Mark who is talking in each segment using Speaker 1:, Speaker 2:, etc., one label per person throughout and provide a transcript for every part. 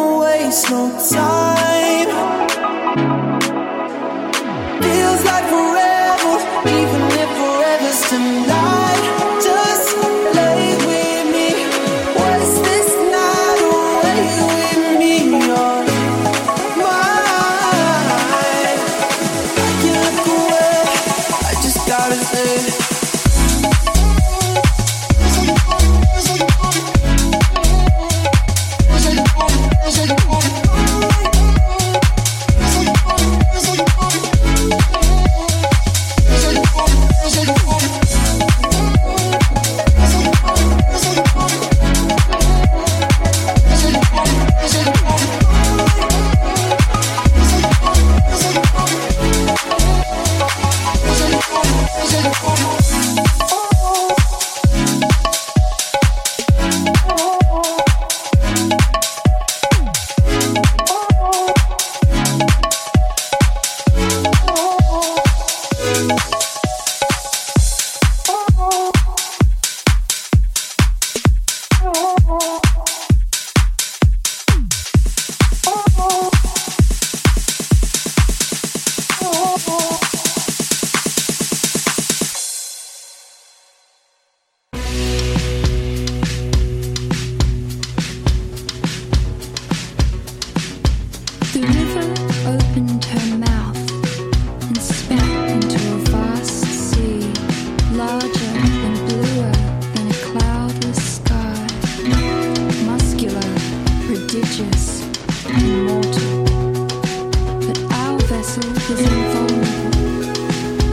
Speaker 1: there's no time. Feels like forever, even if forever's tonight. Just lay with me. What's this night away with me on mine? I can't look away. I just gotta say.
Speaker 2: The river opened her mouth and spat into a vast sea, larger and bluer than a cloudless sky, muscular, prodigious, and mortal. But our vessel was invulnerable.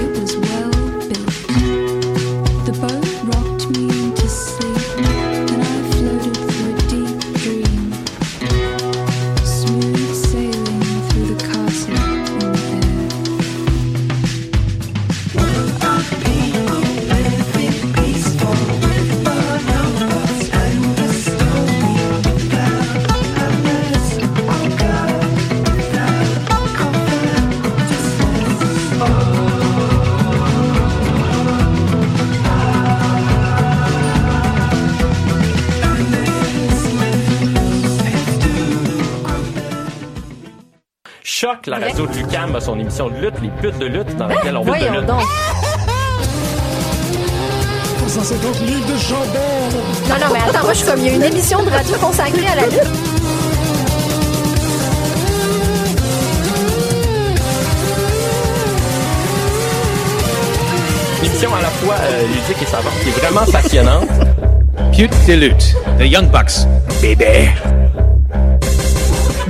Speaker 2: It was well built. The boat rocked me into sleep, and I floated through a deep dream. Smooth sailing through the castle in the air.
Speaker 3: Choc, la radio de Lucam a son émission de lutte, les putes de lutte, dans laquelle on va de
Speaker 4: Voyons
Speaker 3: lutte.
Speaker 4: donc.
Speaker 5: 150 livres de chambon.
Speaker 4: Non, Ah non, mais attends, moi, je suis comme, il y a une émission de radio consacrée à la lutte.
Speaker 3: Une émission à la fois euh, ludique et savante, qui est vraiment passionnante.
Speaker 6: Pute de lutte, The Young Bucks.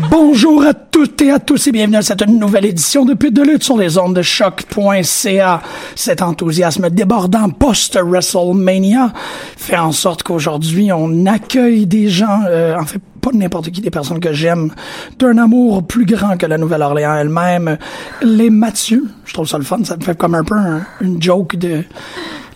Speaker 5: Bonjour à toutes et à tous et bienvenue à cette nouvelle édition de Pute de lutte sur les ondes de choc.ca. Cet enthousiasme débordant post-WrestleMania fait en sorte qu'aujourd'hui on accueille des gens, euh, en fait pas n'importe qui, des personnes que j'aime, d'un amour plus grand que la Nouvelle-Orléans elle-même, les Mathieu. Je trouve ça le fun, ça me fait comme un peu un- une joke de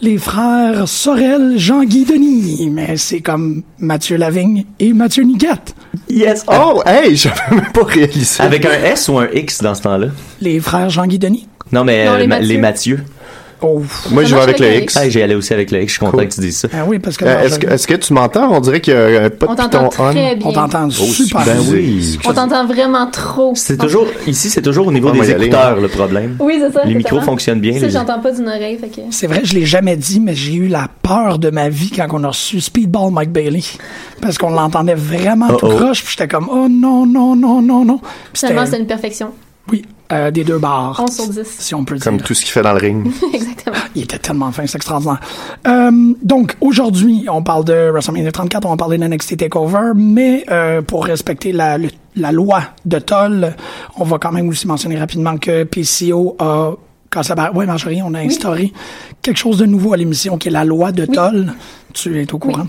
Speaker 5: les frères Sorel, Jean-Guy Denis, mais c'est comme Mathieu Lavigne et Mathieu Niquette.
Speaker 7: Yes. Oh, hey, j'avais même pas réalisé. Avec un S ou un X dans ce temps-là?
Speaker 5: Les frères Jean-Guy Denis.
Speaker 7: Non, mais
Speaker 4: Non,
Speaker 7: euh,
Speaker 4: les
Speaker 7: ma-
Speaker 4: Mathieu.
Speaker 7: les Mathieu.
Speaker 5: Oh.
Speaker 8: Moi,
Speaker 4: Ça
Speaker 8: je vais
Speaker 4: marche
Speaker 8: avec le
Speaker 4: avec
Speaker 8: X.
Speaker 4: le
Speaker 7: Hey, j'y allais aussi avec le X. Je suis content que tu dises ça.
Speaker 5: Ah oui, parce que.
Speaker 8: Euh, Est-ce que, est-ce que tu m'entends? On dirait qu'il y a euh, pas
Speaker 9: On
Speaker 8: de
Speaker 9: t'entend
Speaker 8: piton on.
Speaker 9: très bien.
Speaker 5: on
Speaker 8: Oh,
Speaker 5: t'entend super
Speaker 7: ben
Speaker 5: bien.
Speaker 7: oui.
Speaker 9: On t'entend vraiment trop.
Speaker 7: C'est toujours, ici, c'est toujours au niveau
Speaker 8: On va
Speaker 7: des
Speaker 8: y aller, hein.
Speaker 7: écouteurs le problème.
Speaker 9: Oui, c'est ça.
Speaker 7: Les
Speaker 9: c'est
Speaker 7: micros
Speaker 9: ça.
Speaker 7: fonctionnent bien.
Speaker 9: Tu sais,
Speaker 7: les-
Speaker 9: j'entends pas d'une oreille, fait que.
Speaker 5: C'est vrai, je l'ai jamais dit, mais j'ai eu la peur de ma vie quand on a reçu Speedball Mike Bailey. Parce qu'on l'entendait vraiment tout
Speaker 7: Oh, oh.
Speaker 5: croche, puis j'étais comme, oh non, non, non, non, non. Puis
Speaker 9: Finalement,
Speaker 5: c'était-
Speaker 9: c'est une perfection.
Speaker 5: Oui, euh, des deux barres.
Speaker 9: 11 sur 10.
Speaker 5: Si on peut
Speaker 8: Comme
Speaker 5: dire.
Speaker 8: tout ce qu'il fait dans le
Speaker 9: Mhm.
Speaker 8: ring.
Speaker 9: Exactement.
Speaker 5: Il était tellement fin, c'est extraordinaire. Euh, donc, aujourd'hui, on parle de WrestleMania 34, on va parler de NXT TakeOver, mais euh, pour respecter la, le- la loi de Toll, on va quand même aussi mentionner rapidement que PCO a cassé la barre. Oui, Marjorie, on a instauré quelque chose de nouveau à l'émission qui est la loi de Toll. Tu es au courant.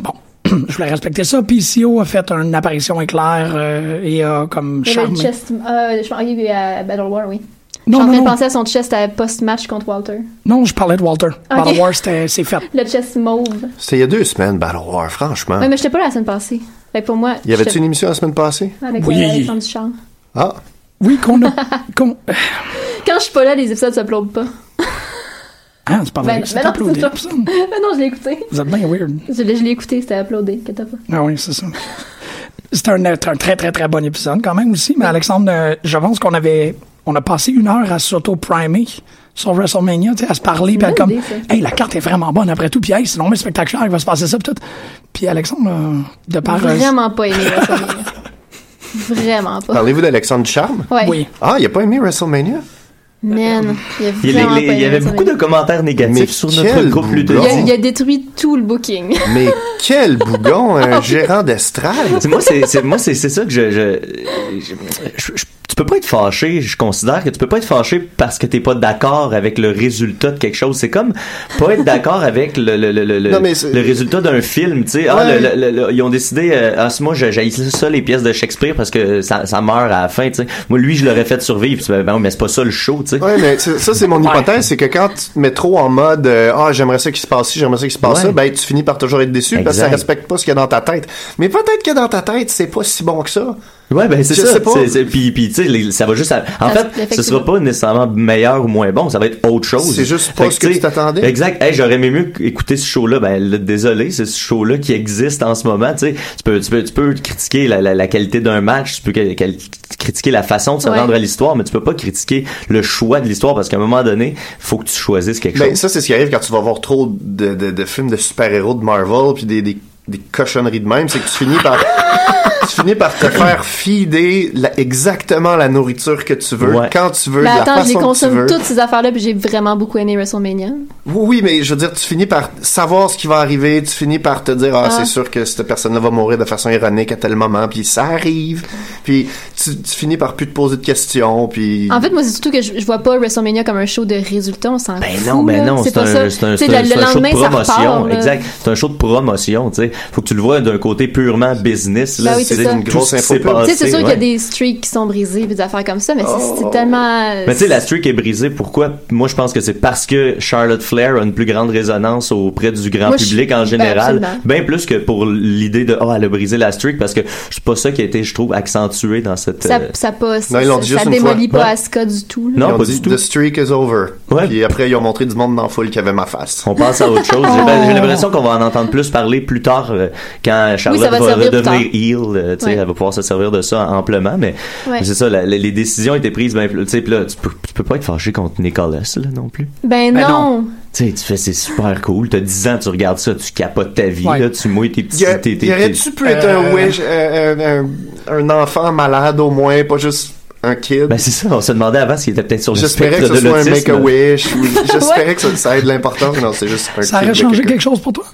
Speaker 5: Bon. Je voulais respecter ça. PCO a fait une apparition éclair euh, et a comme
Speaker 9: Il y avait le
Speaker 5: charmé.
Speaker 9: chest. Euh, je pense qu'il est à Battle War, oui. Je suis
Speaker 5: Non,
Speaker 9: en train
Speaker 5: non,
Speaker 9: de
Speaker 5: non.
Speaker 9: penser à son chest à post-match contre Walter.
Speaker 5: Non, je parlais de Walter. Battle War, c'était- c'est fait.
Speaker 9: Le chest mauve.
Speaker 8: C'était il y a deux semaines, Battle War, franchement.
Speaker 9: Oui, mais j'étais pas là la semaine passée. Fait que pour moi.
Speaker 8: Ah. Y avait-tu
Speaker 9: j'étais
Speaker 8: une émission la semaine passée?
Speaker 9: Avec
Speaker 5: Oui.
Speaker 9: euh, Alexandre Duchamp.
Speaker 8: Ah,
Speaker 5: Oui, qu'on a. qu'on-
Speaker 9: Quand je suis pas là, les épisodes s'uploadent pas.
Speaker 5: Ah, c'est pas vrai.
Speaker 9: Ben-
Speaker 5: c'est
Speaker 9: ben non,
Speaker 5: applaudi,
Speaker 9: c'est ça.
Speaker 5: personne.
Speaker 9: Mais non, je l'ai écouté.
Speaker 5: Vous êtes bien weird.
Speaker 9: Je l'ai je l'ai écouté, c'était uploadé. Qu'est-ce que t'as pas?
Speaker 5: Ah oui, c'est ça. C'était un, un très, très, très bon épisode quand même aussi. Mais Alexandre, euh, je pense qu'on avait... On a passé une heure à s'auto-primer sur WrestleMania, tu sais, à se parler, puis à
Speaker 9: bonne
Speaker 5: comme...
Speaker 9: idée, ça.
Speaker 5: Hey, la carte est vraiment bonne après tout, puis hey, c'est long, mais spectaculaire, il va se passer ça, puis tout. Puis Alexandre, euh, de par... euh,
Speaker 9: Vraiment pas aimé WrestleMania. Vraiment pas.
Speaker 8: Parlez-vous d'Alexandre Charme?
Speaker 9: Ouais.
Speaker 5: Oui.
Speaker 8: Ah, il a pas aimé WrestleMania?
Speaker 9: Man, il a
Speaker 7: Il y, a
Speaker 9: vraiment
Speaker 7: les-
Speaker 9: pas
Speaker 7: les- il y
Speaker 9: aimé
Speaker 7: avait beaucoup de
Speaker 9: WrestleMania.
Speaker 7: commentaires négatifs
Speaker 8: Mais
Speaker 7: sur
Speaker 8: quel
Speaker 7: notre groupe
Speaker 8: bougon.
Speaker 9: Il a,
Speaker 7: luthérien.
Speaker 9: il a détruit tout le booking.
Speaker 8: Mais quel bougon,
Speaker 9: Ah
Speaker 8: un gérant d'estrade!
Speaker 7: C'est- Moi, c'est, c'est- moi, c'est, c'est ça que je, je- je- je- Tu peux pas être fâché, je considère que tu peux pas être fâché parce que t'es pas d'accord avec le résultat de quelque chose. C'est comme pas être d'accord avec le, le, le, le, le-
Speaker 8: Non, mais c'est-
Speaker 7: le résultat d'un film, tu sais. Ah,
Speaker 8: Ouais.
Speaker 7: le- le- le- le- ils ont décidé, euh, ah, c'est moi, j'ai ça, les pièces de Shakespeare, parce que ça, ça meurt à la fin, tu sais. Moi, lui, je l'aurais fait survivre, puis, ben, ben, mais c'est pas ça le show, tu sais.
Speaker 8: Ouais, mais c'est- ça, c'est mon hypothèse, c'est que quand tu te mets trop en mode euh, Ah, j'aimerais ça qu'il se passe ci, j'aimerais ça qu'il se passe
Speaker 7: Ouais.
Speaker 8: ça, ben tu finis par toujours être déçu parce que ça
Speaker 7: Exact.
Speaker 8: respecte pas ce qu'il y a dans ta tête. Mais peut-être que dans ta tête, c'est pas si bon que ça.
Speaker 7: Ouais, ben c'est
Speaker 8: Je
Speaker 7: ça.
Speaker 8: sais pas.
Speaker 7: C'est- c'est- Puis, puis, tu sais, les- ça va juste. à- En
Speaker 9: Ça-
Speaker 7: fait, ce
Speaker 9: effectivement.
Speaker 7: sera pas nécessairement meilleur ou moins bon. Ça va être autre chose.
Speaker 8: C'est juste pas
Speaker 7: Fait
Speaker 8: ce que
Speaker 7: tu sais,
Speaker 8: tu t'attendais.
Speaker 7: Exact. Hey, j'aurais aimé mieux écouter ce show-là. Ben, le- désolé, c'est ce show-là qui existe en ce moment. Tu sais, tu peux, tu peux, tu peux critiquer la, la, la qualité d'un match. Tu peux que- quel- critiquer la façon de se
Speaker 9: Ouais.
Speaker 7: rendre à l'histoire, mais tu peux pas critiquer le choix de l'histoire parce qu'à un moment donné, faut que tu choisisses quelque
Speaker 8: Ben
Speaker 7: chose.
Speaker 8: ça, c'est ce qui arrive quand tu vas voir trop de, de, de films de super-héros de Marvel puis des, des, des cochonneries de même, c'est que tu finis par. Tu finis par te faire fider la- exactement la nourriture que tu veux,
Speaker 7: Ouais.
Speaker 8: quand tu veux,
Speaker 9: Mais
Speaker 8: de la
Speaker 9: attends, je les
Speaker 8: façon que tu
Speaker 9: consomme
Speaker 8: veux.
Speaker 9: toutes ces affaires-là, puis j'ai vraiment beaucoup aimé WrestleMania.
Speaker 8: Oui, oui, mais je veux dire, tu finis par savoir ce qui va arriver, tu finis par te dire, ah,
Speaker 9: Ah.
Speaker 8: c'est sûr que cette personne-là va mourir de façon ironique à tel moment, puis ça arrive, puis tu, tu finis par plus te poser de questions, puis...
Speaker 9: En fait, moi, c'est surtout que je, je vois pas WrestleMania comme un show de résultats, on s'en
Speaker 7: Ben
Speaker 9: fout.
Speaker 7: non, ben
Speaker 9: là.
Speaker 7: non, c'est
Speaker 9: pas
Speaker 7: un,
Speaker 9: ça.
Speaker 7: c'est un,
Speaker 9: Tu sais,
Speaker 7: c'est un-
Speaker 9: le-
Speaker 7: c'est
Speaker 9: le
Speaker 7: un show de
Speaker 9: lendemain, ça
Speaker 7: promotion,
Speaker 9: repart, là.
Speaker 7: exact. C'est un show de promotion, tu sais. Faut que tu le vois d'un côté purement business, là.
Speaker 9: Ben oui, c'est ça.
Speaker 7: une grosse info.
Speaker 9: Tu sais, c'est sûr qu'il y a des streaks qui sont brisés, puis des affaires comme ça, mais c'est-
Speaker 8: Oh.
Speaker 9: c'est tellement.
Speaker 7: Mais tu sais, la streak est brisée. Pourquoi? Moi, je pense que c'est parce que Charlotte Flair a une plus grande résonance auprès du grand
Speaker 9: Moi, je-
Speaker 7: public en
Speaker 9: ben,
Speaker 7: général.
Speaker 9: absolument.
Speaker 7: bien plus que pour l'idée de, oh, elle a brisé la streak parce que c'est pas ça qui a été, je trouve, accentué dans cette.
Speaker 9: ça,
Speaker 7: euh,
Speaker 9: ça passe.
Speaker 8: Non, ils l'ont dit
Speaker 9: ça
Speaker 8: juste
Speaker 9: ça
Speaker 8: une fois.
Speaker 9: démolit
Speaker 7: Ouais.
Speaker 9: pas Asuka du tout. là.
Speaker 7: Non,
Speaker 8: ils ont
Speaker 7: pas
Speaker 8: dit,
Speaker 7: du tout.
Speaker 8: The streak is over.
Speaker 7: Ouais.
Speaker 8: Puis après, ils ont montré du monde dans la foule qui avait ma face.
Speaker 7: On passe à autre chose. J'ai- ben, J'ai l'impression qu'on va en entendre plus parler plus tard euh, quand Charlotte
Speaker 9: Oh. va
Speaker 7: va,
Speaker 9: servir plus
Speaker 7: redevenir heel. euh, tu sais,
Speaker 9: Ouais.
Speaker 7: Elle va pouvoir se servir de ça amplement, mais
Speaker 9: Ouais.
Speaker 7: mais c'est ça. la- les, les décisions étaient prises. Ben, plus- tu sais, puis là, tu peux, tu peux pas être fâché contre Nicolas là, non plus.
Speaker 9: Ben
Speaker 5: Ben
Speaker 9: non.
Speaker 7: Tu sais, tu fais c'est super cool. T'as 10 ans, tu regardes ça, tu capotes ta vie.
Speaker 5: Ouais.
Speaker 7: Là, tu mouilles tes petits.
Speaker 8: Y, a-
Speaker 7: tes- tes-
Speaker 8: y aurait-tu pu être un
Speaker 5: Euh,
Speaker 8: wish, euh, un, un- un enfant malade au moins, pas juste un kid?
Speaker 7: Ben c'est ça. On se demandait avant s'il était peut-être sur le
Speaker 8: J'espérais
Speaker 7: spectre
Speaker 8: que ce
Speaker 7: de
Speaker 8: soit un
Speaker 7: l'autisme.
Speaker 8: make-a-wish, ou j'espérais que ça, ça ait de l'importance, non, c'est juste un
Speaker 5: Ça
Speaker 8: kid
Speaker 5: aurait
Speaker 8: de
Speaker 5: changé
Speaker 8: quelqu'un.
Speaker 5: quelque chose pour toi?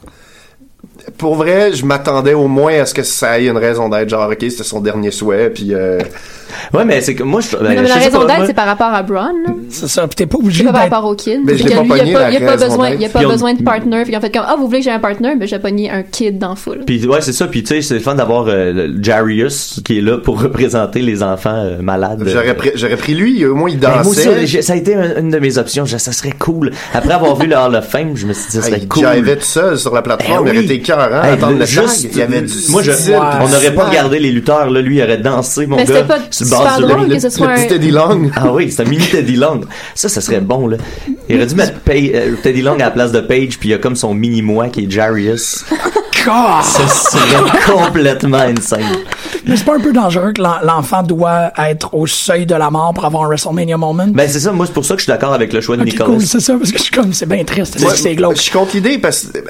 Speaker 8: pour vrai, je m'attendais au moins à ce que ça ait une raison d'être. Genre, ok, c'était son dernier souhait, puis euh,
Speaker 7: Ouais, mais c'est que moi, je. ben,
Speaker 9: Mais non,
Speaker 7: je
Speaker 9: mais la
Speaker 7: sais
Speaker 9: raison
Speaker 7: pas,
Speaker 9: d'être,
Speaker 7: moi-
Speaker 9: c'est par rapport à Braun. là.
Speaker 5: C'est ça, puis t'es pas obligé
Speaker 9: C'est pas par
Speaker 5: d'être
Speaker 9: rapport au kid.
Speaker 8: Mais Ben, je
Speaker 9: Fait
Speaker 8: l'ai
Speaker 9: que
Speaker 8: pas
Speaker 9: lui, il
Speaker 8: pogné,
Speaker 9: a pas,
Speaker 8: la
Speaker 9: il a pas
Speaker 8: raison
Speaker 9: besoin,
Speaker 8: d'être.
Speaker 9: il a pas
Speaker 7: Puis on-
Speaker 9: besoin de partner. Puis en fait, comme, ah, vous voulez que j'ai un partner, ben, j'ai pogné un kid dans la foule.
Speaker 7: Puis ouais, c'est ça. Puis tu sais, c'est le fun d'avoir euh, le- Jarius qui est là pour représenter les enfants euh, malades.
Speaker 8: j'aurais pris, j'aurais pris lui, au moins il
Speaker 7: Ben, moi
Speaker 8: dansait.
Speaker 7: aussi, j'ai- ça a été un- une de mes options. Je- ça serait cool. Après avoir vu le Hall of Fame, je me suis dit, ça
Speaker 8: Ah,
Speaker 7: serait
Speaker 8: il
Speaker 7: cool.
Speaker 8: jivait tout seul sur la plateforme,
Speaker 7: Ben
Speaker 8: il
Speaker 7: oui.
Speaker 8: aurait été cœur, hein,
Speaker 7: Hey,
Speaker 8: attendre
Speaker 7: le-
Speaker 8: le
Speaker 7: juste-
Speaker 8: tag, il y avait du
Speaker 7: Moi, je,
Speaker 8: style, puis
Speaker 7: on
Speaker 8: du
Speaker 7: n'aurait pas
Speaker 8: swag.
Speaker 7: regardé les lutteurs. Là, lui, il aurait dansé, mon
Speaker 9: Mais
Speaker 7: gars.
Speaker 9: c'était pas
Speaker 7: sur le bord
Speaker 9: super
Speaker 7: du-
Speaker 9: drôle
Speaker 8: Le,
Speaker 9: que ce soit
Speaker 8: le petit
Speaker 9: un-
Speaker 8: Teddy Long.
Speaker 7: Ah oui, c'est un mini Teddy Long. Ça, ça serait bon, là. Il aurait dû mettre Pay- euh, Teddy Long à la place de Page, puis il y a comme son mini moi qui est Jarius.
Speaker 5: corps.
Speaker 7: Ça serait complètement insane.
Speaker 5: Mais c'est pas un peu dangereux que l'en- l'enfant doit être au seuil de la mort pour avoir un WrestleMania moment?
Speaker 7: Ben, c'est ça. Moi, c'est pour ça que je suis d'accord avec le choix de
Speaker 5: Ok,
Speaker 7: Nicolas.
Speaker 5: cool, c'est ça, parce que je suis comme, c'est bien triste, c'est
Speaker 8: Moi,
Speaker 5: que c'est glauque.
Speaker 8: je suis contre l'idée parce que. euh,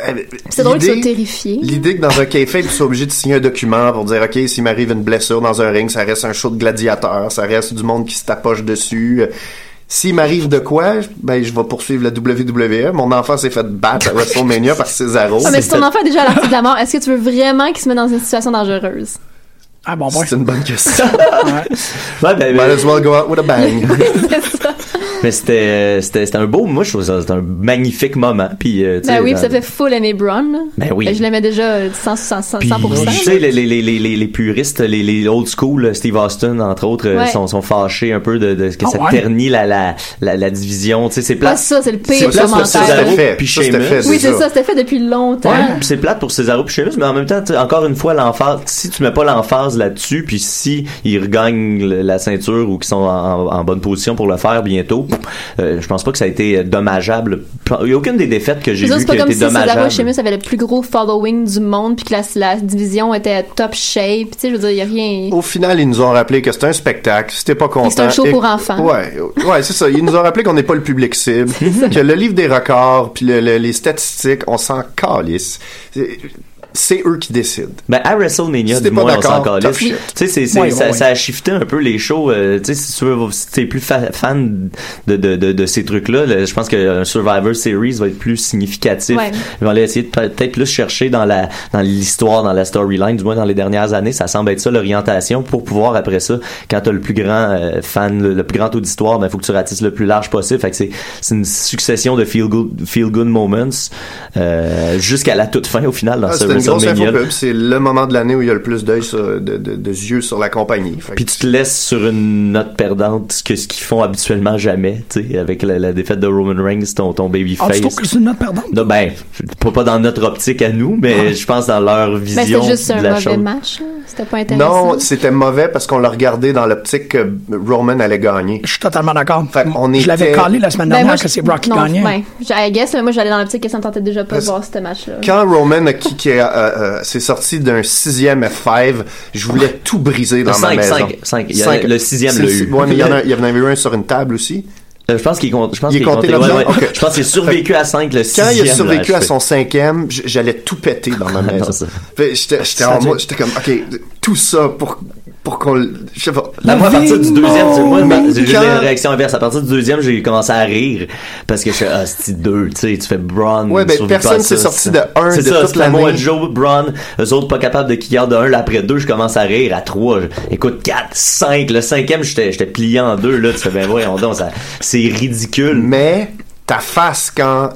Speaker 9: C'est drôle qu'ils soient
Speaker 8: l'idée-
Speaker 9: terrifiés.
Speaker 8: L'idée que dans un café, tu sois obligé de signer un document pour dire, OK, s'il m'arrive une blessure dans un ring, ça reste un show de gladiateur, ça reste du monde qui se tapoche dessus. Euh, S'il m'arrive de quoi, ben, je vais poursuivre la WWE. Mon enfant s'est fait battre à WrestleMania par Cesaro.
Speaker 9: Ah, mais si ton enfant est déjà à l'article de la mort, est-ce que tu veux vraiment qu'il se mette dans une situation dangereuse?
Speaker 5: Ah bon, ouais.
Speaker 8: C'est une bonne question.
Speaker 7: Ouais, ben,
Speaker 8: Might
Speaker 7: ben,
Speaker 8: as well go out with a bang.
Speaker 7: Mais c'était, euh, c'était, c'était un beau, moi je trouve ça, c'était un magnifique moment. Puis, euh, tu sais,
Speaker 9: Ben oui,
Speaker 7: dans-
Speaker 9: puis ça fait full aimer Braun. là.
Speaker 7: Ben oui.
Speaker 9: Je l'aimais déjà euh, 100, 100, 100,
Speaker 7: Puis, tu sais,
Speaker 9: 100%.
Speaker 7: les, les, les, les, les- les puristes, les, les old school, Steve Austin, entre autres, euh,
Speaker 9: Ouais.
Speaker 7: sont, sont fâchés un peu de, de que
Speaker 5: Ah
Speaker 7: ça
Speaker 5: ouais?
Speaker 7: ternit la, la, la, la division. Tu sais, c'est
Speaker 9: Pas
Speaker 7: plate.
Speaker 9: ça, c'est le
Speaker 7: C'est
Speaker 9: pire
Speaker 7: plate pour
Speaker 9: commentaire.
Speaker 7: Cesaro,
Speaker 8: C'était fait.
Speaker 7: puis
Speaker 8: Ça, c'était
Speaker 7: Sheamus.
Speaker 8: fait,
Speaker 9: Oui,
Speaker 8: c'est
Speaker 9: c'est
Speaker 8: ça.
Speaker 9: ça, c'était fait depuis longtemps.
Speaker 7: Ouais, puis c'est plate pour Césaro puis Sheamus, mais en même temps, tu sais, encore une fois, l'emphase, si tu mets pas l'emphase là-dessus, puis si ils regagnent le- la ceinture ou qu'ils sont en, en bonne position pour le faire bientôt, Jericho, euh, je pense pas que ça a été dommageable. Il y a aucune des défaites que j'ai
Speaker 9: C'est
Speaker 7: vues
Speaker 9: c'est pas
Speaker 7: qui a
Speaker 9: comme
Speaker 7: été
Speaker 9: si Cesaro
Speaker 7: dommageable.
Speaker 9: et Sheamus avait le plus gros following du monde puis que la, la division était top shape. Tu sais, je veux dire, il y a rien.
Speaker 8: Au final, ils nous ont rappelé que c'était un spectacle. Si t'es pas content.
Speaker 9: c'est un show
Speaker 8: éc-
Speaker 9: pour enfants.
Speaker 8: Ouais, euh, ouais, c'est ça. Ils nous ont rappelé qu'on n'est pas le public cible, que le livre des records puis le- le- les statistiques, on s'en calisse. C'est- C'est eux qui décident.
Speaker 7: Ben, à WrestleMania,
Speaker 8: Si t'es
Speaker 7: du
Speaker 8: pas
Speaker 7: moins, on s'en
Speaker 8: d'accord,
Speaker 7: calisse.
Speaker 8: tough shit.
Speaker 7: Tu sais, c'est, c'est-
Speaker 5: Ouais,
Speaker 7: ça,
Speaker 5: ouais.
Speaker 7: ça a shifté un peu les shows. euh, tu sais, si tu veux, si t'es plus fa- fan de, de, de, de ces trucs-là, le- je pense qu'un Survivor Series va être plus significatif.
Speaker 9: Ouais.
Speaker 7: Ils vont aller essayer de peut-être plus chercher dans la dans l'histoire, dans la storyline, du moins dans les dernières années. Ça semble être ça, l'orientation, pour pouvoir, après ça, quand t'as le plus grand euh, fan, le, le plus grand auditoire, ben, faut que tu ratisses le plus large possible. Fait que c'est, c'est une succession de feel-good feel good moments euh, jusqu'à la toute fin, au final, dans
Speaker 8: Ah,
Speaker 7: ce
Speaker 8: C'était une grosse info
Speaker 7: WrestleMania.
Speaker 8: pub. C'est le moment de l'année où il y a le plus d'œil sur- de, de, de yeux sur la compagnie. Fait que
Speaker 7: Puis tu te laisses sur une note perdante, ce que ce qu'ils font habituellement jamais, tu sais, avec la, la défaite de Roman Reigns, ton, ton
Speaker 5: Ah, tu
Speaker 7: babyface.
Speaker 5: trouves que c'est une note perdante?
Speaker 7: Non, ben, pas, pas dans notre optique à nous, mais je pense dans leur
Speaker 9: Mais
Speaker 7: vision
Speaker 9: c'était Ben, juste
Speaker 7: de
Speaker 9: un
Speaker 7: la
Speaker 9: mauvais
Speaker 7: chose.
Speaker 9: match. là. C'était pas intéressant.
Speaker 8: Non, c'était mauvais parce qu'on l'a regardé dans l'optique que Roman allait gagner.
Speaker 5: Je suis totalement d'accord.
Speaker 8: Fait qu'on
Speaker 5: Je l'avais
Speaker 8: était-
Speaker 5: calé la semaine
Speaker 9: Ben,
Speaker 5: dernière
Speaker 9: moi,
Speaker 5: que
Speaker 9: je-
Speaker 5: c'est Brock qui
Speaker 9: non,
Speaker 5: gagnait.
Speaker 9: ben, j- I guess, là, moi, j'allais dans l'optique que ça me tentait déjà pas de
Speaker 8: Parce-
Speaker 9: voir ce match-là.
Speaker 8: Quand Roman a kické, euh, euh, s'est sorti d'un sixième F5, je voulais tout briser dans ma
Speaker 7: Cinq,
Speaker 8: maison.
Speaker 7: cinq, cinq. Il y en a- le sixième
Speaker 8: C'est
Speaker 7: l'a eu.
Speaker 8: Ouais, mais il y en a, il y en avait eu un sur une table aussi.
Speaker 7: Euh, je pense qu'il compte, je pense
Speaker 8: Il est
Speaker 7: qu'il
Speaker 8: compté
Speaker 7: compté- ouais,
Speaker 8: là-dedans?
Speaker 7: ouais.
Speaker 8: Ok.
Speaker 7: Je pense qu'il a survécu à 5 le 6
Speaker 8: Quand il a survécu à son cinquième, j- j'allais tout péter dans ma
Speaker 7: Non,
Speaker 8: maison.
Speaker 7: ça-
Speaker 8: Fait, J'étais j'étais
Speaker 7: Ça
Speaker 8: en
Speaker 7: dit-
Speaker 8: mode, j'étais comme, ok, tout ça pour, pour qu'on, le- je sais pas.
Speaker 7: Là, Ben, moi, à partir du deuxième, c'est moi,
Speaker 8: Mais
Speaker 7: j'ai eu
Speaker 8: quand-
Speaker 7: une réaction inverse. À partir du deuxième, j'ai commencé à rire. Parce que je suis, ah, c'est deux, tu sais, tu fais Braun.
Speaker 8: Ouais, ben,
Speaker 7: survit pas à
Speaker 8: personne
Speaker 7: ça,
Speaker 8: s'est sorti
Speaker 7: c'est-
Speaker 8: de un
Speaker 7: C'est
Speaker 8: de
Speaker 7: ça,
Speaker 8: toute
Speaker 7: c'était moi,
Speaker 8: l'année.
Speaker 7: Joe, Braun. Eux autres pas capables de kicker de un. Là, après deux, je commence à rire. À trois, je- écoute, quatre, cinq. Le cinquième, j'étais, j'étais plié en deux, là. Tu fais, ben, voyons donc, ça, c'est ridicule.
Speaker 8: Mais ta face quand,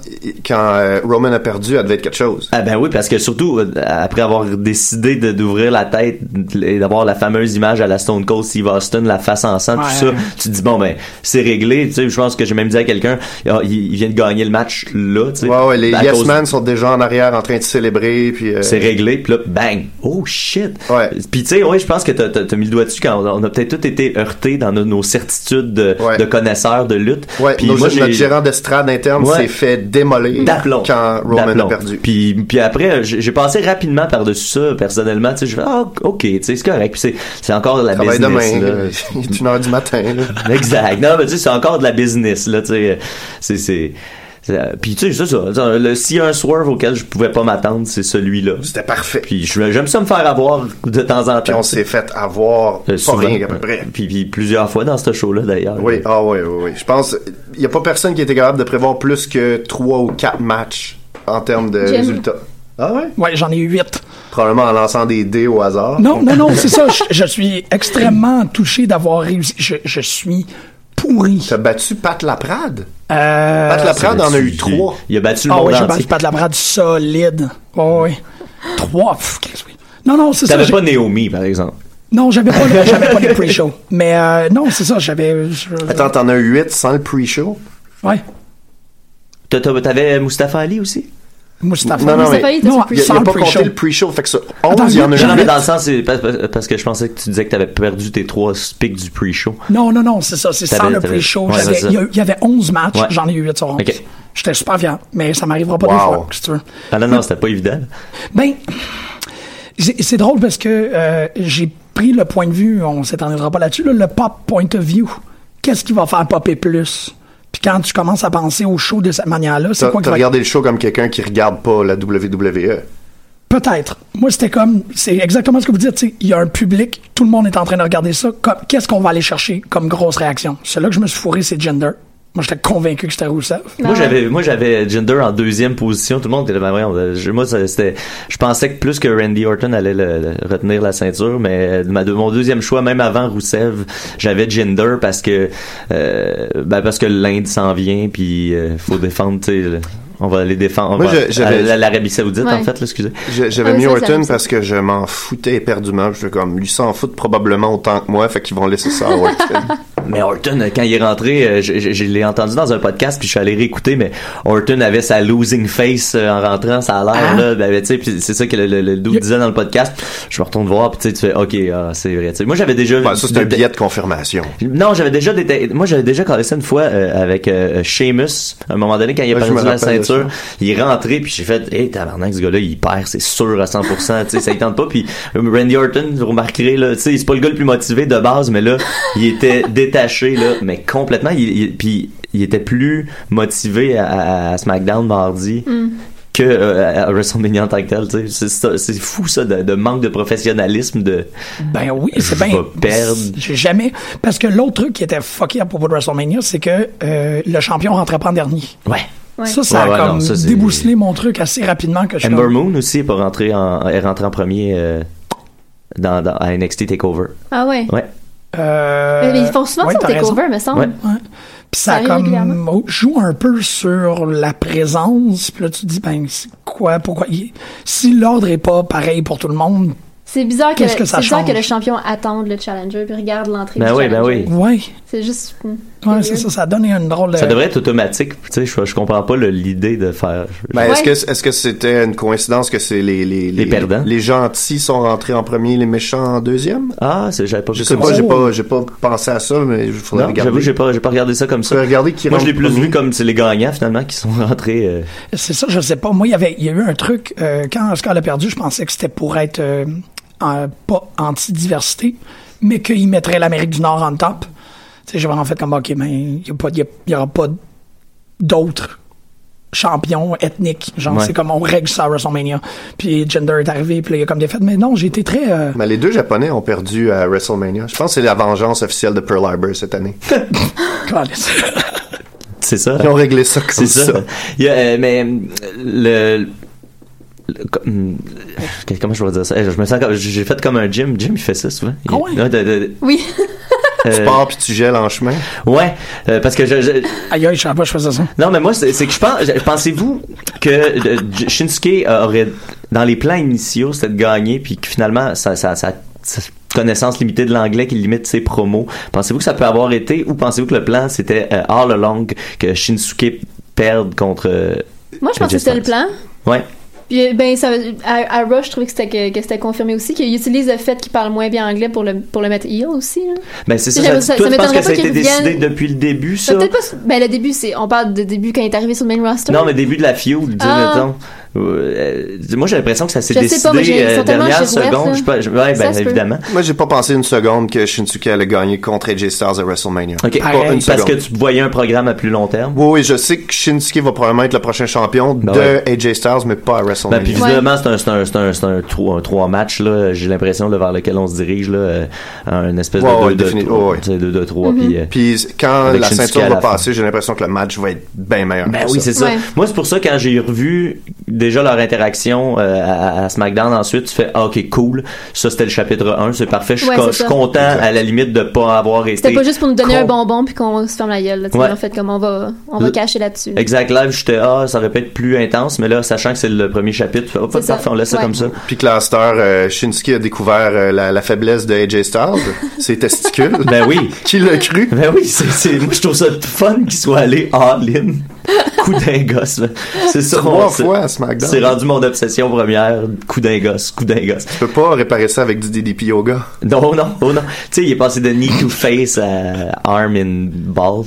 Speaker 8: quand euh, Roman a perdu, elle devait être quelque chose.
Speaker 7: Ah ben oui, parce que surtout, euh, après avoir décidé de- d'ouvrir la tête et d'avoir la fameuse image à la Stone Cold Steve Austin, la face en sang,
Speaker 5: Ouais.
Speaker 7: tout ça, tu te dis, bon ben, c'est réglé. Tu sais, je pense que j'ai même dit à quelqu'un, Ah, il, il vient de gagner le match là, tu sais. Ben,
Speaker 8: Ouais, ouais, les
Speaker 7: à
Speaker 8: Yes
Speaker 7: cause-
Speaker 8: Men sont déjà en arrière en train de célébrer, puis... euh,
Speaker 7: C'est réglé, puis là, bang! Oh shit!
Speaker 8: Ouais.
Speaker 7: Puis tu sais, ouais, je pense que t'as- t'as t'as mis le doigt dessus quand on a- on a peut-être tous été heurtés dans nos, nos certitudes de,
Speaker 8: Ouais.
Speaker 7: de connaisseurs de lutte.
Speaker 8: Ouais,
Speaker 7: Puis
Speaker 8: nos-
Speaker 7: moi, j'ai-
Speaker 8: notre gérant d'estrade interne
Speaker 7: Ouais.
Speaker 8: s'est fait démolir
Speaker 7: d'aplomb
Speaker 8: quand Roman a
Speaker 7: D'aplomb.
Speaker 8: perdu.
Speaker 7: puis puis après euh, j'ai j'ai passé rapidement par dessus ça personnellement tu sais je fais ah ok tu sais c'est correct puis c'est c'est encore de la
Speaker 8: Travaille
Speaker 7: business
Speaker 8: demain,
Speaker 7: là.
Speaker 8: euh. là. il est une heure du matin. là.
Speaker 7: exact non mais tu sais c'est encore de la business là tu sais euh, c'est c'est c'est, euh, puis tu sais c'est ça Ça, le s'il y a un swerve auquel je pouvais pas m'attendre c'est celui-là
Speaker 8: C'était parfait. Puis,
Speaker 7: puis je- j'aime ça me faire avoir de temps en temps
Speaker 8: on s'est fait avoir
Speaker 7: Euh,
Speaker 8: pas
Speaker 7: souvent.
Speaker 8: rien à peu près.
Speaker 7: puis, puis plusieurs fois dans ce show là d'ailleurs Euh,
Speaker 8: Oui, ah oui, oui, oui. Je pense, il n'y a pas personne qui était capable de prévoir plus que trois ou quatre matchs en termes de
Speaker 9: Jim.
Speaker 8: résultats. Ah ouais?
Speaker 5: Ouais, j'en ai eu huit.
Speaker 8: Probablement en lançant des dés au hasard.
Speaker 5: Non, non, non, c'est ça. Je, je suis extrêmement touché d'avoir réussi. Je, je suis pourri.
Speaker 8: T'as battu Pat Laprade?
Speaker 5: Euh,
Speaker 7: Ah,
Speaker 8: Pat Laprade Ah, en a eu
Speaker 7: Il-
Speaker 8: trois.
Speaker 7: il a battu le
Speaker 5: Ah
Speaker 7: monde
Speaker 5: oui, j'ai
Speaker 7: entier.
Speaker 5: battu pas de la brade solide. Oh, oui. Trois. pff, qu'est-ce que- Non, non, c'est ça.
Speaker 7: t'avais
Speaker 5: j'ai-
Speaker 7: pas Naomi par exemple
Speaker 5: Non, j'avais pas, le- j'avais pas les pre-show. Mais euh, non, c'est ça, j'avais. je-
Speaker 8: Attends, t'en as eu huit sans le pre-show?
Speaker 5: Ouais.
Speaker 7: T'as- t'as- t'avais Mustafa Ali aussi
Speaker 5: Mustafa.
Speaker 8: Non, non,
Speaker 9: Mustafa
Speaker 8: mais-
Speaker 9: Ali était
Speaker 5: Non,
Speaker 9: sur
Speaker 8: Il a,
Speaker 9: Pre-Show.
Speaker 8: il a
Speaker 5: Sans
Speaker 8: pas
Speaker 5: le
Speaker 8: compté
Speaker 5: pre-show.
Speaker 8: le pre-show, fait que sur
Speaker 5: Attends,
Speaker 8: 11, il y en a
Speaker 5: je-
Speaker 7: Non,
Speaker 8: eu
Speaker 7: mais
Speaker 8: huit.
Speaker 7: dans le sens, c'est parce- parce parce que je pensais que tu disais que t'avais perdu tes trois pics du pre-show.
Speaker 5: Non, non, non, c'est ça, c'est
Speaker 7: T'avais-
Speaker 5: sans le
Speaker 7: t'avais-
Speaker 5: pre-show.
Speaker 7: ouais,
Speaker 5: J'avais-
Speaker 7: c'est ça.
Speaker 5: Il y a- il y, avait 11 matchs,
Speaker 7: Ouais.
Speaker 5: j'en ai eu 8 sur 11.
Speaker 7: Ok.
Speaker 5: J'étais super fier, mais ça m'arrivera pas
Speaker 8: Wow.
Speaker 5: des fois, si tu veux.
Speaker 7: Ah non, non, c'était pas évident.
Speaker 5: Ben, c'est c'est drôle parce que euh, j'ai pris le point de vue, on s'étendra pas là-dessus, là, le pop point of view. Qu'est-ce qui va faire popper plus? Puis quand tu commences à penser au show de cette manière-là, c'est
Speaker 8: T'as
Speaker 5: quoi qui
Speaker 8: t'as
Speaker 5: va
Speaker 8: regardé le show comme quelqu'un qui regarde pas la E? WWE.
Speaker 5: Peut-être. Moi, c'était comme, c'est exactement ce que vous dites. tu sais, Il y a un public, tout le monde est en train de regarder ça. comme- Qu'est-ce qu'on va aller chercher comme grosse réaction? C'est là que je me suis fourré, c'est gender. Moi, j'étais convaincu que c'était Rousseff.
Speaker 7: Moi, j'avais, moi, j'avais Jinder en deuxième position. Tout le monde était là, Ben voyons, euh, je- moi, ça- c'était, je pensais que plus que Randy Orton allait le- le- retenir la ceinture, mais euh, ma, de, mon deuxième choix, même avant Rousseff, j'avais Jinder parce que, euh, ben, parce que l'Inde s'en vient, puis euh, faut défendre, tu sais, le- on va aller défendre, on
Speaker 8: Moi,
Speaker 7: va-
Speaker 8: je- j'avais-
Speaker 7: à- à l'Arabie Saoudite, en
Speaker 9: Ouais.
Speaker 7: fait, là, excusez.
Speaker 8: Je- J'avais
Speaker 9: Ah oui,
Speaker 8: mis
Speaker 9: ça, ça
Speaker 8: Orton
Speaker 9: arrive, ça.
Speaker 8: parce que je m'en foutais éperdument. Je fais comme, lui s'en fout probablement autant que moi, fait qu'ils vont laisser ça à Orton.
Speaker 7: Mais Orton, euh, quand il est rentré, euh, je, je- je l'ai entendu dans un podcast, puis je suis allé réécouter, mais Orton avait sa losing face euh, en rentrant, ça a l'air,
Speaker 5: Ah.
Speaker 7: là, ben, ben, tu sais, puis c'est ça que le, le, le dude
Speaker 5: Il-
Speaker 7: disait dans le podcast. Je me retourne voir, puis tu sais, tu fais, OK, ah, c'est vrai. tu sais. moi, j'avais déjà...
Speaker 8: Ouais, ça, c'est un billet de confirmation.
Speaker 7: Non, j'avais déjà déta- moi j'avais déjà collé ça une fois euh, avec euh, Sheamus. À un moment donné, quand il a
Speaker 8: Ouais, je
Speaker 7: perdu
Speaker 8: me
Speaker 7: la
Speaker 8: rappelle de
Speaker 7: ceinture, il est rentré puis j'ai fait, hey tabarnak, ce gars-là il perd, c'est sûr à 100%. tu sais, ça y tente pas. Puis euh, Randy Orton, vous remarquerez là, tu sais, c'est pas le gars le plus motivé de base, mais là, il était détaché là, mais complètement. Il, il- puis il était plus motivé à- à, à SmackDown mardi.
Speaker 8: Mm.
Speaker 7: Que euh, à- à WrestleMania en tant que tel, tu sais. c'est ça- c'est fou ça de, de manque de professionnalisme de.
Speaker 5: Ben oui,
Speaker 7: Je
Speaker 5: c'est bien.
Speaker 7: vais perdre.
Speaker 5: J'ai jamais. Parce que l'autre truc qui était fucké à propos de WrestleMania, c'est que euh, le champion rentrait pas en dernier.
Speaker 7: Ouais.
Speaker 5: Ça, ça
Speaker 7: Ouais, ouais,
Speaker 5: a comme
Speaker 7: non, ça, c'est-
Speaker 5: débousselé mon truc assez rapidement que je suis
Speaker 7: Ember
Speaker 5: comme-
Speaker 7: Moon aussi est pas rentrée en, est rentrée en premier euh, dans, dans- à NXT Takeover.
Speaker 9: Ah ouais.
Speaker 7: Ouais.
Speaker 5: Euh,
Speaker 9: Mais ils font souvent
Speaker 5: ouais,
Speaker 9: ça
Speaker 5: t'as
Speaker 9: au
Speaker 5: raison.
Speaker 9: takeover, me semble.
Speaker 7: Ouais.
Speaker 5: Puis ça,
Speaker 9: Ça arrive
Speaker 5: comme
Speaker 9: régulièrement.
Speaker 5: oh, joue un peu sur la présence. Puis là, tu te dis, ben, c'est quoi, pourquoi? il- Si l'ordre est pas pareil pour tout le monde,
Speaker 9: C'est bizarre, que,
Speaker 5: Qu'est-ce que ça
Speaker 9: c'est bizarre
Speaker 5: change?
Speaker 9: que le champion attende le challenger puis regarde l'entrée
Speaker 7: Ben
Speaker 9: du
Speaker 7: oui, ben
Speaker 9: challenger.
Speaker 7: oui.
Speaker 5: ouais,
Speaker 9: C'est juste. hmm,
Speaker 5: ouais
Speaker 9: weird.
Speaker 5: c'est ça, ça a donné une drôle de.
Speaker 8: Euh,
Speaker 7: Ça devrait être automatique. Tu sais, je, je comprends pas le- l'idée de faire. je-
Speaker 8: Ben, est-ce
Speaker 9: Ouais.
Speaker 8: que est-ce que c'était une coïncidence que c'est les les,
Speaker 7: Les perdants.
Speaker 8: les gentils sont rentrés en premier, les méchants en deuxième
Speaker 7: Ah, c'est- j'avais pas vu
Speaker 8: Je sais
Speaker 7: comme
Speaker 8: pas,
Speaker 7: ça.
Speaker 9: Oh.
Speaker 8: j'ai pas j'ai pas pensé à ça, mais il faudrait
Speaker 7: Non, j'avoue,
Speaker 8: regarder.
Speaker 7: j'ai pas, j'ai pas regardé ça comme ça.
Speaker 8: Faudrait regarder qui
Speaker 7: Moi, je l'ai
Speaker 8: rentre
Speaker 7: plus
Speaker 8: premier.
Speaker 7: vu comme c'est les gagnants finalement qui sont rentrés. euh,
Speaker 5: C'est ça, je sais pas. Moi, il y avait, il y a eu un truc euh, quand Oscar l'a perdu, je pensais que c'était pour être euh, en- pas anti-diversité, mais qu'il mettrait l'Amérique du Nord en top. Tu sais, j'ai vraiment fait comme ok, mais il y a pas, de- il y aura pas d'autres champions ethniques. Genre,
Speaker 7: Ouais.
Speaker 5: c'est comme on règle ça à WrestleMania. Puis Gender est arrivé, puis là, il y a comme des fêtes. Mais non, j'ai été très. euh,
Speaker 8: Mais les deux Japonais ont perdu à WrestleMania. Je pense que c'est la vengeance officielle de Pearl Harbor cette année.
Speaker 5: caliste.
Speaker 7: C'est ça.
Speaker 8: Ils ont réglé ça
Speaker 7: C'est
Speaker 8: comme
Speaker 7: ça.
Speaker 8: ça.
Speaker 7: Il y a, euh, mais euh, le, le- co- hum, euh, comment je vais dire ça Eh, Je me sens comme j'ai fait comme un gym. Jim il fait ça souvent. Il-
Speaker 5: Ah ouais?
Speaker 7: Ouais, de- de-
Speaker 9: Oui.
Speaker 8: Tu
Speaker 7: euh,
Speaker 8: pars puis tu gèles en chemin.
Speaker 7: ouais, euh, parce que je- je,
Speaker 5: Aïe, aïe, je savais pas, que je faisais ça.
Speaker 7: Non, mais moi, c'est c'est que je pense. je- Pensez-vous que euh, J- Shinsuke aurait, dans les plans initiaux, c'était de gagner, puis que finalement, sa, sa- sa- sa connaissance limitée de l'anglais qui limite ses promos, pensez-vous que ça peut avoir été, ou pensez-vous que le plan, c'était euh, all along que Shinsuke perde contre. euh,
Speaker 9: Moi, je pense que c'était le
Speaker 7: Just
Speaker 9: plan.
Speaker 7: Dance. Ouais.
Speaker 9: Puis, euh, ben, ça, à, à Rush, je trouvais que c'était, que, que c'était confirmé aussi, qu'il utilise le fait qu'il parle moins bien anglais pour le, pour le mettre heel aussi. là.
Speaker 7: Ben, c'est ça.
Speaker 9: J'avoue,
Speaker 7: ça,
Speaker 9: ça-
Speaker 7: toi,
Speaker 9: ça
Speaker 7: tu penses
Speaker 9: m'étonnerait
Speaker 7: que ça a
Speaker 9: pas
Speaker 7: été
Speaker 9: qu'il
Speaker 7: décidé
Speaker 9: revienne.
Speaker 7: depuis le début, ça?
Speaker 9: C'est peut-être pas. Ben, le début, c'est. On parle de début quand il est arrivé sur le main roster.
Speaker 7: Non, mais début de la feud, dis,
Speaker 9: Ah.
Speaker 7: mettons. Euh, euh, moi, j'ai l'impression que ça s'est
Speaker 9: Je sais
Speaker 7: décidé
Speaker 9: pas, moi, j'ai- ils
Speaker 7: euh,
Speaker 9: sont tellement
Speaker 7: dernière
Speaker 9: girouettes,
Speaker 7: seconde.
Speaker 9: là.
Speaker 7: Je, peux- je- ouais,
Speaker 9: Ça
Speaker 7: ben,
Speaker 9: se peut.
Speaker 7: évidemment.
Speaker 8: Moi, j'ai pas pensé une seconde que Shinsuke allait gagner contre AJ Styles à WrestleMania.
Speaker 7: Ok.
Speaker 8: Pas une
Speaker 7: Parce
Speaker 8: seconde.
Speaker 7: que tu voyais un programme à plus long terme.
Speaker 8: Oui, oui, je sais que Shinsuke va probablement être le prochain champion
Speaker 7: Ben
Speaker 8: de
Speaker 7: ouais.
Speaker 8: AJ Styles, mais pas à
Speaker 7: Ben,
Speaker 8: WrestleMania.
Speaker 7: puis visiblement, c'est un, c'est un, c'est un, c'est un, trois, un trois matchs, là, j'ai l'impression, là, vers lequel on se dirige, là, euh, un espèce
Speaker 8: Ouais, ouais,
Speaker 7: de 2 de
Speaker 8: défini-
Speaker 7: trois,
Speaker 8: ouais, ouais.
Speaker 7: tu sais, deux, deux, trois,
Speaker 9: Mm-hmm.
Speaker 7: puis, euh,
Speaker 8: Puis quand
Speaker 7: Avec
Speaker 8: la
Speaker 7: Shinsuke à
Speaker 8: ceinture
Speaker 7: la
Speaker 8: va
Speaker 7: fin.
Speaker 8: passer, j'ai l'impression que le match va être bien meilleur.
Speaker 7: ben
Speaker 8: que
Speaker 7: oui,
Speaker 8: ça.
Speaker 7: c'est ça.
Speaker 9: Ouais.
Speaker 7: Moi, c'est pour ça, quand j'ai revu déjà leur interaction euh, à, à SmackDown ensuite, tu fais, ah, ok, cool, ça, c'était le chapitre 1, c'est parfait, je suis
Speaker 9: Ouais,
Speaker 7: con-
Speaker 9: c'est
Speaker 7: je suis
Speaker 9: ça.
Speaker 7: content, à la limite, de pas avoir été...
Speaker 9: C'était pas juste pour nous donner un
Speaker 7: con-
Speaker 9: bonbon puis qu'on se ferme la gueule. Là, tu sais,
Speaker 7: Ouais.
Speaker 9: En fait, comme on va, on va
Speaker 7: Le-
Speaker 9: cacher là-dessus.
Speaker 7: Exact, live, j'étais, ah, ça aurait pu être plus intense, mais là, sachant que c'est le premier chapitre, tu fais, oh,
Speaker 9: C'est ça.
Speaker 7: parfait, on laisse ça
Speaker 9: Ouais.
Speaker 7: comme ça.
Speaker 8: Puis que la star, euh, Shinsuke a découvert euh, la, la faiblesse de AJ Styles, ses testicules.
Speaker 7: Ben oui.
Speaker 8: Qui l'a cru?
Speaker 7: Ben oui, c'est, c'est- moi je trouve ça fun qu'il soit allé all-in. Coup d'un gosse. là. C'est ça
Speaker 8: Trois
Speaker 7: mon-
Speaker 8: fois à
Speaker 7: C'est,
Speaker 8: SmackDown.
Speaker 7: c'est rendu mon obsession première. Coup d'un gosse, coup d'un gosse.
Speaker 8: Tu peux pas réparer ça avec du DDP yoga.
Speaker 7: Non, oh non, oh non. Tu sais, il est passé de knee to face à arm in balls.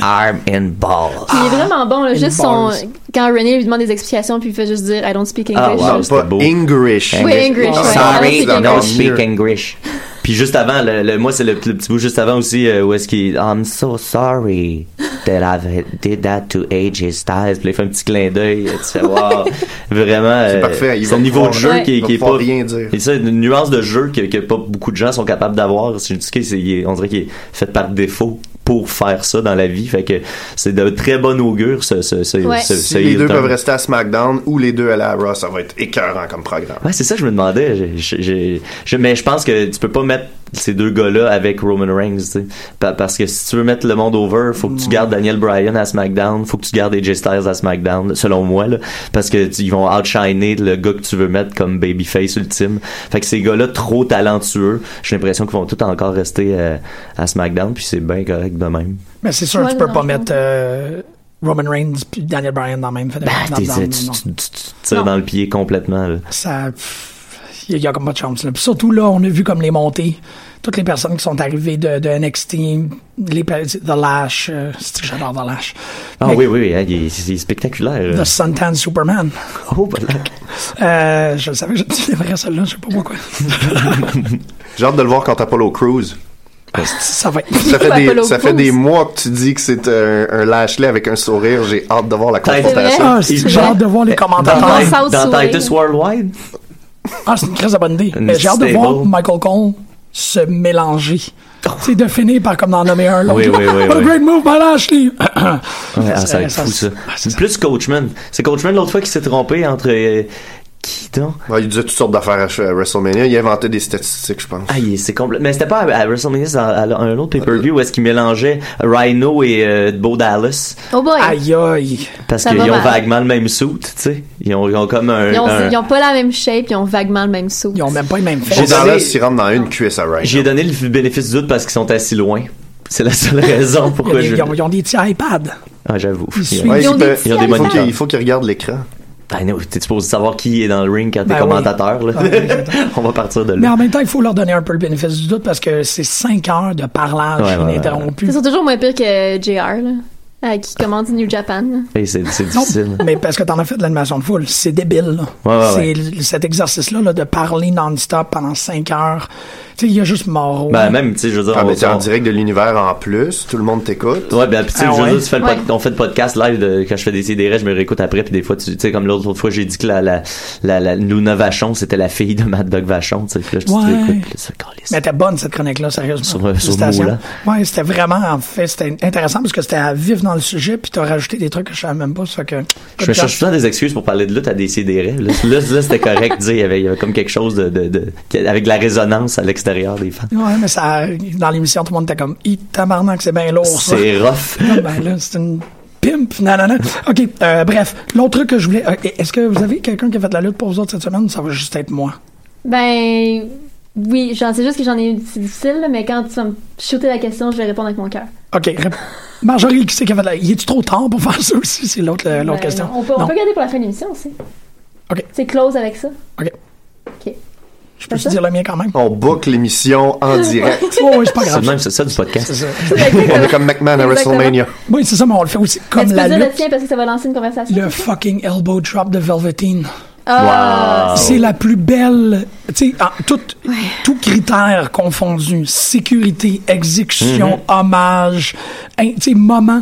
Speaker 7: arm in balls.
Speaker 9: Puis il est vraiment bon, là,
Speaker 5: in
Speaker 9: juste son.
Speaker 5: bars.
Speaker 9: Quand René lui demande des explications, puis il fait juste dire I don't speak English.
Speaker 7: Ah, wow.
Speaker 8: Non,
Speaker 7: c'était
Speaker 8: pas
Speaker 7: beau. Hein?
Speaker 8: English.
Speaker 9: Oui, English.
Speaker 8: Ah,
Speaker 7: Sorry,
Speaker 9: ouais. I don't speak
Speaker 7: no
Speaker 9: English.
Speaker 7: speak English. Puis juste avant, le, le- moi c'est le, le petit bout juste avant aussi euh, où est-ce qu'il I'm so sorry that I did that to AJ Styles. Puis là, il fait un petit clin d'œil. euh, Tu fais wow, vraiment. euh,
Speaker 8: parfait, il
Speaker 7: C'est
Speaker 8: va
Speaker 7: un niveau de
Speaker 8: pouvoir-
Speaker 7: jeu
Speaker 9: Ouais.
Speaker 7: qui,
Speaker 8: il va
Speaker 7: qui est
Speaker 8: pouvoir
Speaker 7: pas
Speaker 8: rien dire.
Speaker 7: Et ça, une nuance de jeu que, que pas beaucoup de gens sont capables d'avoir. C'est juste que c'est- il est- on dirait qu'il est fait par défaut pour faire ça dans la vie. Fait que c'est de très bon augure ce ce ce,
Speaker 9: Ouais.
Speaker 7: ce-
Speaker 8: Si
Speaker 7: ce
Speaker 8: les deux
Speaker 7: Hilton.
Speaker 8: peuvent rester à SmackDown ou les deux à la Raw, ça va être écœurant comme programme.
Speaker 7: Ouais, c'est ça que je me demandais. J'ai- j'ai- j'ai- je- mais je pense que tu peux pas mettre ces deux gars-là avec Roman Reigns. tu sais. Pa- parce que si tu veux mettre le monde over, faut que tu gardes Daniel Bryan à SmackDown, faut que tu gardes AJ Styles à SmackDown, selon moi, là, parce que tu- ils vont outshiner le gars que tu veux mettre comme babyface ultime. Fait que ces gars-là trop talentueux, j'ai l'impression qu'ils vont tout encore rester euh, à SmackDown, puis c'est bien correct de même.
Speaker 5: Mais c'est sûr,
Speaker 9: Ouais,
Speaker 5: tu peux
Speaker 9: non,
Speaker 5: pas
Speaker 9: je
Speaker 5: mettre euh, Roman Reigns puis Daniel Bryan dans la même fédération.
Speaker 7: Bah,
Speaker 5: dans-
Speaker 7: t'es-
Speaker 5: dans-
Speaker 7: tu,
Speaker 5: non.
Speaker 7: tu- tu- tu te tires
Speaker 5: Non.
Speaker 7: dans le pied complètement. là.
Speaker 5: ça il y, a comme pas de chance là. Puis surtout là on a vu comme les montées toutes les personnes qui sont arrivées de, de NXT les pe- The Lash euh, c'est- j'adore The Lash
Speaker 7: Ah
Speaker 5: Mais-
Speaker 7: oui, oui, oui, hein, il est- c'est spectaculaire.
Speaker 5: The Suntan Superman
Speaker 7: Oh, voilà.
Speaker 5: euh, je le savais que je vrai celle-là je sais pas pourquoi
Speaker 8: J'ai hâte de le voir quand Apollo Crews.
Speaker 5: ça va être
Speaker 8: Ça fait, des,
Speaker 9: Apollo
Speaker 8: ça fait
Speaker 9: Crews.
Speaker 8: des mois que tu dis que c'est un, un lâchelet avec un sourire. J'ai hâte de voir la
Speaker 7: Tête.
Speaker 8: confrontation.
Speaker 5: ah, c'est-
Speaker 7: Il-
Speaker 5: j'ai hâte de voir les
Speaker 7: Ben, Dans,
Speaker 5: commentateurs
Speaker 9: Dans
Speaker 7: Titus-
Speaker 9: South
Speaker 7: dans
Speaker 9: Soleil.
Speaker 7: Titus Worldwide,
Speaker 5: ah c'est une très bonne idée
Speaker 7: Une
Speaker 5: Mais j'ai hâte de
Speaker 7: stable.
Speaker 5: voir Michael Cole se mélanger c'est de finir par comme d'en nommer un l'autre.
Speaker 7: Oui, oui, oui,
Speaker 5: What a
Speaker 7: oui.
Speaker 5: great move by Lashley
Speaker 7: Ouais, ah, ça va être fou, ça. Plus Coachman. C'est Coachman l'autre fois qui s'est trompé entre. euh, qui donc
Speaker 8: Ouais, il disait toutes sortes d'affaires à, à WrestleMania. Il inventait des statistiques, je pense.
Speaker 7: Ah, il- c'est complet. Mais c'était pas à, à WrestleMania, c'est à, à un autre pay-per-view où est-ce qu'il mélangeait Rhino et euh, Bo Dallas
Speaker 9: Oh boy!
Speaker 5: aïe aïe
Speaker 7: parce
Speaker 9: Ça
Speaker 7: qu'ils
Speaker 9: va
Speaker 7: ont
Speaker 9: mal.
Speaker 7: vaguement le même suit, tu sais. Ils ont, ils ont comme un.
Speaker 9: Ils ont,
Speaker 7: un-
Speaker 9: ils ont pas la même shape, ils ont vaguement le même saut.
Speaker 5: ils ont même pas les mêmes
Speaker 8: Bon,
Speaker 5: fesses
Speaker 7: J'ai donné-
Speaker 8: Dallas, il rentre dans une cuisse à Ryan.
Speaker 7: J'y ai donné le bénéfice du doute parce qu'ils sont assis loin. C'est la seule raison
Speaker 5: ils ont,
Speaker 7: pourquoi
Speaker 5: des-
Speaker 7: je.
Speaker 5: ils ont- ils ont des petits iPads
Speaker 7: Ah, j'avoue.
Speaker 5: Ils suivent.
Speaker 8: Ouais,
Speaker 9: Ils ont
Speaker 8: il
Speaker 9: des
Speaker 8: peut-
Speaker 9: petits
Speaker 7: Ils ont des
Speaker 8: il faut
Speaker 7: bonnes
Speaker 8: qu'il-
Speaker 7: cartes.
Speaker 8: il faut qu'il regarde l'écran.
Speaker 7: Ben non, t'es supposé savoir qui est dans le ring quand t'es
Speaker 5: Ben oui.
Speaker 7: commentateur, là.
Speaker 5: Ah, oui.
Speaker 7: On va partir de
Speaker 5: Mais
Speaker 7: là.
Speaker 5: en même temps, il faut leur donner un peu le bénéfice du doute parce que c'est cinq heures de parlage
Speaker 7: Ouais, ouais, ouais.
Speaker 5: ininterrompu.
Speaker 9: Ils sont toujours moins pires que JR, là, euh, qui commande New Japan.
Speaker 7: Hey, c'est c'est
Speaker 5: Non,
Speaker 7: difficile.
Speaker 5: mais parce que t'en as fait de l'animation de foule, c'est débile.
Speaker 7: Ouais, ouais,
Speaker 5: là. c'est l- cet exercice-là là, de parler non-stop pendant cinq heures. Tu sais, il y a juste Moro.
Speaker 7: Ben même, tu sais, je veux dire,
Speaker 8: Ah,
Speaker 7: on,
Speaker 8: mais t'es en
Speaker 7: on-
Speaker 8: direct de l'univers en plus. Tout le monde t'écoute.
Speaker 7: Ouais, ben, pis tu sais,
Speaker 5: Ah
Speaker 7: je veux
Speaker 5: ouais?
Speaker 7: dire, tu fais le pod-
Speaker 9: Ouais.
Speaker 7: on fait le podcast live de- quand je fais des CDR, je me réécoute après, puis des fois, tu tu sais, comme l'autre fois, j'ai dit que la, la, la, la Luna Vachon, c'était la fille de Mad Dog Vachon, tu sais, puis là, je te
Speaker 5: Ouais.
Speaker 7: réécoute, puis là, c'est calisse.
Speaker 5: Mais t'es bonne cette chronique-là, sérieusement.
Speaker 7: Sur, euh, sur
Speaker 5: Félicitations.
Speaker 7: Moula.
Speaker 5: Ouais, c'était vraiment, en fait, c'était intéressant parce que c'était à vivre dans le sujet, puis t'as rajouté des trucs que je savais même pas. Ça fait que,
Speaker 7: Je me cherche souvent des excuses pour parler de lutte à des CDR. Là, là, là, c'était correct, tu sais, il y avait il y avait comme quelque chose de, de, de- qui- avec de la résonance à l'extérieur des fans.
Speaker 5: Ouais, mais ça, dans l'émission, tout le monde était comme, i tabarnak, c'est bien lourd, Oh, ça.
Speaker 7: C'est rough.
Speaker 5: Non, ben là, c'est une pimp. Non, non, non. OK, euh, bref. L'autre truc que je voulais... euh, Est-ce que vous avez quelqu'un qui a fait de la lutte pour vous autres cette semaine? Ça va juste être moi.
Speaker 9: Ben, oui, j'en sais juste que j'en ai une c'est difficile, là, mais quand tu vas me shooter la question, je vais répondre avec mon cœur.
Speaker 5: OK. rép- Marjorie, qui c'est qui a fait de la... Il est-tu trop tard pour faire ça aussi? C'est l'autre euh, l'autre
Speaker 9: Ben,
Speaker 5: question.
Speaker 9: On peut, on
Speaker 5: Non.
Speaker 9: peut garder pour la fin de l'émission aussi.
Speaker 5: Ok.
Speaker 9: C'est close avec ça.
Speaker 5: OK.
Speaker 9: Ok.
Speaker 5: Je peux
Speaker 9: C'est ça?
Speaker 5: te dire le mien quand même?
Speaker 8: On boucle l'émission en direct.
Speaker 5: Oh, oui, c'est pas
Speaker 7: C'est
Speaker 5: grave.
Speaker 7: de même, c'est ça du
Speaker 5: C'est
Speaker 7: podcast.
Speaker 5: ça.
Speaker 8: On est comme McMahon à
Speaker 9: Exactement.
Speaker 8: WrestleMania.
Speaker 5: Oui, c'est ça, mais on le fait aussi
Speaker 9: Mais
Speaker 5: comme
Speaker 9: tu peux
Speaker 5: la
Speaker 9: dire le
Speaker 5: lutte.
Speaker 9: tien parce que ça va lancer une conversation.
Speaker 5: Le fucking elbow drop de Velveteen.
Speaker 9: Ah,
Speaker 7: Wow.
Speaker 5: C'est la plus belle, tu sais, en tout, tout critère confondu, sécurité, exécution,
Speaker 7: Mm-hmm.
Speaker 5: hommage, hein, tu sais, moment,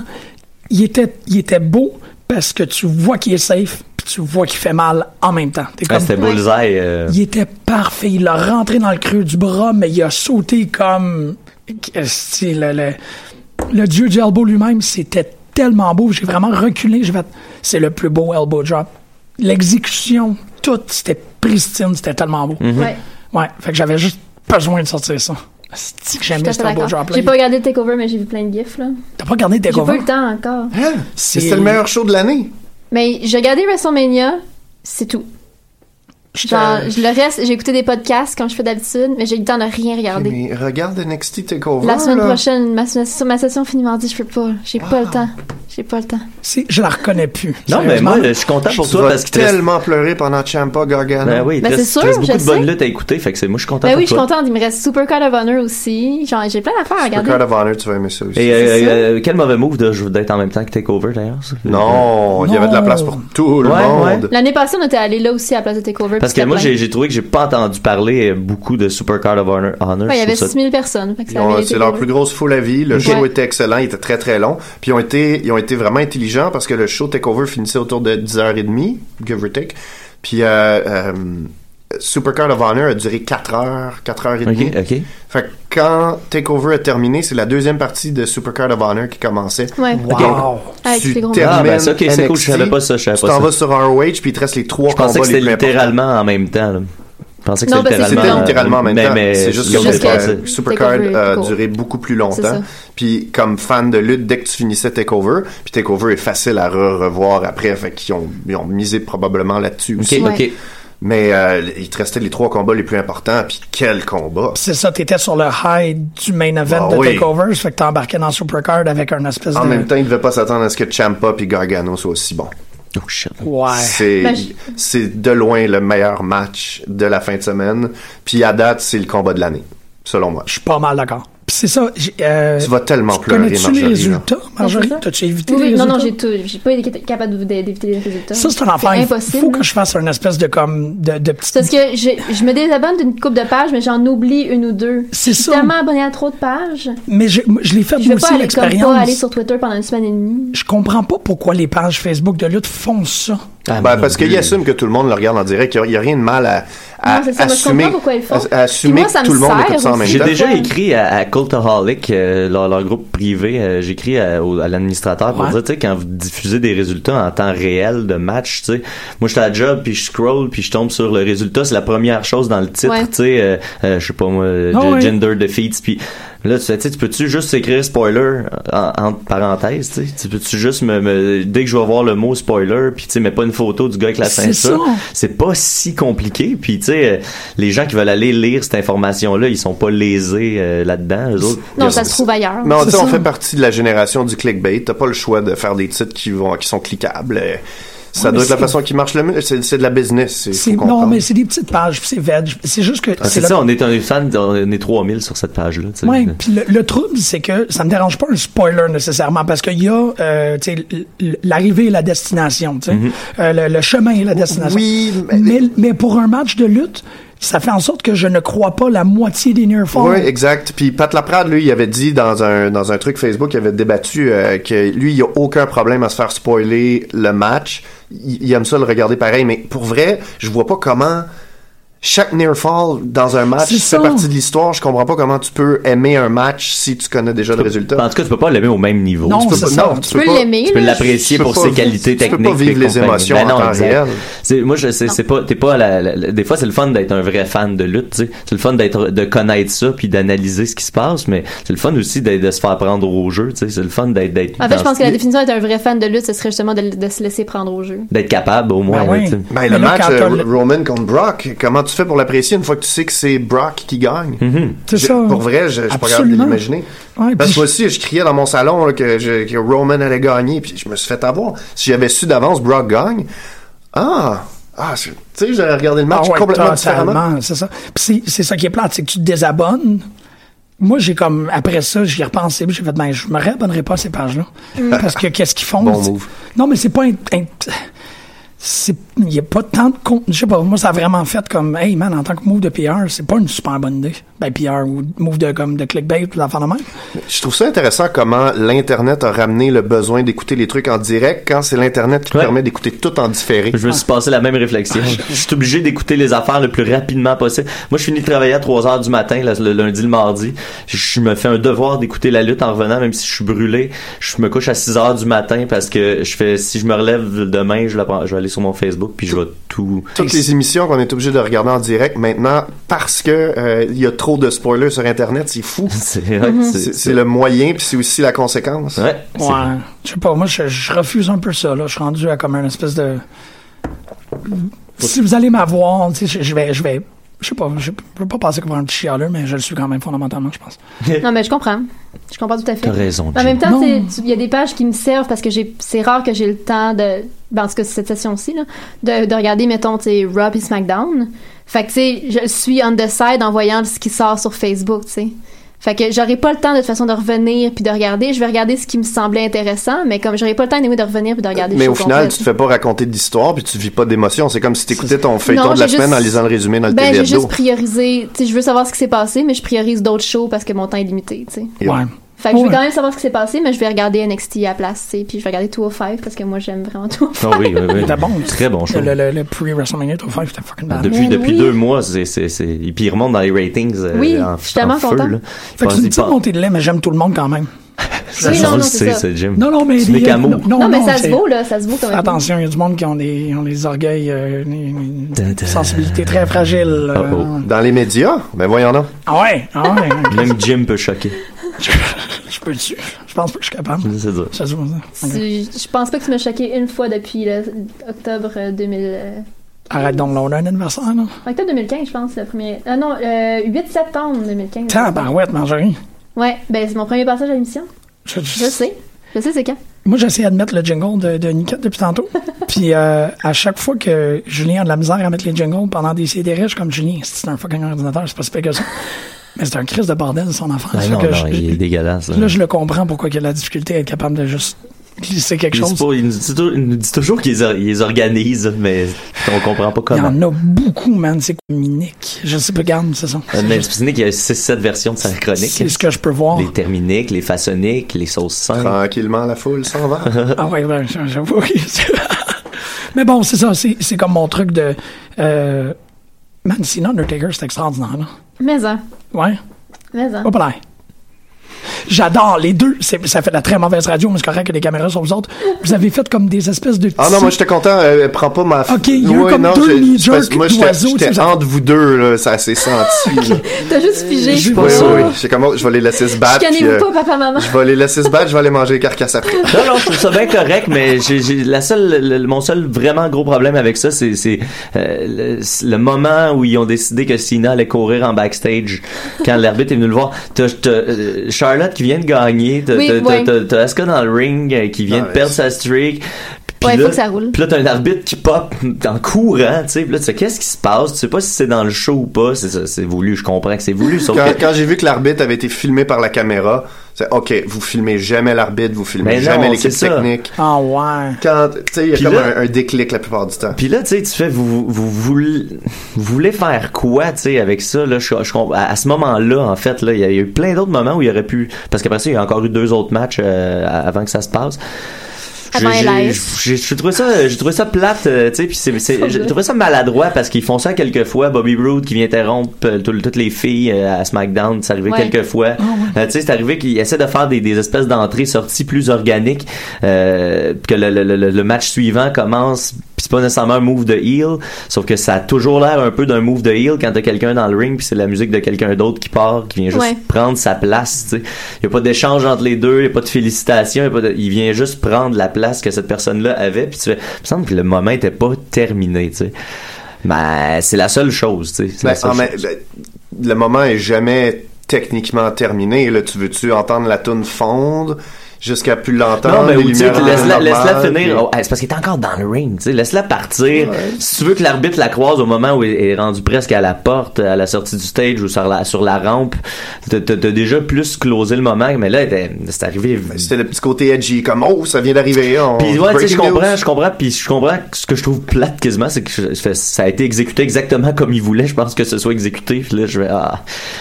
Speaker 5: il était, il était beau parce que tu vois qu'il est safe, puis tu vois qu'il fait mal en même temps. T'es
Speaker 7: Ah,
Speaker 5: comme-
Speaker 7: c'était bullseye. euh,
Speaker 5: il était parfait. Il l'a rentré dans le creux du bras, mais il a sauté comme. Qu'est-ce que c'est, Le, le, le dieu du elbow lui-même, c'était tellement beau. J'ai vraiment reculé. J'ai fait, C'est le plus beau elbow drop. L'exécution, tout, c'était pristine. C'était tellement beau.
Speaker 7: Mhm.
Speaker 9: Ouais,
Speaker 5: Ouais, fait que j'avais juste besoin de sortir ça. cest que
Speaker 8: Ah,
Speaker 9: je suis
Speaker 5: j'aimais
Speaker 9: tout à fait
Speaker 5: cet elbow
Speaker 9: d'accord.
Speaker 5: drop
Speaker 9: J'ai pas regardé le Takeover, mais j'ai vu plein de gifs, là.
Speaker 5: T'as pas regardé tes
Speaker 9: J'ai pas eu
Speaker 5: covers?
Speaker 9: le temps encore.
Speaker 8: Hein?
Speaker 5: C'est-
Speaker 8: C'était le meilleur show de l'année.
Speaker 9: Mais j'ai regardé WrestleMania, c'est tout.
Speaker 5: J'étais-
Speaker 9: Genre, je- le reste, j'ai écouté des podcasts comme je fais d'habitude, mais j'ai eu le temps de rien regarder.
Speaker 8: Mais regarde NXT Takeover.
Speaker 9: La semaine
Speaker 8: là. Ah.
Speaker 9: prochaine, ma, ma session finit mardi, je peux pas. J'ai pas le temps. J'ai pas le temps.
Speaker 5: c'est- Je la reconnais plus.
Speaker 7: Non, mais
Speaker 5: Sérieusement.
Speaker 7: moi, là, je suis content pour
Speaker 8: Tu
Speaker 7: toi
Speaker 8: vas
Speaker 7: parce que
Speaker 8: tellement pleurer pendant Champa Gargano.
Speaker 7: Ben oui, il te
Speaker 9: Ben, c'est
Speaker 7: reste, il te
Speaker 9: sûr,
Speaker 7: reste beaucoup
Speaker 9: je
Speaker 7: de bonnes
Speaker 9: sais.
Speaker 7: luttes à écouter, fait que c'est moi je suis content
Speaker 9: Ben
Speaker 7: pour
Speaker 9: oui, je suis
Speaker 7: toi.
Speaker 9: contente. Il me reste Super Card of Honor aussi. Genre, j'ai plein d'affaires à regarder.
Speaker 8: Record of Honor, tu vas aimer ça aussi.
Speaker 7: Et
Speaker 9: C'est
Speaker 7: euh,
Speaker 9: ça.
Speaker 7: euh, quel mauvais move de- d'être en même temps que Takeover d'ailleurs. ça.
Speaker 8: Non, il y avait de la place pour tout le
Speaker 7: Ouais,
Speaker 8: monde.
Speaker 7: ouais.
Speaker 9: L'année passée, on était allé là aussi à la place de Takeover.
Speaker 7: Parce que
Speaker 9: puis
Speaker 7: moi
Speaker 9: c'était
Speaker 7: j'ai j'ai trouvé que j'ai pas entendu parler euh, beaucoup de Super Card of Honor. Honor
Speaker 9: plein. Ouais, il y
Speaker 7: je
Speaker 9: avait
Speaker 7: trouve ça-
Speaker 9: 6000 personnes. fait que
Speaker 8: Ils
Speaker 9: ça
Speaker 8: ont-
Speaker 9: avait
Speaker 8: C'est
Speaker 9: été
Speaker 8: leur
Speaker 9: cool.
Speaker 8: plus grosse foule à vie. Le
Speaker 9: Ok.
Speaker 8: show
Speaker 9: Ouais.
Speaker 8: était excellent, il était très très long. Puis ils ont été, ils ont été vraiment intelligents parce que le show Takeover finissait autour de 10h30, give or take. Puis euh, euh, Supercard of Honor a duré 4 heures, 4h30.
Speaker 7: Ok, ok.
Speaker 8: Fait que quand Takeover a terminé, c'est la deuxième partie de Supercard of Honor qui commençait.
Speaker 9: Ouais.
Speaker 5: Wow.
Speaker 8: Donc,
Speaker 9: Avec
Speaker 8: tu
Speaker 9: les gros
Speaker 8: termines
Speaker 7: Ah, ben, c'est ok, c'est
Speaker 8: NXT,
Speaker 7: cool, je savais pas ça, je savais
Speaker 8: tu
Speaker 7: pas
Speaker 8: t'en
Speaker 7: ça.
Speaker 8: vas sur ROH, puis il te reste les trois
Speaker 7: Je pensais
Speaker 8: combats
Speaker 7: que c'était
Speaker 8: les plus importants.
Speaker 7: littéralement en même temps. là. pensais que
Speaker 9: Non, ben,
Speaker 7: c'était
Speaker 9: parce que
Speaker 7: littéralement.
Speaker 8: C'était
Speaker 9: Non.
Speaker 8: littéralement en même
Speaker 7: mais,
Speaker 8: temps.
Speaker 7: mais
Speaker 8: C'est juste
Speaker 7: ils
Speaker 8: que
Speaker 7: ont
Speaker 9: Juste que-
Speaker 7: dépassé.
Speaker 8: Supercard, Supercard
Speaker 9: Mhm. Takeover
Speaker 8: a
Speaker 9: est court.
Speaker 8: duré beaucoup plus
Speaker 9: C'est
Speaker 8: longtemps.
Speaker 9: ça.
Speaker 8: Puis comme fan de lutte, dès que tu finissais Takeover, puis Takeover est facile à re- revoir après, fait qu'ils ont, ils ont misé probablement là-dessus
Speaker 7: Ok,
Speaker 8: aussi.
Speaker 9: Ouais.
Speaker 7: ok.
Speaker 8: Mais euh, il te restait les trois combats les plus importants, puis quel combat!
Speaker 5: C'est ça, t'étais sur le high du main event
Speaker 8: Ah
Speaker 5: de
Speaker 8: oui.
Speaker 5: Takeover, ça fait que t'embarquais dans Supercard avec un espèce
Speaker 8: En
Speaker 5: de...
Speaker 8: même temps, il devait pas s'attendre à ce que Champa puis Gargano soient aussi bons.
Speaker 7: Oh shit.
Speaker 5: Ouais.
Speaker 8: C'est
Speaker 9: Ben, je-
Speaker 8: c'est de loin le meilleur match de la fin de semaine. Puis à date, c'est le combat de l'année, selon moi.
Speaker 5: Je suis pas mal d'accord. Puis c'est ça. j'ai, euh,
Speaker 8: Tu vas tellement pleurer,
Speaker 5: Connais-tu les
Speaker 8: Marjorie,
Speaker 5: résultats, Marjorie?
Speaker 9: Ah, C'est ça.
Speaker 5: T'as-tu évité
Speaker 9: Oui,
Speaker 5: les
Speaker 9: oui,
Speaker 5: résultats?
Speaker 9: non, non, j'ai tout. J'ai pas été capable de vous- d'éviter les résultats.
Speaker 5: Ça, c'est un affaire. Il
Speaker 9: impossible.
Speaker 5: faut que je fasse un espèce de comme de, de
Speaker 9: C'est
Speaker 5: petite.
Speaker 9: parce que j'ai- je me désabonne d'une coupe de pages, mais j'en oublie une ou deux.
Speaker 5: C'est
Speaker 9: Je suis
Speaker 5: ça.
Speaker 9: tellement abonnée à trop de pages.
Speaker 5: Mais je, je l'ai fait
Speaker 9: Je
Speaker 5: moi
Speaker 9: vais
Speaker 5: aussi
Speaker 9: pas aller comme
Speaker 5: l'expérience.
Speaker 9: pas aller sur Twitter pendant une semaine et demie.
Speaker 5: Je comprends pas pourquoi les pages Facebook de lutte font ça.
Speaker 7: Ah,
Speaker 8: Ben,
Speaker 7: mon
Speaker 8: parce
Speaker 7: Dieu.
Speaker 8: qu'il assume que tout le monde le regarde en direct. Il n'y a, rien de mal à, à
Speaker 9: Non, c'est ça, moi, je
Speaker 8: assumer,
Speaker 9: comprends pourquoi ils le font.
Speaker 8: à- à assumer
Speaker 9: Puis moi, ça
Speaker 8: que
Speaker 9: me
Speaker 8: tout le monde
Speaker 9: sert
Speaker 8: écoute ça en même
Speaker 9: aussi.
Speaker 7: J'ai
Speaker 8: temps.
Speaker 9: D'accord.
Speaker 7: déjà écrit à, à Cultaholic, euh, leur, leur groupe privé, euh, j'ai écrit à, au- à l'administrateur pour
Speaker 5: Ouais.
Speaker 7: dire, tu sais, quand vous diffusez des résultats en temps réel de match, tu sais, moi j'étais à la job, puis je scroll, puis je tombe sur le résultat, c'est la première chose dans le titre,
Speaker 9: Ouais.
Speaker 7: tu sais, euh, euh, je sais pas moi,
Speaker 5: Ah
Speaker 7: ge-
Speaker 5: ouais.
Speaker 7: gender defeats, puis là, tu sais, tu sais, tu peux-tu juste écrire spoiler en, entre parenthèses, tu sais, tu peux-tu juste me, me- dès que je vais voir le mot spoiler, puis tu sais, mais pas une photo du gars avec la
Speaker 5: C'est
Speaker 7: ceinture,
Speaker 5: ça.
Speaker 7: c'est pas si compliqué. Puis tu sais, euh, les gens qui veulent aller lire cette information-là, ils sont pas lésés euh, là-dedans. Eux autres,
Speaker 9: Non,
Speaker 7: ils-
Speaker 9: ça se trouve ailleurs.
Speaker 8: Mais on,
Speaker 5: C'est
Speaker 8: dit, on
Speaker 5: ça.
Speaker 8: fait partie de la génération du clickbait. T'as pas le choix de faire des titres qui vont qui sont cliquables. Euh, Ça
Speaker 5: Ouais, mais
Speaker 8: doit être la
Speaker 5: c'est-
Speaker 8: façon qui marche le mieux. C'est c'est de la business.
Speaker 5: C'est-
Speaker 8: C'est faut
Speaker 5: Non,
Speaker 8: comprendre.
Speaker 5: mais c'est des petites pages, puis c'est veg. C'est juste que
Speaker 7: Ah, c'est
Speaker 5: le-
Speaker 7: ça, on est un fan, on est 3000 sur cette page-là. tu sais.
Speaker 5: Ouais, puis le, le trouble, c'est que ça me dérange pas un spoiler nécessairement, parce qu'il y a euh, tu sais, l- l- l'arrivée et la destination, tu sais, Euh, le, le chemin et la destination.
Speaker 8: Oui, mais-
Speaker 5: mais, mais pour un match de lutte, ça fait en sorte que je ne crois pas la moitié des near falls.
Speaker 8: Oui, exact. Puis Pat Laprade, lui, il avait dit dans un, dans un truc Facebook, il avait débattu euh, que lui, il a aucun problème à se faire spoiler le match. Il, il aime ça le regarder pareil, mais pour vrai, je vois pas comment chaque near fall dans un match
Speaker 5: C'est
Speaker 8: fait
Speaker 5: ça.
Speaker 8: partie de l'histoire. Je comprends pas comment tu peux aimer un match si tu connais déjà le résultat.
Speaker 7: En tout cas, tu peux pas l'aimer au même niveau.
Speaker 5: Non,
Speaker 7: tu peux
Speaker 5: c'est
Speaker 7: pas-
Speaker 5: ça.
Speaker 8: non, tu,
Speaker 9: Tu peux
Speaker 8: peux pas-
Speaker 9: l'aimer,
Speaker 7: Tu peux
Speaker 9: là.
Speaker 7: l'apprécier
Speaker 8: Tu peux
Speaker 7: pour
Speaker 8: pas
Speaker 7: ses
Speaker 8: vivre-
Speaker 7: qualités
Speaker 8: tu peux pas
Speaker 7: techniques.
Speaker 8: vivre
Speaker 7: et
Speaker 8: les
Speaker 7: compagnie.
Speaker 8: émotions
Speaker 7: Ben
Speaker 8: en
Speaker 7: non,
Speaker 8: temps
Speaker 7: exact.
Speaker 8: réel.
Speaker 7: C'est- Moi, je sais, c'est pas, t'es pas à la, la- la- des fois, c'est le fun d'être un vrai fan de lutte, tu sais. C'est le fun d'être, de connaître ça puis d'analyser ce qui se passe, mais c'est le fun aussi d'être- de se faire prendre au jeu, tu sais. C'est le fun d'être, d'être,
Speaker 9: En fait, je
Speaker 7: dans-
Speaker 9: pense que la définition d'être un vrai fan de lutte, ce serait justement de, de se laisser prendre au jeu.
Speaker 7: d'être capable, au moins, là,
Speaker 5: Ben oui.
Speaker 7: tu sais.
Speaker 8: Ben,
Speaker 5: Mais là,
Speaker 8: le match
Speaker 5: quand
Speaker 8: euh,
Speaker 5: t'as le-
Speaker 8: Roman contre Brock, comment tu fais pour l'apprécier une fois que tu sais que c'est Brock qui gagne?
Speaker 5: C'est
Speaker 8: Je-
Speaker 5: ça.
Speaker 8: Pour vrai, je, je suis pas capable de
Speaker 5: Absolument.
Speaker 8: l'imaginer.
Speaker 5: Ouais, puis
Speaker 8: Parce que moi aussi, je criais dans mon salon là, que, je- que Roman allait gagner, puis je me suis fait avoir. Si j'avais su d'avance Brock gagne, ah, ah c'est- tu sais, j'aurais regardé le
Speaker 5: Ah
Speaker 8: match
Speaker 5: ouais,
Speaker 8: complètement différemment.
Speaker 5: totalement, c'est ça. Puis c'est- c'est ça qui est plate, c'est que tu te désabonnes. Moi, j'ai comme, après ça, j'y ai repensé, puis j'ai fait, ben, je me réabonnerai pas à ces pages-là. Parce que qu'est-ce qu'ils font?
Speaker 8: Bon
Speaker 5: c'est-
Speaker 8: move.
Speaker 5: Non, mais c'est pas, un- un- c'est, il n'y a pas tant de contenu. Je sais pas, moi, ça a vraiment fait comme, hey man, en tant que move de PR, c'est pas une super bonne idée. Ben, PR ou move de, comme, de clickbait ou l'enfant de même.
Speaker 8: Je trouve ça intéressant comment l'Internet a ramené le besoin d'écouter les trucs en direct quand c'est l'Internet qui te
Speaker 7: Ouais.
Speaker 8: permet d'écouter tout en différé.
Speaker 7: Je me suis passé la même réflexion.
Speaker 5: Ah,
Speaker 7: Je suis obligé d'écouter les affaires le plus rapidement possible. Moi, je finis de travailler à 3 heures du matin, le, le lundi, le mardi. Je me fais un devoir d'écouter la lutte en revenant, même si je suis brûlé. Je me couche à 6 heures du matin parce que je fais, si je me relève demain, je, la prends- je vais aller sur mon Facebook puis je vais tout.
Speaker 8: Toutes les émissions qu'on est obligé de regarder en direct maintenant parce que euh, il y a trop de spoilers sur Internet, c'est fou.
Speaker 7: C'est ouais,
Speaker 8: C'est c'est le moyen, puis c'est aussi la conséquence.
Speaker 7: Ouais, c'est-
Speaker 5: Mhm. Ouais. Je sais pas, moi, je, je refuse un peu ça, là. Je suis rendu à comme une espèce de. Si vous allez m'avoir, tu sais, je, je vais. Je vais je sais pas, je je veux pas passer comme un petit chialeux, mais je le suis quand même fondamentalement, je pense.
Speaker 9: Non, mais je comprends. Je comprends tout à fait.
Speaker 7: T'as raison.
Speaker 9: En
Speaker 7: Jim.
Speaker 9: même temps,
Speaker 5: Non.
Speaker 9: c'est- tu- il y a des pages qui me servent parce que j'ai, c'est rare que j'ai le temps de, ben, en tout cas, cette session-ci, là, de, de regarder, mettons, tu sais, Raw et SmackDown. Fait que, tu sais, je suis on the side en voyant ce qui sort sur Facebook, tu sais. Fait que j'aurai pas le temps de toute façon de revenir puis de regarder. Je vais regarder ce qui me semblait intéressant, mais comme j'aurai pas le temps anyway, de revenir puis de regarder. le
Speaker 8: Mais
Speaker 9: show
Speaker 8: au final,
Speaker 9: complet,
Speaker 8: tu te fais pas raconter d'histoire puis tu vis pas d'émotion. C'est comme si t'écoutais ton feuilleton
Speaker 9: Non,
Speaker 8: de la
Speaker 9: j'ai
Speaker 8: semaine
Speaker 9: juste-
Speaker 8: en lisant le résumé dans le
Speaker 9: Ben,
Speaker 8: télé
Speaker 9: j'ai
Speaker 8: hebdo.
Speaker 9: juste priorisé. Tu sais, je veux savoir ce qui s'est passé, mais je priorise d'autres shows parce que mon temps est limité, tu sais.
Speaker 8: Yeah.
Speaker 5: Ouais.
Speaker 9: Fait que je
Speaker 5: Ouais.
Speaker 9: vais quand même savoir ce qui s'est passé, mais je vais regarder NXT à la place, tu sais, puis je vais regarder 205 parce que moi j'aime vraiment 205.
Speaker 7: Ah oui, oui, oui.
Speaker 5: C'était bon.
Speaker 7: Très bon show.
Speaker 5: Le, le, le pre-WrestleMania, au c'était fucking bad.
Speaker 7: Depuis,
Speaker 9: Mais
Speaker 7: depuis
Speaker 9: oui.
Speaker 7: deux mois, c'est, c'est, c'est, et puis ils remontent dans les ratings. euh,
Speaker 9: Oui,
Speaker 7: en,
Speaker 9: je suis tellement
Speaker 7: en feu,
Speaker 9: content.
Speaker 7: là.
Speaker 5: Fait que
Speaker 7: Ils
Speaker 5: c'est une
Speaker 7: pensent-
Speaker 5: petite montée de lait, mais j'aime tout le monde quand même.
Speaker 9: Oui, non,
Speaker 7: on
Speaker 9: non,
Speaker 7: le
Speaker 9: c'est
Speaker 7: sait,
Speaker 9: ça.
Speaker 7: ça, Jim.
Speaker 5: Non, non, mais.
Speaker 7: Tu n'es
Speaker 5: les-
Speaker 7: qu'à mots.
Speaker 5: non, non,
Speaker 9: Non, mais
Speaker 5: Oh non,
Speaker 9: ça se
Speaker 5: c'est-
Speaker 9: vaut, là, ça se vaut quand même.
Speaker 5: Attention, il y a du monde qui ont des, ont des orgueils, euh, une, une- une
Speaker 7: Tintin.
Speaker 5: sensibilité très fragile. euh.
Speaker 7: Oh, oh.
Speaker 8: Dans les médias, ben voyons donc.
Speaker 5: Ah ouais, ah ouais.
Speaker 7: Même Jim peut choquer.
Speaker 5: je peux dessus. Je pense pas que je suis capable.
Speaker 7: C'est dur.
Speaker 5: Ça se voit, ça.
Speaker 9: Tu-
Speaker 5: Ok.
Speaker 9: Je pense pas que tu m'as choqué une fois depuis le- octobre euh, 2000. euh,
Speaker 5: Arrête donc, là, on a un anniversaire, là.
Speaker 9: octobre 2015, je pense, le premier. Ah non, euh, 8 septembre 2015.
Speaker 5: Tabarouette, Marjorie.
Speaker 9: Ouais, ben c'est mon premier passage à l'émission.
Speaker 5: Je- je-
Speaker 9: Je sais. Je sais c'est quand.
Speaker 5: Moi, j'essayais de mettre le jingle de, de Nicotte depuis tantôt. Puis euh, à chaque fois que Julien a de la misère à mettre les jingles pendant des CDR, je suis comme Julien, c'est un fucking ordinateur, c'est pas si pire que ça. Mais c'est un crise de bordel, son enfant.
Speaker 7: Ah
Speaker 5: Fait
Speaker 7: non,
Speaker 5: que
Speaker 7: non,
Speaker 5: je-
Speaker 7: il est dégueulasse. là.
Speaker 5: Là, je le comprends pourquoi il y a de la difficulté à être capable de juste glisser quelque
Speaker 7: Il se
Speaker 5: chose.
Speaker 7: pose- il nous dit tou- il nous dit toujours qu'ils or- ils organisent, mais on comprend pas
Speaker 5: Il y
Speaker 7: comment.
Speaker 5: en a beaucoup, man. C'est comme Minique. Je sais pas, garde, c'est ça.
Speaker 7: Euh, Mais c'est qu'il y a 6-7 versions de sa chronique.
Speaker 5: C'est ce que je peux voir.
Speaker 7: Les terminiques, les façoniques, les sauces simples.
Speaker 8: Tranquillement, la foule s'en va.
Speaker 5: Ah ouais, ben, j'avoue. oui. Mais bon, c'est ça. C'est c'est comme mon truc de. Euh, man, sinon Undertaker, c'est extraordinaire, là.
Speaker 9: Mais hein.
Speaker 5: Ouais.
Speaker 9: Mais hein.
Speaker 5: Pas pareil. J'adore les deux. C'est- Ça fait de la très mauvaise radio, mais c'est correct que les caméras sont vous autres. Vous avez fait comme des espèces de petits.
Speaker 8: Ah non, moi j'étais content, euh, prends pas ma...
Speaker 5: Ok, il y a eu comme deux
Speaker 8: j'ai-
Speaker 5: knee-jerk
Speaker 8: parce que Moi j'étais-
Speaker 5: d'oiseaux, tu
Speaker 8: j'étais
Speaker 5: sais.
Speaker 8: entre vous deux, là, ça s'est senti. là.
Speaker 9: T'as juste figé.
Speaker 5: j'ai
Speaker 8: Oui,
Speaker 5: pas
Speaker 8: oui,
Speaker 5: ça.
Speaker 8: oui. J'ai comme, oh, je vais les laisser se battre. puis,
Speaker 9: Chicanez-vous
Speaker 8: euh,
Speaker 9: pas, papa, maman.
Speaker 8: Je vais les laisser se battre, je vais aller manger les carcasses après.
Speaker 7: Non, non, je trouve ça bien correct, mais j'ai, j'ai- la seule, le- le- mon seul vraiment gros problème avec ça, c'est, c'est, euh, le, le moment où ils ont décidé que Cena allait courir en backstage quand l'arbitre est venu le voir. T'as, t'as, euh, Charlotte qui vient de gagner, t'as,
Speaker 9: Oui,
Speaker 7: t'as- t'as-
Speaker 9: ouais.
Speaker 7: t'as- t'as Asuka dans le ring euh, qui vient
Speaker 8: Ah,
Speaker 7: de perdre sa streak. Puis
Speaker 9: Ouais,
Speaker 7: là,
Speaker 9: faut que ça roule.
Speaker 7: Puis là, t'as un arbitre qui pop en courant, tu sais. Puis là, tu sais, qu'est-ce qui se passe? Tu sais pas si c'est dans le show ou pas. C'est, ça, c'est voulu, je comprends que c'est voulu. Sauf
Speaker 8: Quand,
Speaker 7: que-
Speaker 8: quand j'ai vu que l'arbitre avait été filmé par la caméra, c'est OK, vous filmez jamais l'arbitre, vous filmez
Speaker 7: Mais non,
Speaker 8: jamais l'équipe
Speaker 7: c'est ça.
Speaker 8: technique.
Speaker 5: Ah ouais.
Speaker 8: Quand, tu sais, il y a
Speaker 7: Puis
Speaker 8: comme
Speaker 7: là-
Speaker 8: un, un déclic la plupart du temps.
Speaker 7: Puis là, tu sais, tu fais, vous, vous, vous, voulez- vous voulez faire quoi, tu sais, avec ça, là, je, je comprends- à, à ce moment-là, en fait, là, il y a eu plein d'autres moments où il aurait pu, parce qu'après ça, il y a encore eu deux autres matchs euh, avant que ça se passe. J'ai-
Speaker 9: Avant
Speaker 7: J'ai
Speaker 9: LS.
Speaker 7: j'ai- j'ai trouvé ça, j'ai trouvé ça plate, euh, tu sais, puis c'est, c'est-
Speaker 9: Faut
Speaker 7: j'ai
Speaker 9: dire.
Speaker 7: trouvé ça maladroit parce qu'ils font ça quelques fois. Bobby Roode qui vient interrompre euh, tout- toutes les filles euh, à SmackDown, c'est arrivé
Speaker 9: Ouais.
Speaker 7: quelques fois. Euh, tu sais, c'est arrivé qu'il essaie de faire des, des espèces d'entrées sorties plus organiques, euh, que le, le- le- le match suivant commence. Puis c'est pas nécessairement un move de heel, sauf que ça a toujours l'air un peu d'un move de heel quand t'as quelqu'un dans le ring, puis c'est la musique de quelqu'un d'autre qui part, qui vient juste
Speaker 9: Ouais.
Speaker 7: prendre sa place. Il n'y a pas d'échange entre les deux, il n'y a pas de félicitations, y a pas de- il vient juste prendre la place que cette personne-là avait. Puis tu fais, il me semble que le moment n'était pas terminé. tu sais. Ben, c'est la seule chose. tu sais, c'est la
Speaker 8: Ben,
Speaker 7: seule
Speaker 8: ah, mais,
Speaker 7: chose.
Speaker 8: ben, le moment est jamais techniquement terminé. Là, tu veux-tu entendre la toune fondre jusqu'à plus l'entendre?
Speaker 7: Non, mais
Speaker 8: les
Speaker 7: ou, tu sais,
Speaker 8: lumières
Speaker 7: laisse-la,
Speaker 8: normales,
Speaker 7: laisse-la
Speaker 8: puis-
Speaker 7: finir. Oh, hey, c'est parce qu'il est encore dans le ring. tu sais, Laisse-la partir.
Speaker 8: Ouais.
Speaker 7: Si tu veux que l'arbitre la croise au moment où il est rendu presque à la porte, à la sortie du stage ou sur la, sur la rampe, t'as, t'as- t'as déjà plus closé le moment. Mais là, t'es- c'est arrivé
Speaker 8: ben, C'était le petit côté edgy, comme oh, ça vient d'arriver. on-
Speaker 7: Puis ouais, tu sais, je
Speaker 8: breaking news.
Speaker 7: comprends, je comprends, puis je comprends que ce que je trouve plate quasiment, c'est que je- je fais- ça a été exécuté exactement comme il voulait. Je pense que ce soit exécuté, puis là, je vais ah.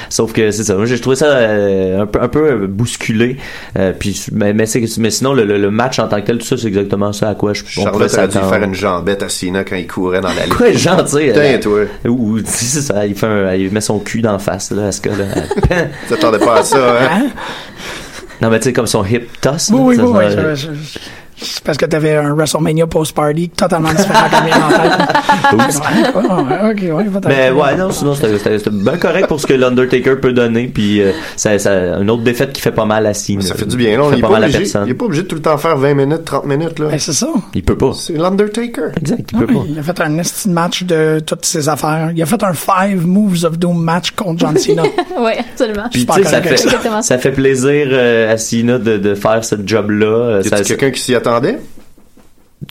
Speaker 7: Sauf que c'est ça. Moi, j'ai trouvé ça euh, un peu, un peu euh, bousculé. Euh, puis mais, mais, c'est- mais sinon, le, le- le match en tant que tel, tout ça, c'est exactement ça à quoi je on pouvait
Speaker 8: Charlotte aurait dû
Speaker 7: s'attendre.
Speaker 8: faire une jambette à Cena quand il courait dans la ligne.
Speaker 7: Quoi, gentil. euh,
Speaker 8: Putain, toi.
Speaker 7: Ou tu sais, c'est ça, il fait, un- il met son cul d'en face là, à ce cas-là.
Speaker 8: Tu t'attendais pas à ça, hein?
Speaker 5: Hein?
Speaker 7: non, mais tu sais, comme son hip toss. là,
Speaker 5: Oui, oui,
Speaker 7: ça,
Speaker 5: oui. oui,
Speaker 7: ça-
Speaker 5: je- je- C'est parce que t'avais un WrestleMania post-party totalement différent comme il est en
Speaker 7: Oups.
Speaker 5: tête. Ouais, ouais, ok, ouais, peut-être.
Speaker 7: Mais Ben, ouais, non, sinon c'était- c'était c'était bien correct pour ce que l'Undertaker peut donner, puis euh, ça, ça, une autre défaite qui fait pas mal à Cena.
Speaker 8: Ça fait du bien, non?
Speaker 7: Ah, Ça
Speaker 8: Il
Speaker 7: fait
Speaker 8: est
Speaker 7: pas
Speaker 8: pas
Speaker 7: mal à
Speaker 8: obligé, il est
Speaker 7: personne.
Speaker 8: pas obligé de tout le temps faire 20 minutes, 30 minutes, là.
Speaker 5: Ben, c'est ça.
Speaker 7: Il peut pas.
Speaker 8: C'est l'Undertaker.
Speaker 7: Exact, il
Speaker 5: Ouais,
Speaker 7: peut pas.
Speaker 5: il a fait un esti de match de toutes ses affaires. Il a fait un Five Moves of Doom match contre John Cena.
Speaker 9: Ouais, absolument.
Speaker 7: Puis
Speaker 5: pas
Speaker 7: tu sais, ça
Speaker 5: correct avec
Speaker 7: fait,
Speaker 5: ça.
Speaker 9: Exactement.
Speaker 7: ça fait plaisir euh, à Cena de, de faire ce job-là. euh,
Speaker 8: Y
Speaker 7: ça-
Speaker 8: a quelqu'un qui s'y attendait?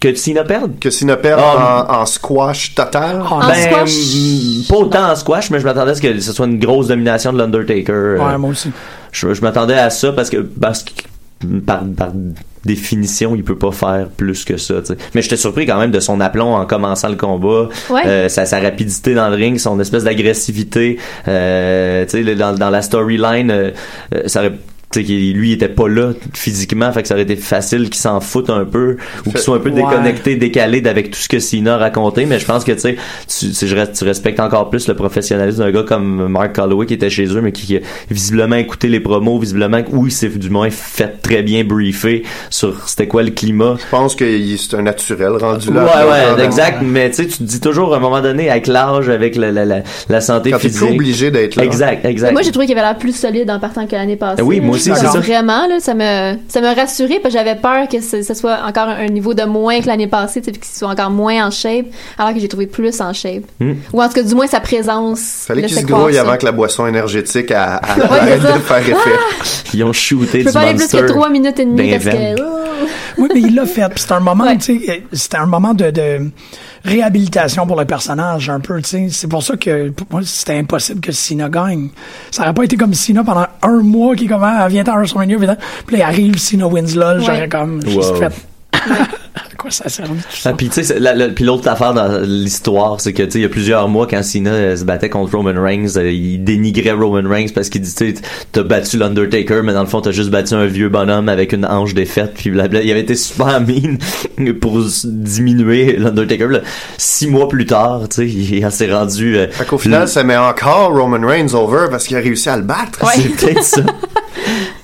Speaker 7: Que Cena perde?
Speaker 8: Que Cena perd
Speaker 7: Ah.
Speaker 8: en, en squash total?
Speaker 5: Ah,
Speaker 9: En
Speaker 7: Ben,
Speaker 9: squash.
Speaker 7: mm, pas autant en squash, mais je m'attendais à ce que ce soit une grosse domination de l'Undertaker. euh,
Speaker 5: ouais, moi aussi.
Speaker 7: je, je m'attendais à ça parce que, parce que mm, par, par définition, il peut pas faire plus que ça. tu sais. Mais j'étais surpris quand même de son aplomb en commençant le combat,
Speaker 9: Ouais.
Speaker 7: Euh, sa, sa rapidité dans le ring, son espèce d'agressivité. Euh, tu sais, le- dans, dans la storyline, euh, euh, ça aurait tu sais, qui- lui, il était pas là physiquement, fait que ça aurait été facile qu'il s'en foute un peu, ou qu'il soit un peu
Speaker 5: Ouais.
Speaker 7: déconnecté, décalé d'avec tout ce que Cena a raconté, mais je pense que, tu sais, tu, tu sais, je reste- tu respectes encore plus le professionnalisme d'un gars comme Mark Calloway qui était chez eux, mais qui, qui a visiblement écouté les promos, visiblement, oui, c'est du moins fait très bien briefer sur c'était quoi le climat.
Speaker 8: Je pense que il- c'est un naturel rendu là. Après,
Speaker 7: Ouais,
Speaker 8: on
Speaker 7: ouais,
Speaker 8: prend-
Speaker 7: exact. Mais tu sais, tu te dis toujours à un moment donné, avec l'âge, avec la, la, la, la santé
Speaker 8: Quand t'es
Speaker 7: physique.
Speaker 8: plus obligé d'être là.
Speaker 7: Exact, exact.
Speaker 9: Mais Moi, j'ai trouvé qu'il avait l'air plus solide en partant que l'année passée.
Speaker 7: Ah Euh, oui,
Speaker 9: là.
Speaker 7: moi aussi,
Speaker 9: Genre,
Speaker 7: c'est ça.
Speaker 9: Vraiment, là, ça me, ça me rassurait, parce que j'avais peur que ce, ce soit encore un niveau de moins que l'année passée, tu sais, puis qu'il soit encore moins en shape, alors que j'ai trouvé plus en shape.
Speaker 7: Hmm.
Speaker 9: Ou en tout cas, du moins, sa présence.
Speaker 8: Fallait qu'il
Speaker 9: laissait
Speaker 8: se
Speaker 9: croire
Speaker 8: grouille
Speaker 9: ça.
Speaker 8: avant que la boisson énergétique a, a-
Speaker 9: Ouais,
Speaker 8: arrête
Speaker 9: c'est ça. Ah!
Speaker 8: de faire effet.
Speaker 7: Ils ont shooté
Speaker 9: Je peux
Speaker 7: du
Speaker 9: pas aller plus
Speaker 7: monster. Ben,
Speaker 9: que 3 minutes et demie
Speaker 7: dans
Speaker 9: parce
Speaker 7: les veines.
Speaker 9: que. oh.
Speaker 5: Oui, mais il l'a fait. Puis C'était un moment,
Speaker 9: Ouais.
Speaker 5: tu sais, c'était un moment de, de réhabilitation pour le personnage, un peu, tu sais. C'est pour ça que, pour moi, c'était impossible que Cena gagne. Ça aurait pas été comme Cena pendant un mois qui, ah, comment, elle vient à WrestleMania, puis là, puis là, il arrive, Cena wins là, j'aurais
Speaker 9: Ouais.
Speaker 5: comme juste
Speaker 7: Wow.
Speaker 5: fait. à quoi ça sert? tout ça?
Speaker 7: Ah, puis tu sais, c'est- la- la- puis l'autre affaire dans l'histoire, c'est que tu sais, il y a plusieurs mois quand Cena euh, se battait contre Roman Reigns, euh, il dénigrait Roman Reigns parce qu'il dit, tu sais, t'as battu l'Undertaker, mais dans le fond, t'as juste battu un vieux bonhomme avec une hanche défaite, puis blabla. Il avait été super mine pour s- diminuer l'Undertaker. Là, Six mois plus tard, tu sais, il s'est rendu. euh,
Speaker 8: Fait qu'au final, ça met encore Roman Reigns over parce qu'il a réussi à le battre.
Speaker 7: C'est peut-être ça.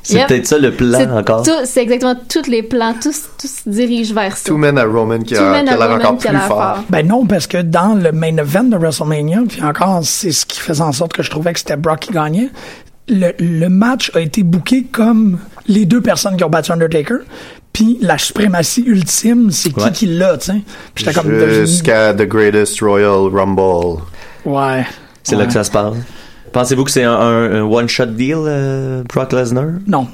Speaker 7: C'est
Speaker 9: Yep.
Speaker 7: peut-être ça le
Speaker 9: C'est
Speaker 7: plan encore.
Speaker 9: tout- C'est exactement tous les plans, tous, tous se dirigent vers ça.
Speaker 8: Tout mène à Roman qui
Speaker 9: Tout
Speaker 8: a,
Speaker 9: mène
Speaker 8: qui a
Speaker 9: à
Speaker 8: l'air
Speaker 9: Roman
Speaker 8: encore
Speaker 9: qui
Speaker 8: plus
Speaker 9: a l'air
Speaker 8: fort.
Speaker 9: fort.
Speaker 5: Ben non, parce que dans le main event de WrestleMania, puis encore, c'est ce qui faisait en sorte que je trouvais que c'était Brock qui gagnait. Le, le match a été booké comme les deux personnes qui ont battu Undertaker, puis la suprématie ultime, c'est
Speaker 7: Ouais.
Speaker 5: qui qui l'a, tu sais. Puis j'étais comme
Speaker 8: Jusqu'à The Greatest Royal Rumble.
Speaker 5: Ouais.
Speaker 7: C'est là que ça se passe. Pensez-vous que c'est un, un- un one-shot deal, euh, Brock Lesnar?
Speaker 5: Non.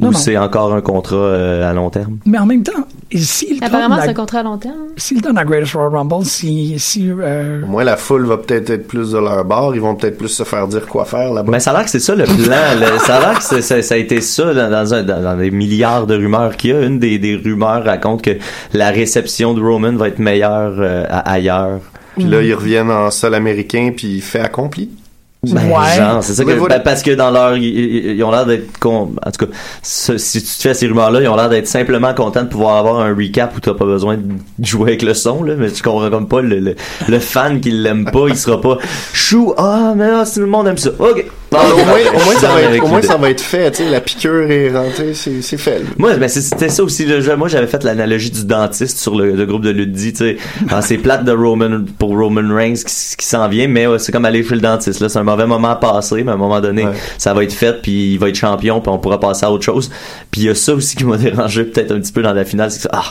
Speaker 7: Ou
Speaker 5: Non, non.
Speaker 7: c'est encore un contrat euh, à long terme?
Speaker 5: Mais en même temps, et s'il donne,
Speaker 9: Apparemment, c'est
Speaker 5: la,
Speaker 9: un contrat à long terme.
Speaker 5: s'il donne la Greatest Royal Rumble, si. si euh,
Speaker 8: Au moins, la foule va peut-être être plus de leur bord. Ils vont peut-être plus se faire dire quoi faire là-bas.
Speaker 7: Mais ça a l'air que c'est ça le plan. là. ça a l'air que c'est- ça, ça a été ça dans, dans, un- dans- dans les milliards de rumeurs qu'il y a. Une des, des rumeurs raconte que la réception de Roman va être meilleure euh, a- ailleurs.
Speaker 8: Puis
Speaker 9: Mm.
Speaker 8: là, ils reviennent en sol américain, puis fait accompli.
Speaker 7: Ben,
Speaker 5: Ouais.
Speaker 7: genre, c'est ça que,
Speaker 8: Mais voilà.
Speaker 7: ben, parce que dans leur, ils- ils, ils ont l'air d'être, con, en tout cas, ce- si tu te fais à ces rumeurs-là, ils ont l'air d'être simplement contents de pouvoir avoir un recap où t'as pas besoin de jouer avec le son, là, mais tu comprends comme pas le, le, le fan qui l'aime pas, il sera pas, chou, ah, mais là, si le monde aime ça, ok.
Speaker 8: Ah, au moins, au moins, ça, va être,
Speaker 7: Avec
Speaker 8: au moins
Speaker 7: l'idée.
Speaker 8: ça va être fait. tu sais, La piqûre est rentrée, c'est c'est fait. là.
Speaker 7: Moi, ben, c'est- c'était ça aussi. le jeu. Moi, j'avais fait l'analogie du dentiste sur le, le groupe de Luddy. Tu sais, Ah, c'est plate de Roman pour Roman Reigns qui, s- qui s'en vient, mais ouais, c'est comme aller chez le dentiste. Là, c'est un mauvais moment à passer, mais à un moment donné,
Speaker 8: Ouais.
Speaker 7: ça va être fait, puis il va être champion, puis on pourra passer à autre chose. Puis il y a ça aussi qui m'a dérangé peut-être un petit peu dans la finale, c'est que ça-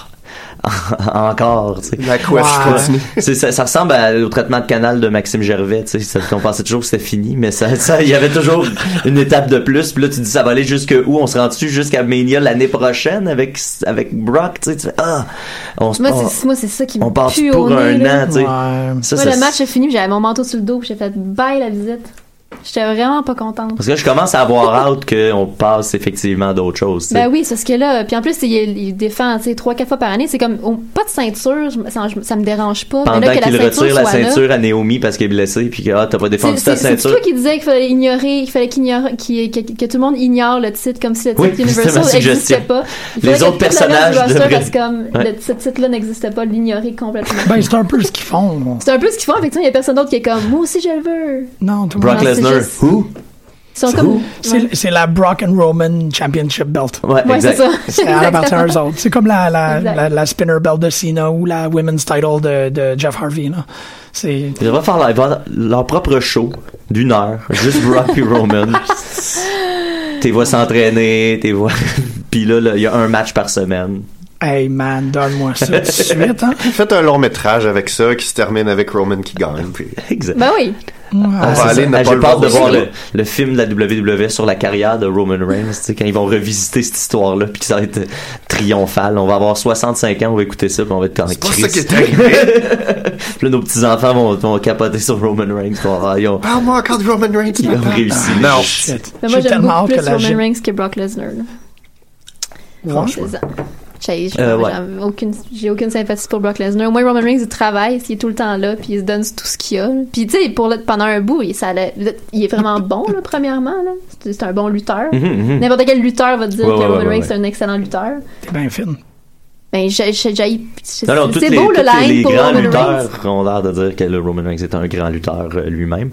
Speaker 7: ah, encore. tu sais.
Speaker 8: La couette
Speaker 5: Ouais.
Speaker 8: continue.
Speaker 7: C'est- ça, ça ressemble à- au traitement de canal de Maxime Gervais, tu sais, ça- on pensait toujours que c'était fini, mais ça, ça, il y avait toujours une étape de plus, puis là, tu dis, ça va aller jusque où, on se rend-tu jusqu'à Mania l'année prochaine avec, avec Brock, tu sais, tu fais, ah, on se
Speaker 9: Moi,
Speaker 7: on-
Speaker 9: c'est moi, c'est ça qui
Speaker 7: on
Speaker 9: me
Speaker 7: passe
Speaker 9: pue au
Speaker 7: pour un
Speaker 9: nez. là.
Speaker 7: an, tu sais.
Speaker 5: ouais.
Speaker 7: Ça,
Speaker 9: Moi,
Speaker 7: ça-
Speaker 9: le match est fini, puis j'avais mon manteau sur le dos, puis j'ai fait bye la visite. J'étais vraiment pas contente.
Speaker 7: Parce que je commence à avoir hâte qu'on passe effectivement à d'autres choses, tu sais.
Speaker 9: Ben oui, c'est ce que là. Puis en plus, il, il défend, tu sais, trois, quatre fois par année. C'est comme, oh, pas de ceinture, je- ça, je- ça me dérange pas. mais
Speaker 7: Pendant
Speaker 9: là, que
Speaker 7: qu'il
Speaker 9: la ceinture
Speaker 7: retire la
Speaker 9: soit là,
Speaker 7: ceinture à Naomi parce qu'elle est blessée, puis que ah, t'as pas défendu
Speaker 9: C'est-
Speaker 7: ta
Speaker 9: C'est c'est
Speaker 7: ceinture.
Speaker 9: toi qui disais qu'il fallait ignorer, il fallait qu'ignore- qu'il- que, que tout le monde ignore le titre comme si le titre
Speaker 7: Oui, c'était ma
Speaker 9: Universal
Speaker 7: suggestion.
Speaker 9: n'existait
Speaker 7: Les
Speaker 9: pas. Il
Speaker 7: autres
Speaker 9: fallait que tout le reste du
Speaker 7: personnages
Speaker 9: roster
Speaker 7: devraient-
Speaker 9: fasse comme
Speaker 7: Ouais.
Speaker 9: le- ce titre-là n'existait pas, l'ignorer complètement.
Speaker 5: Ben, c'est un peu ce qu'ils font.
Speaker 9: C'est un peu ce qu'ils font, effectivement, il y a personne d'autre qui est comme moi aussi je le veux.
Speaker 5: Non, tout le monde-
Speaker 7: Brock
Speaker 9: Non, c'est
Speaker 7: Lesnar,
Speaker 9: juste-
Speaker 7: who?
Speaker 9: Ils sont comme ouais.
Speaker 5: C'est, c'est la Brock and Roman Championship Belt.
Speaker 7: Ouais,
Speaker 9: Ouais, c'est
Speaker 7: exact.
Speaker 9: ça.
Speaker 5: C'est à appartient à eux autres. C'est comme la, la,
Speaker 9: Exact.
Speaker 5: la, la spinner belt de Cena ou la women's title de, de Jeff Harvey. Là. C'est...
Speaker 7: Ils devraient faire leur, ils vont avoir leur propre show d'une heure, juste Brock et Roman. T'es vois s'entraîner, t'es vois. Puis là, là, il y a un match par semaine.
Speaker 5: Hey man, donne-moi ça tout de suite. Hein?
Speaker 8: Faites un long métrage avec ça qui se termine avec Roman qui gagne. puis-
Speaker 7: Exact.
Speaker 9: Ben oui.
Speaker 5: Ouais.
Speaker 7: Ah,
Speaker 8: on va
Speaker 7: c'est
Speaker 8: aller
Speaker 7: ça.
Speaker 8: ne
Speaker 7: Ah,
Speaker 8: pas
Speaker 7: J'ai
Speaker 8: le
Speaker 7: peur de
Speaker 8: voir.
Speaker 7: voir le, le film de la WWE sur la carrière de Roman Reigns, tu sais, quand ils vont revisiter cette histoire-là, puis que ça va être triomphal. On va avoir 65 ans, on va écouter ça, puis on va être comme
Speaker 8: C'est pas
Speaker 7: Christ.
Speaker 8: ça qui est arrivé.
Speaker 7: Puis là, nos petits-enfants vont, vont capoter sur Roman Reigns. Ils vont, ah, ils ont,
Speaker 8: Parle-moi encore de Roman Reigns.
Speaker 7: ils ont
Speaker 8: papa.
Speaker 7: réussi.
Speaker 8: Non.
Speaker 5: Shit. J'ai
Speaker 9: Ben moi, j'aime
Speaker 5: tellement
Speaker 9: beaucoup
Speaker 5: hâte
Speaker 9: plus
Speaker 5: que la
Speaker 9: Roman
Speaker 5: gym-
Speaker 9: Reigns que Brock Lesnar. là.
Speaker 5: Ouais.
Speaker 9: C'est ça. J'ai j'ai-
Speaker 7: Euh, ouais.
Speaker 9: j'ai aucune, j'ai aucune sympathie pour Brock Lesnar. Au moins, Roman Reigns, il travaille, il est tout le temps là, puis il se donne tout ce qu'il a. Puis, tu sais, pour le- pendant un bout, il, ça, allait- il est vraiment bon, là, premièrement. Là. C'est c'est un bon lutteur. N'importe quel lutteur va te
Speaker 7: Mm-hmm,
Speaker 9: dire
Speaker 7: Ouais,
Speaker 9: que
Speaker 7: ouais,
Speaker 9: Roman
Speaker 7: ouais,
Speaker 9: Reigns
Speaker 7: ouais.
Speaker 9: est un excellent lutteur.
Speaker 5: T'es bien fine.
Speaker 9: Ben, j'ai- j'ai- j'ai- c'est
Speaker 7: Non, non, tous
Speaker 9: c'est
Speaker 7: les,
Speaker 9: beau
Speaker 7: tous
Speaker 9: le
Speaker 7: les- les
Speaker 9: line pour
Speaker 7: grands
Speaker 9: Roman Reigns.
Speaker 7: lutteurs ont l'air de dire que le Roman Reigns est un grand lutteur euh, lui-même.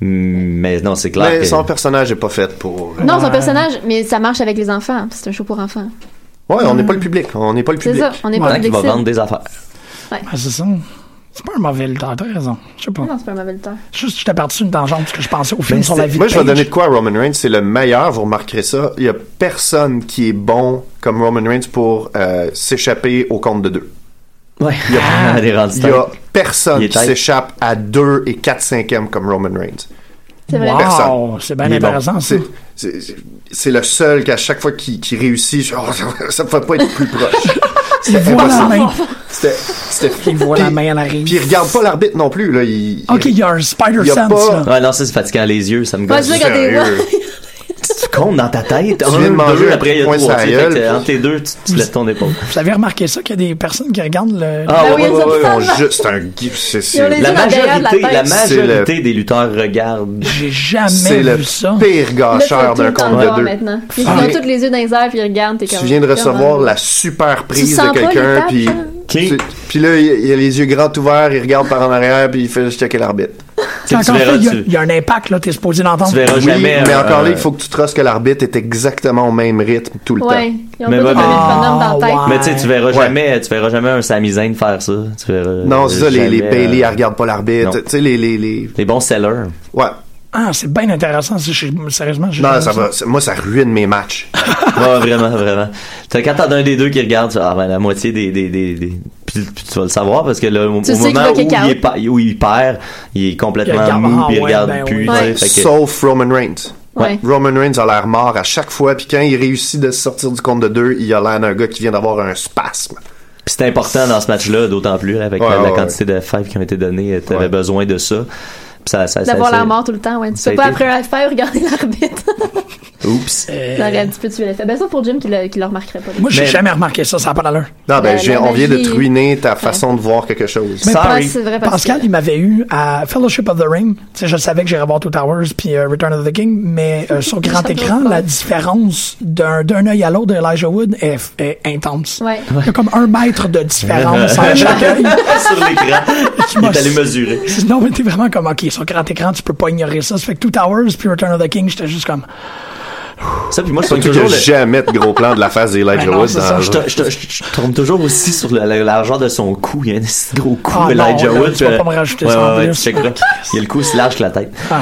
Speaker 7: Mm, Mais non, c'est clair.
Speaker 8: Mais
Speaker 7: que-
Speaker 8: son personnage est pas fait pour.
Speaker 9: Non, son
Speaker 5: Ouais.
Speaker 9: personnage, mais ça marche avec les enfants. C'est un show pour enfants.
Speaker 8: Ouais, on n'est pas le public. On n'est pas le
Speaker 9: C'est
Speaker 8: public.
Speaker 9: ça, on n'est
Speaker 7: Tant
Speaker 9: pas
Speaker 7: qu'il
Speaker 9: public
Speaker 7: va
Speaker 9: cible.
Speaker 7: vendre des affaires.
Speaker 5: Ah, c'est ça. C'est pas un mauvais lutteur, t'as raison. Je sais pas.
Speaker 9: Non, c'est pas un mauvais lutteur.
Speaker 5: Juste, j'étais parti d'une tangente parce que je pensais au film
Speaker 7: Ben,
Speaker 5: sur la
Speaker 7: c'est-
Speaker 5: vie
Speaker 8: Moi,
Speaker 5: de
Speaker 8: je vais
Speaker 5: Paige.
Speaker 8: donner de quoi à Roman Reigns. C'est le meilleur, vous remarquerez ça. Il y a personne qui est bon comme Roman Reigns pour euh, s'échapper au compte de deux.
Speaker 7: Ouais.
Speaker 8: Il y a,
Speaker 7: Elle est rendue
Speaker 8: Ah! il y a
Speaker 7: tête.
Speaker 8: personne
Speaker 7: Il est
Speaker 8: qui
Speaker 7: tight.
Speaker 8: s'échappe à 2 et 4 cinquièmes comme Roman Reigns.
Speaker 9: C'est vrai.
Speaker 5: Wow,
Speaker 8: personne.
Speaker 5: c'est bien
Speaker 8: Il est bon.
Speaker 5: intéressant, ça.
Speaker 8: C'est- c'est- C'est le seul qu'à chaque fois qu'il qu'il réussit, je- oh, ça ça ne peut pas être plus proche.
Speaker 5: Il voit la main.
Speaker 8: C'était c'était fou.
Speaker 5: Il voit la
Speaker 8: Puis-
Speaker 5: main à la rive.
Speaker 8: Puis il regarde pas l'arbitre non plus. Là. Il,
Speaker 5: Ok, il y a un
Speaker 8: Il y
Speaker 5: spider
Speaker 8: a
Speaker 5: sense,
Speaker 8: pas-
Speaker 5: là.
Speaker 7: Ouais, non, ça c'est fatigant les yeux, ça me
Speaker 9: Moi,
Speaker 7: gosse.
Speaker 9: je veux regarder.
Speaker 8: Sérieux.
Speaker 7: Tu comptes dans ta tête.
Speaker 8: viens de
Speaker 7: Un,
Speaker 8: manger
Speaker 7: deux,
Speaker 8: un
Speaker 7: après il y a
Speaker 8: point
Speaker 7: trois.
Speaker 8: sur la
Speaker 7: tu sais, fait
Speaker 8: gueule,
Speaker 7: que
Speaker 8: puis-
Speaker 7: Entre tes deux, tu- tu lèves ton épaule.
Speaker 5: Vous avez remarqué ça qu'il y a des personnes qui regardent le.
Speaker 7: Ah,
Speaker 9: Ben
Speaker 7: ouais,
Speaker 9: oui,
Speaker 7: ouais, ouais,
Speaker 9: ils ont
Speaker 7: ouais,
Speaker 9: tout
Speaker 7: on
Speaker 9: le temps.
Speaker 7: ju-
Speaker 8: Juste un gui- c'est- c'est-
Speaker 9: Ils ont les
Speaker 7: La
Speaker 9: yeux dans le derrière de la
Speaker 7: majorité,
Speaker 9: tête.
Speaker 7: la
Speaker 8: C'est
Speaker 7: majorité des lutteurs regardent.
Speaker 5: J'ai
Speaker 8: C'est
Speaker 5: jamais
Speaker 8: le
Speaker 5: vu ça.
Speaker 9: Là,
Speaker 8: pire
Speaker 9: tu vas
Speaker 8: gâcheur
Speaker 9: tout
Speaker 8: d'un
Speaker 9: le temps
Speaker 8: compte
Speaker 9: le voir
Speaker 8: de deux.
Speaker 9: maintenant. Ils
Speaker 8: Ah,
Speaker 9: ont
Speaker 8: mais-
Speaker 9: tous les yeux dans les airs, puis ils regardent, t'es comme...
Speaker 8: Tu viens de recevoir la super prise
Speaker 9: sens
Speaker 8: de
Speaker 9: pas
Speaker 8: quelqu'un,
Speaker 9: les
Speaker 8: puis
Speaker 9: tapes,
Speaker 7: hein?
Speaker 8: tu- puis là, il il a les yeux grands ouverts, il regarde par en arrière, puis il fait juste checker l'arbitre.
Speaker 5: Puis
Speaker 7: Tu
Speaker 5: encore
Speaker 7: verras,
Speaker 5: là, il y a-
Speaker 7: tu-
Speaker 5: il y, a un impact, là, t'es supposé l'entendre.
Speaker 7: Tu verras
Speaker 8: Oui,
Speaker 7: jamais.
Speaker 8: mais
Speaker 5: euh,
Speaker 7: un-
Speaker 8: encore là,
Speaker 7: un-
Speaker 8: il faut que tu trosses que l'arbitre est exactement au même rythme tout le
Speaker 9: Ouais,
Speaker 8: temps.
Speaker 9: ils ont
Speaker 7: Mais
Speaker 9: pas
Speaker 7: ouais,
Speaker 9: de
Speaker 7: mais-
Speaker 9: métronome dans la tête.
Speaker 5: Ah,
Speaker 7: Mais tu sais, tu verras
Speaker 8: Ouais.
Speaker 7: jamais, tu verras jamais un Sami Zayn faire ça. Tu verras
Speaker 8: Non, c'est ça, les, les
Speaker 7: jamais,
Speaker 8: Bailey,
Speaker 7: euh,
Speaker 8: elle regarde pas l'arbitre.
Speaker 7: non.
Speaker 8: Tu sais, les, les, les-
Speaker 7: les bons sellers.
Speaker 8: Ouais.
Speaker 5: Ah, c'est bien intéressant. ça, j'ai- Sérieusement, j'ai
Speaker 8: Non,
Speaker 5: jamais
Speaker 8: ça
Speaker 5: vu
Speaker 8: va. c'est- Moi, ça ruine mes matchs.
Speaker 7: Ouais, vraiment, vraiment. T'as quand t'as un des deux qui regarde, tu fais, ah ben la moitié des des des, des- Puis, puis tu vas le savoir parce que là au,
Speaker 9: Tu
Speaker 7: au
Speaker 9: sais qu'il
Speaker 7: moment
Speaker 9: va
Speaker 7: où
Speaker 9: kick
Speaker 7: il, est
Speaker 9: out.
Speaker 7: pa- où il perd, il est
Speaker 5: Il
Speaker 7: complètement
Speaker 5: regarde,
Speaker 7: mou
Speaker 5: ah
Speaker 7: puis il
Speaker 5: ouais,
Speaker 7: regarde
Speaker 5: ben
Speaker 7: plus.
Speaker 5: oui.
Speaker 7: tu sais,
Speaker 9: Ouais.
Speaker 7: fait que-
Speaker 8: Sauf Roman Reigns.
Speaker 9: Ouais.
Speaker 8: Roman Reigns a l'air mort à chaque fois, puis quand il réussit de se sortir du compte de deux, il a l'air d'un gars qui vient d'avoir un spasme.
Speaker 7: Puis c'est important dans ce match-là, d'autant plus avec
Speaker 8: Ouais,
Speaker 7: la, la
Speaker 8: ouais,
Speaker 7: quantité de fives qui ont été données, euh, t'avais
Speaker 8: Ouais.
Speaker 7: besoin de ça. Puis ça, ça, ça-
Speaker 9: D'avoir
Speaker 7: ça-
Speaker 9: la mort tout le temps, ouais. Tu
Speaker 7: ça
Speaker 9: peux
Speaker 7: a
Speaker 9: pas
Speaker 7: été-
Speaker 9: après un affaire regarder l'arbitre.
Speaker 7: Oups.
Speaker 9: J'aurais un petit peu tué l'effet. Ben ça pour Jim qui le, qui le remarquerait pas.
Speaker 5: Moi, j'ai
Speaker 7: Mais-
Speaker 5: jamais remarqué ça, ça n'a pas d'allure.
Speaker 8: Non, ben,
Speaker 9: La-
Speaker 8: je viens-
Speaker 9: la
Speaker 8: on vient de
Speaker 9: magie.
Speaker 8: te ruiner ta façon de voir quelque chose.
Speaker 5: Mais-
Speaker 9: Ouais,
Speaker 7: Sorry.
Speaker 9: c'est vrai parce
Speaker 5: Pascal,
Speaker 9: que...
Speaker 5: il m'avait eu à Fellowship of the Ring. Tu sais, je savais que j'irais voir Two Towers puis euh, Return of the King, mais euh, sur grand
Speaker 9: J'adore
Speaker 5: écran,
Speaker 9: ça.
Speaker 5: la différence d'un d'un œil à l'autre d'Elijah Wood est, est intense.
Speaker 9: Ouais.
Speaker 5: Il y a comme un mètre de différence entre chaque œil.
Speaker 7: sur l'écran. Il est allé mesurer.
Speaker 5: Non, mais t'es vraiment comme, OK, sur grand écran, tu peux pas ignorer ça. Ça fait que Two Towers puis Return of the King, j'étais juste comme,
Speaker 7: Ça, puis moi, je tombe
Speaker 8: Surtout qu'il n'y
Speaker 7: toujours.
Speaker 8: a
Speaker 7: le-
Speaker 8: jamais de gros plan de la face d'Elijah
Speaker 5: Ben non,
Speaker 8: Wood
Speaker 5: c'est ça,
Speaker 8: dans
Speaker 7: Je, to- je to- je- je tombe toujours aussi sur le- la largeur de son cou. Il y a un si gros cou,
Speaker 5: Ah non,
Speaker 7: Elijah
Speaker 5: là,
Speaker 7: Wood.
Speaker 5: tu vas
Speaker 7: puis,
Speaker 5: pas me rajouter
Speaker 7: ouais,
Speaker 5: ça en
Speaker 7: ouais,
Speaker 5: plus.
Speaker 7: tu checkeras. Il y a le cou si large que la tête.
Speaker 5: Ah,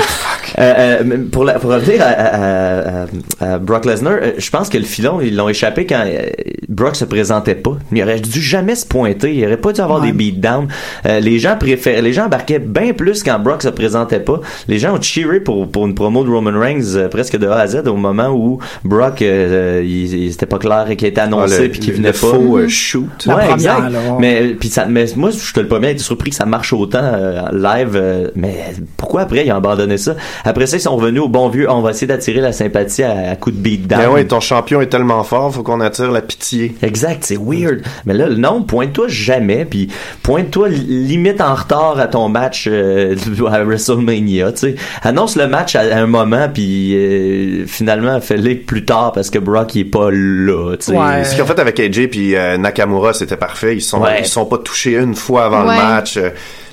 Speaker 7: Euh, euh, mais pour, la- pour revenir à, à- à- à Brock Lesnar, euh, je pense que le filon, ils l'ont échappé quand euh, Brock se présentait pas. Il aurait dû jamais se pointer. Il aurait pas dû avoir
Speaker 5: Ouais.
Speaker 7: des beatdowns. Euh, les gens préfèrent, les gens embarquaient bien plus quand Brock se présentait pas. Les gens ont cheeré pour, pour une promo de Roman Reigns euh, presque de A à Z au moment où Brock, euh, il, il- c'était pas clair qu'il était
Speaker 8: Ah,
Speaker 7: annoncé
Speaker 8: le,
Speaker 7: puis qu'il
Speaker 8: le-
Speaker 7: venait
Speaker 8: le
Speaker 7: pas.
Speaker 8: faux euh, shoot.
Speaker 5: La
Speaker 7: Ouais,
Speaker 5: première,
Speaker 7: exact.
Speaker 5: là, ouais.
Speaker 7: Mais euh, puis ça, mais moi, je suis le premier à être surpris que ça marche autant euh, live. euh, mais pourquoi après ils ont abandonné ça Après ça, ils sont revenus au bon vieux. On va essayer d'attirer la sympathie à, à coup de beat
Speaker 8: Ben ouais, ton champion est tellement fort, faut qu'on attire la pitié.
Speaker 7: Exact, c'est weird. Mais là, non, pointe-toi jamais, puis pointe-toi li- limite en retard à ton match euh, à WrestleMania, tu sais. Annonce le match à, à un moment, puis euh, finalement, fais-le plus tard parce que Brock, il est pas là, tu sais.
Speaker 5: Ouais.
Speaker 8: Ce qu'ils ont fait avec AJ puis euh, Nakamura, c'était parfait. Ils sont,
Speaker 7: Ouais.
Speaker 8: ils sont pas touchés une fois avant
Speaker 9: Ouais.
Speaker 8: le match. euh,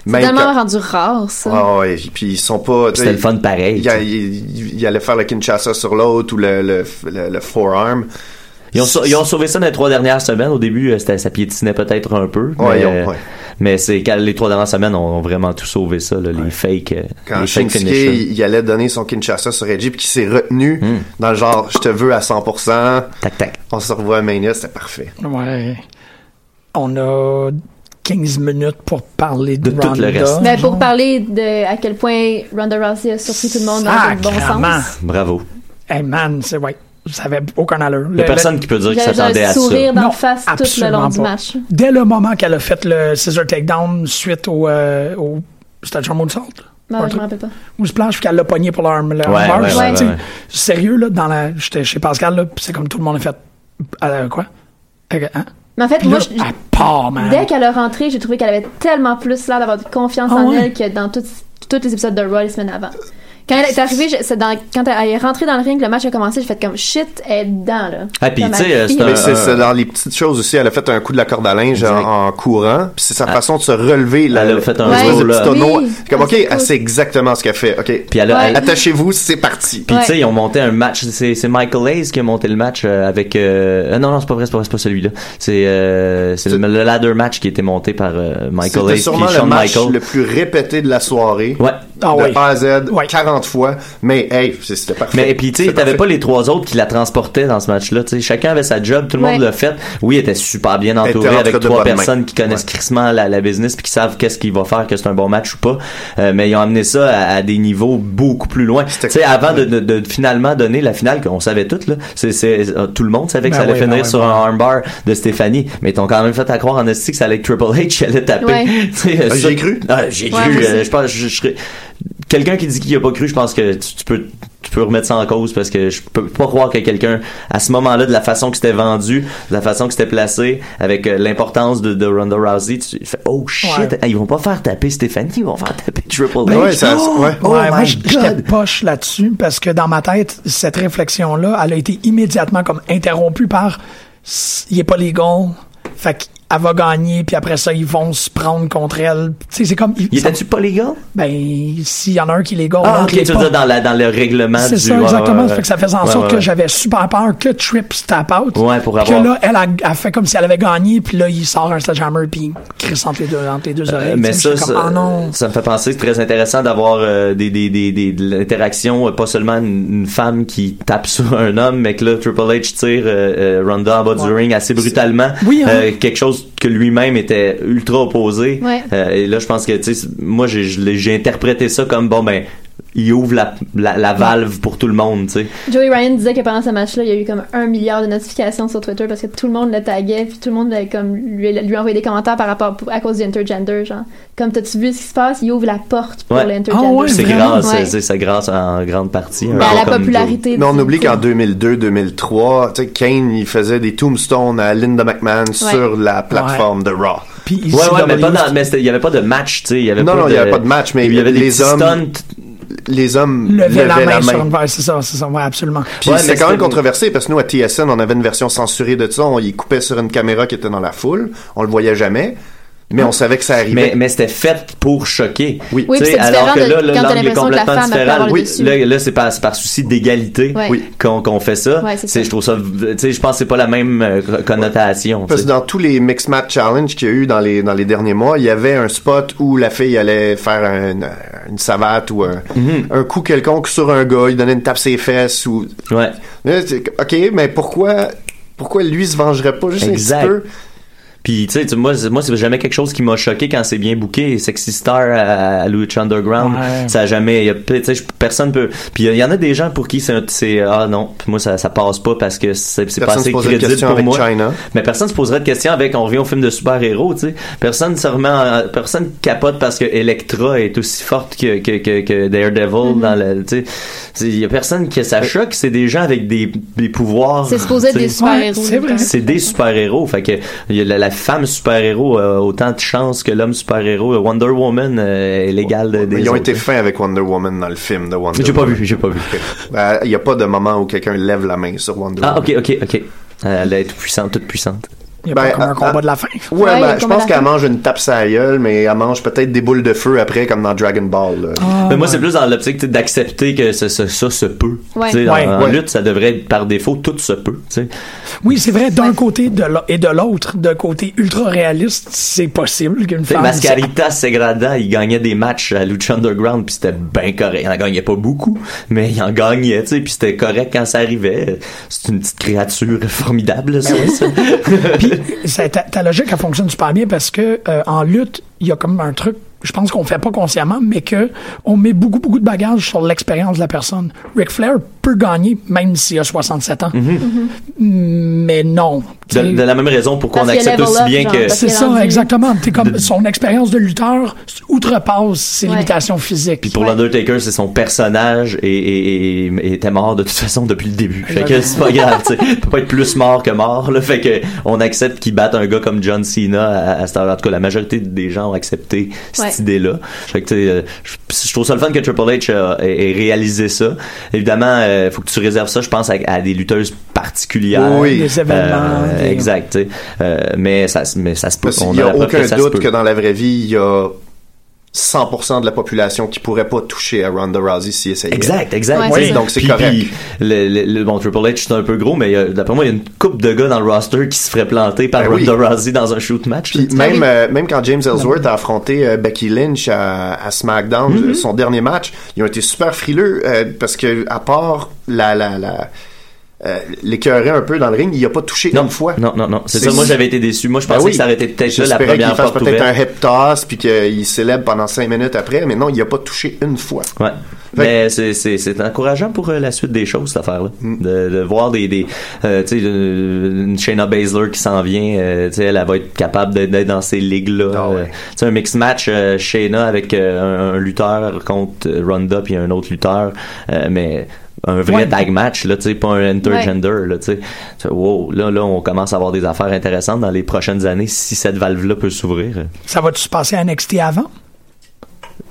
Speaker 9: C'est
Speaker 8: Même
Speaker 9: tellement
Speaker 8: quand-
Speaker 9: rendu rare, ça.
Speaker 8: Ah ouais, puis ils sont pas. tu sais,
Speaker 7: C'était le fun pareil.
Speaker 8: Il,
Speaker 7: tu sais.
Speaker 8: il- il allait faire le Kinshasa sur l'autre ou le, le, le, le forearm.
Speaker 7: Ils ont, sau- ils ont sauvé ça dans les trois dernières semaines. Au début, euh, c'était- ça piétinait peut-être un peu.
Speaker 8: Ouais,
Speaker 7: mais, euh,
Speaker 8: ils ont- ouais.
Speaker 7: mais c'est quand les trois dernières semaines ont ont vraiment tout sauvé ça, là, les fakes, euh,
Speaker 8: Quand
Speaker 7: les fake
Speaker 8: Shinsuke,
Speaker 7: finishers.
Speaker 8: il, il allait donner son Kinshasa sur Edgy, puis qu'il s'est retenu
Speaker 7: Hmm.
Speaker 8: dans le genre, je te veux à 100%,
Speaker 7: Tac, tac.
Speaker 8: on se revoit à Mania, c'était parfait.
Speaker 5: ouais. On a 15 minutes pour parler de,
Speaker 7: De tout le
Speaker 5: Ronda,
Speaker 7: reste.
Speaker 9: Mais Ben, pour
Speaker 5: genre.
Speaker 9: parler de à quel point Ronda Rousey a surpris tout le monde dans le bon
Speaker 5: Sacrement.
Speaker 9: sens.
Speaker 7: Bravo.
Speaker 5: Hey man, c'est ouais, ça avait aucun allure.
Speaker 7: Il y a personne qui peut dire qu'il
Speaker 9: J'avais
Speaker 7: s'attendait
Speaker 9: un
Speaker 7: à ça.
Speaker 9: sourire dans
Speaker 5: Non,
Speaker 9: le face tout le long
Speaker 5: absolument
Speaker 9: du
Speaker 5: pas.
Speaker 9: match.
Speaker 5: Dès le moment qu'elle a fait le scissor takedown suite au, euh, au c'était le moonsault
Speaker 9: Non,
Speaker 5: Un
Speaker 9: je
Speaker 5: truc.
Speaker 9: me rappelle pas.
Speaker 5: ou ce planche qu'elle l'a pogné pour l'arme le
Speaker 7: Ouais,
Speaker 5: armbar,
Speaker 7: ouais,
Speaker 5: tu
Speaker 9: ouais,
Speaker 5: sais.
Speaker 7: ouais, ouais.
Speaker 5: sérieux là dans la j'étais chez Pascal là, puis c'est comme tout le monde a fait euh, quoi Ok, hein?
Speaker 9: Mais en fait,
Speaker 5: Puis
Speaker 9: moi,
Speaker 5: là,
Speaker 9: je-
Speaker 5: elle part, man.
Speaker 9: dès qu'elle a rentré, j'ai trouvé qu'elle avait tellement plus l'air d'avoir confiance
Speaker 5: Ah
Speaker 9: en
Speaker 5: ouais?
Speaker 9: elle que dans tout- tous les épisodes de Raw les semaines avant. Quand elle est arrivée, je- c'est dans- quand elle est rentrée dans le ring, le match a commencé, j'ai fait comme shit, elle est dedans, là.
Speaker 7: Ah, puis,
Speaker 9: Comme
Speaker 7: tu sais,
Speaker 9: elle
Speaker 7: c'est
Speaker 9: file.
Speaker 7: un-
Speaker 8: Mais c'est c'est dans les petites choses aussi. Elle a fait un coup de la corde à linge en, en courant. Puis c'est sa façon de se relever. Là,
Speaker 7: Ah. Elle a fait un
Speaker 8: espèce
Speaker 9: roll,
Speaker 8: de petit
Speaker 7: là.
Speaker 8: tonneau.
Speaker 9: Oui, Ah,
Speaker 8: C'est comme,
Speaker 9: elle
Speaker 8: OK,
Speaker 9: se
Speaker 8: elle
Speaker 9: pousse.
Speaker 8: sait exactement ce qu'elle fait. OK.
Speaker 7: Puis elle a-
Speaker 9: Ouais.
Speaker 7: elle-
Speaker 8: Attachez-vous, c'est parti.
Speaker 7: Puis, tu sais,
Speaker 9: Ouais.
Speaker 7: ils ont monté un match. C'est c'est Michael Hayes qui a monté le match euh, avec. euh, ah non, non, c'est pas vrai, c'est pas, vrai, c'est pas celui-là. C'est euh, c'est le,
Speaker 8: C'est-
Speaker 7: le ladder match qui a été monté par euh, Michael
Speaker 8: C'était
Speaker 7: Hayes
Speaker 8: sûrement
Speaker 7: puis
Speaker 8: le
Speaker 7: Shawn
Speaker 8: match
Speaker 7: Michaels.
Speaker 8: le plus répété de la soirée.
Speaker 7: Ouais.
Speaker 5: Ah
Speaker 8: de
Speaker 5: oui.
Speaker 8: A à Z,
Speaker 5: Ouais.
Speaker 8: 40 fois. Mais, hey, c'est- c'était parfait.
Speaker 7: Mais et puis tu sais,
Speaker 8: C'était
Speaker 7: t'avais
Speaker 8: parfait.
Speaker 7: pas les trois autres qui la transportaient dans ce match-là. Tu sais, chacun avait sa job, tout le monde
Speaker 9: Ouais.
Speaker 7: l'a fait. Oui, il était super bien
Speaker 8: était
Speaker 7: entouré
Speaker 8: entre
Speaker 7: avec
Speaker 8: de
Speaker 7: trois
Speaker 8: bonnes mains.
Speaker 7: personnes qui connaissent
Speaker 8: Ouais.
Speaker 7: crissement la, la business puis qui savent qu'est-ce qu'il va faire, que c'est un bon match ou pas. Euh, mais ils ont amené ça à, à des niveaux beaucoup plus loin. Tu sais, avant de, de- de finalement donner la finale qu'on savait toutes là, c'est c'est- euh, tout le monde savait que
Speaker 5: Ben
Speaker 7: ça allait
Speaker 5: oui, ben
Speaker 7: finir
Speaker 5: oui,
Speaker 7: sur
Speaker 5: ben
Speaker 7: un armbar de Stéphanie, mais ils t'ont quand même fait à croire en esti que ça allait être Triple H qui allait taper.
Speaker 9: Ouais.
Speaker 7: Tu sais, euh,
Speaker 8: Ah,
Speaker 7: ça-
Speaker 8: j'ai cru.
Speaker 7: Ah, j'ai
Speaker 9: Ouais,
Speaker 7: cru.
Speaker 9: moi
Speaker 7: euh,
Speaker 9: aussi.
Speaker 7: je pense, je, je serais- quelqu'un qui dit qu'il a pas cru, je pense que tu, tu peux tu peux remettre ça en cause parce que je peux pas croire que quelqu'un à ce moment-là de la façon que c'était vendu, de la façon que c'était placé, avec euh, l'importance de, de Ronda Rousey, tu fais oh shit,
Speaker 5: Ouais.
Speaker 7: hey, ils vont pas faire taper Stéphanie, ils vont faire taper Triple H.
Speaker 8: Ben ouais, ça-
Speaker 7: oh,
Speaker 8: ouais.
Speaker 7: oh
Speaker 5: ouais,
Speaker 7: my
Speaker 5: moi, j- j'étais
Speaker 7: God.
Speaker 5: poche là-dessus parce que dans ma tête, cette réflexion-là, elle a été immédiatement comme interrompue par s- il est pas legal, fait qu'elle va gagner, puis après ça, ils vont se prendre contre elle. Tu sais, c'est comme. ils-
Speaker 7: Il
Speaker 5: ça-
Speaker 7: était-tu pas légal?
Speaker 5: ben, s'il y en a un qui est légal,
Speaker 7: Ah, ok,
Speaker 5: l'autre l'est
Speaker 7: tu veux
Speaker 5: pas.
Speaker 7: dire dans, la, dans le règlement
Speaker 5: C'est
Speaker 7: du...
Speaker 5: ça,
Speaker 7: ouais,
Speaker 5: exactement.
Speaker 7: ouais, ouais.
Speaker 5: Fait que ça faisait en
Speaker 7: Ouais,
Speaker 5: sorte
Speaker 7: ouais,
Speaker 5: que
Speaker 7: ouais.
Speaker 5: j'avais super peur que Trip tap out.
Speaker 7: Ouais, pour
Speaker 5: Puis
Speaker 7: avoir-
Speaker 5: que là, elle, a, a fait comme si elle avait gagné, puis là, il sort un sledgehammer, puis il crisse entre les deux, entre les deux oreilles.
Speaker 7: Euh, mais
Speaker 5: tu sais,
Speaker 7: ça,
Speaker 5: j'étais
Speaker 7: ça,
Speaker 5: comme, Ah non.
Speaker 7: ça me fait penser que c'est très intéressant d'avoir euh, des, des, des, des, de l'interaction, euh, pas seulement une, une femme qui tape sur un homme, mais que là, Triple H tire euh, euh, Ronda en bas du
Speaker 5: Ouais.
Speaker 7: ring assez brutalement.
Speaker 5: Oui, hein.
Speaker 7: Euh, quelque chose que lui-même était ultra opposé.
Speaker 9: Ouais.
Speaker 7: Euh, et là, je pense que, tu sais, moi, j'ai- je l'ai- j'ai interprété ça comme, bon, ben, il ouvre la, la, la valve pour tout le monde, tu sais.
Speaker 9: Joey Ryan disait que pendant ce match-là, il y a eu comme un milliard de notifications sur Twitter parce que tout le monde le taguait, puis tout le monde avait comme lui, lui envoyait des commentaires par rapport à cause du intergender, genre comme t'as-tu vu ce qui se passe, il ouvre la porte pour
Speaker 7: Ouais.
Speaker 9: l'intergender.
Speaker 5: Ah ouais,
Speaker 7: C'est
Speaker 5: Vraiment,
Speaker 7: grâce,
Speaker 9: ouais.
Speaker 7: euh, c'est c'est grâce en grande partie. un
Speaker 9: Ben, à
Speaker 8: Bah,
Speaker 7: peu
Speaker 9: la
Speaker 7: comme-
Speaker 9: popularité.
Speaker 8: Mais on
Speaker 9: du
Speaker 8: oublie
Speaker 9: coup.
Speaker 8: qu'en 2002-2003, tu sais, Kane, il faisait des tombstones à Linda McMahon sur la plateforme de Raw.
Speaker 5: Puis
Speaker 7: Ouais, ouais,
Speaker 5: ECW,
Speaker 7: mais pas dans- mais c'était- il y avait pas de match, tu sais. il y avait
Speaker 8: Non,
Speaker 7: pas
Speaker 8: non,
Speaker 7: de,
Speaker 8: il y avait pas de match, mais
Speaker 7: il y avait des
Speaker 8: les
Speaker 7: petits
Speaker 8: hommes-
Speaker 7: stunts
Speaker 8: Les hommes
Speaker 5: lever
Speaker 8: levaient
Speaker 5: la main sur une verre, c'est ça, c'est ça, ouais, absolument.
Speaker 8: Puis
Speaker 7: Ouais, mais
Speaker 8: c'était quand même
Speaker 7: c'était-
Speaker 8: controversé parce que nous, à TSN, on avait une version censurée de ça. On y coupait sur une caméra qui était dans la foule. On le voyait jamais. Mais on savait que ça arrivait.
Speaker 7: Mais, mais c'était fait pour choquer.
Speaker 8: Oui.
Speaker 9: Oui,
Speaker 7: Tu sais,
Speaker 9: puis c'est
Speaker 7: alors
Speaker 9: différent
Speaker 7: que
Speaker 9: de-
Speaker 7: là, là,
Speaker 9: quand t'as
Speaker 7: l'angle est
Speaker 9: l'impression que la
Speaker 7: complètement
Speaker 9: femme a pu
Speaker 7: différent.
Speaker 9: avoir le
Speaker 7: Oui,
Speaker 9: dessus.
Speaker 7: là, là c'est par, c'est par souci d'égalité
Speaker 9: Ouais.
Speaker 8: Oui.
Speaker 7: qu'on qu'on fait ça.
Speaker 9: Ouais, c'est
Speaker 7: C'est-
Speaker 9: ça.
Speaker 7: Je trouve ça, tu sais, je pense que c'est pas la même euh, connotation. tu
Speaker 8: Parce
Speaker 7: sais.
Speaker 8: que dans tous les Mix Match Challenge qu'il y a eu dans les, dans les derniers mois, il y avait un spot où la fille allait faire un- une savate ou un,
Speaker 7: Mhm.
Speaker 8: un coup quelconque sur un gars, il donnait une tape ses fesses ou.
Speaker 7: Ouais.
Speaker 8: Là, c'est que, Ok, mais pourquoi, pourquoi lui se vengerait pas juste
Speaker 7: Exact.
Speaker 8: un petit peu?
Speaker 7: Puis tu sais, tu- moi, c'est- moi c'est jamais quelque chose qui m'a choqué quand c'est bien booké. Sexy Star à, à Lucha Underground,
Speaker 5: Ouais.
Speaker 7: ça a jamais. y a- Tu sais, je- personne peut. Puis il y en a des gens pour qui c'est un- c'est ah non, puis moi ça, ça passe pas parce que c'est c'est pas
Speaker 8: Personne se
Speaker 7: assez
Speaker 8: posait de
Speaker 7: crédible
Speaker 8: questions
Speaker 7: pour
Speaker 8: avec
Speaker 7: moi.
Speaker 8: China.
Speaker 7: Mais personne se poserait de questions avec on revient au film de super-héros, tu sais. Personne se remet en- personne capote parce que Electra est aussi forte que, que, que, que Daredevil
Speaker 9: Mm-hmm.
Speaker 7: dans le, tu sais. C'est- Il y a personne que ça choque, c'est des gens avec des, des pouvoirs.
Speaker 9: C'est supposé être
Speaker 7: tu sais.
Speaker 9: des super-héros.
Speaker 5: c'est vrai.
Speaker 7: C'est des super-héros. Fait que y a la, la femme super-héros a autant de chance que l'homme super-héros. Wonder Woman euh, est l'égale de, des
Speaker 8: Ils ont
Speaker 7: autres.
Speaker 8: été fins avec Wonder Woman dans le film de Wonder
Speaker 7: J'ai pas
Speaker 8: Woman.
Speaker 7: vu, j'ai pas vu.
Speaker 8: Ben, Il n'y a pas de moment où quelqu'un lève la main sur Wonder
Speaker 7: Ah,
Speaker 8: Woman.
Speaker 7: ok, ok, ok. Euh, Elle est toute puissante, toute puissante.
Speaker 5: Il y a
Speaker 8: Ben,
Speaker 5: pas comme un
Speaker 8: ah,
Speaker 5: combat
Speaker 8: ah,
Speaker 5: de la fin.
Speaker 8: Ouais,
Speaker 9: Ouais,
Speaker 8: ben,
Speaker 9: le
Speaker 8: je
Speaker 9: combat
Speaker 8: pense
Speaker 9: de la
Speaker 8: qu'elle
Speaker 9: fin.
Speaker 8: mange une tape sa gueule, mais elle mange peut-être des boules de feu après, comme dans Dragon Ball. là.
Speaker 7: Mais moi, c'est plus dans l'optique tu sais, d'accepter que ce- ce- ça se peut.
Speaker 9: Ouais.
Speaker 7: Tu sais, en-
Speaker 5: Ouais.
Speaker 7: en,
Speaker 8: Ouais.
Speaker 7: lutte, ça devrait être par défaut, tout se peut. tu sais.
Speaker 5: Oui, c'est vrai, d'un côté de l'au- et de l'autre, d'un côté ultra réaliste, c'est possible qu'une
Speaker 7: Tu sais,
Speaker 5: femme.
Speaker 7: Mascarita Segrada, il gagnait des matchs à Lucha Underground, puis c'était bien correct. Il en gagnait pas beaucoup, mais il en gagnait, tu sais, puis c'était correct quand ça arrivait. C'est une petite créature formidable, ça. ça.
Speaker 5: Puis, c'est- ta, ta logique, elle fonctionne super bien parce que euh, en lutte, il y a comme un truc, je pense qu'on fait pas consciemment, mais que on met beaucoup, beaucoup de bagages sur l'expérience de la personne. Ric Flair peut gagner, même s'il a 67 ans. Mm-hmm. Mais non,
Speaker 7: De, de la même raison pourquoi
Speaker 9: Parce
Speaker 7: on
Speaker 9: qu'il
Speaker 7: accepte
Speaker 9: level
Speaker 7: aussi
Speaker 9: up,
Speaker 7: bien
Speaker 9: genre,
Speaker 7: que.
Speaker 9: parce
Speaker 5: C'est
Speaker 9: T'es
Speaker 5: ça,
Speaker 9: rendu-
Speaker 5: exactement. T'es comme son expérience de lutteur outrepasse ses
Speaker 9: Ouais.
Speaker 5: limitations physiques.
Speaker 7: Puis pour l'Undertaker, c'est son personnage et, et, et- et était mort de toute façon depuis le début. Fait que c'est pas grave, tu sais. Il peut pas être plus mort que mort, là. Fait que on accepte qu'il batte un gars comme John Cena à, à cette heure. En tout cas, la majorité des gens ont accepté cette
Speaker 9: Ouais.
Speaker 7: idée-là. Fait que, tu sais, euh, je, je trouve ça le fun que Triple H a- ait ait réalisé ça. Évidemment, il faut que tu réserves ça, je pense, à, à des lutteuses particulières.
Speaker 8: Oui.
Speaker 5: Des événements, des-
Speaker 7: Exact, tu sais. Euh, mais, ça, se- mais ça se peut.
Speaker 8: Parce qu'il
Speaker 7: On
Speaker 8: n'y a
Speaker 7: la preuve
Speaker 8: aucun
Speaker 7: ça se
Speaker 8: doute
Speaker 7: peut.
Speaker 8: que dans la vraie vie, il y a 100% de la population qui pourrait pas toucher à Ronda Rousey si essayait.
Speaker 7: Exact, exact.
Speaker 9: Ouais, Oui, c'est ça.
Speaker 8: donc c'est
Speaker 7: Puis-
Speaker 8: correct.
Speaker 7: puis le, le- le- bon, Triple H, c'est un peu gros, mais il y a- d'après moi, il y a une coupe de gars dans le roster qui se ferait planter par
Speaker 8: Ben oui.
Speaker 7: Ronda Rousey dans un shoot match.
Speaker 8: Puis
Speaker 7: là.
Speaker 8: même, euh, même quand James Ellsworth a affronté euh, Becky Lynch à, à SmackDown,
Speaker 7: Mm-hmm.
Speaker 8: euh, son dernier match, ils ont été super frileux euh, parce que à part la, la, la euh, l'écœurer un peu dans le ring, il a pas touché
Speaker 7: non,
Speaker 8: une fois.
Speaker 7: non, non, non. C'est
Speaker 8: C'est-
Speaker 7: ça. Moi, j'avais été déçu. Moi, je pensais
Speaker 8: Ben oui.
Speaker 7: que ça arrêtait peut-être là la
Speaker 8: J'espérais qu'il
Speaker 7: première
Speaker 8: fasse
Speaker 7: porte
Speaker 8: peut-être un
Speaker 7: ouverte.
Speaker 8: hip toss puis qu'il célèbre pendant cinq minutes après, mais non, il a pas touché une fois.
Speaker 7: Ouais. Mais c'est, c'est, c'est encourageant pour euh, la suite des choses, cette affaire-là. De, de voir des, des euh, tu sais, une une Shayna Baszler qui s'en vient, euh, tu sais, elle, elle va être capable d'être, d'être dans ces ligues-là.
Speaker 8: Ah ouais.
Speaker 7: Euh, tu sais, un mix match euh, Shayna avec euh, un, un lutteur contre euh, Ronda puis un autre lutteur, euh, mais un vrai
Speaker 5: Ouais.
Speaker 7: tag match là, tu sais, pas un intergender là, tu sais. Tu sais. Wow, là, là, on commence à avoir des affaires intéressantes dans les prochaines années si cette valve-là peut s'ouvrir.
Speaker 5: Ça va-tu se passer à NXT avant?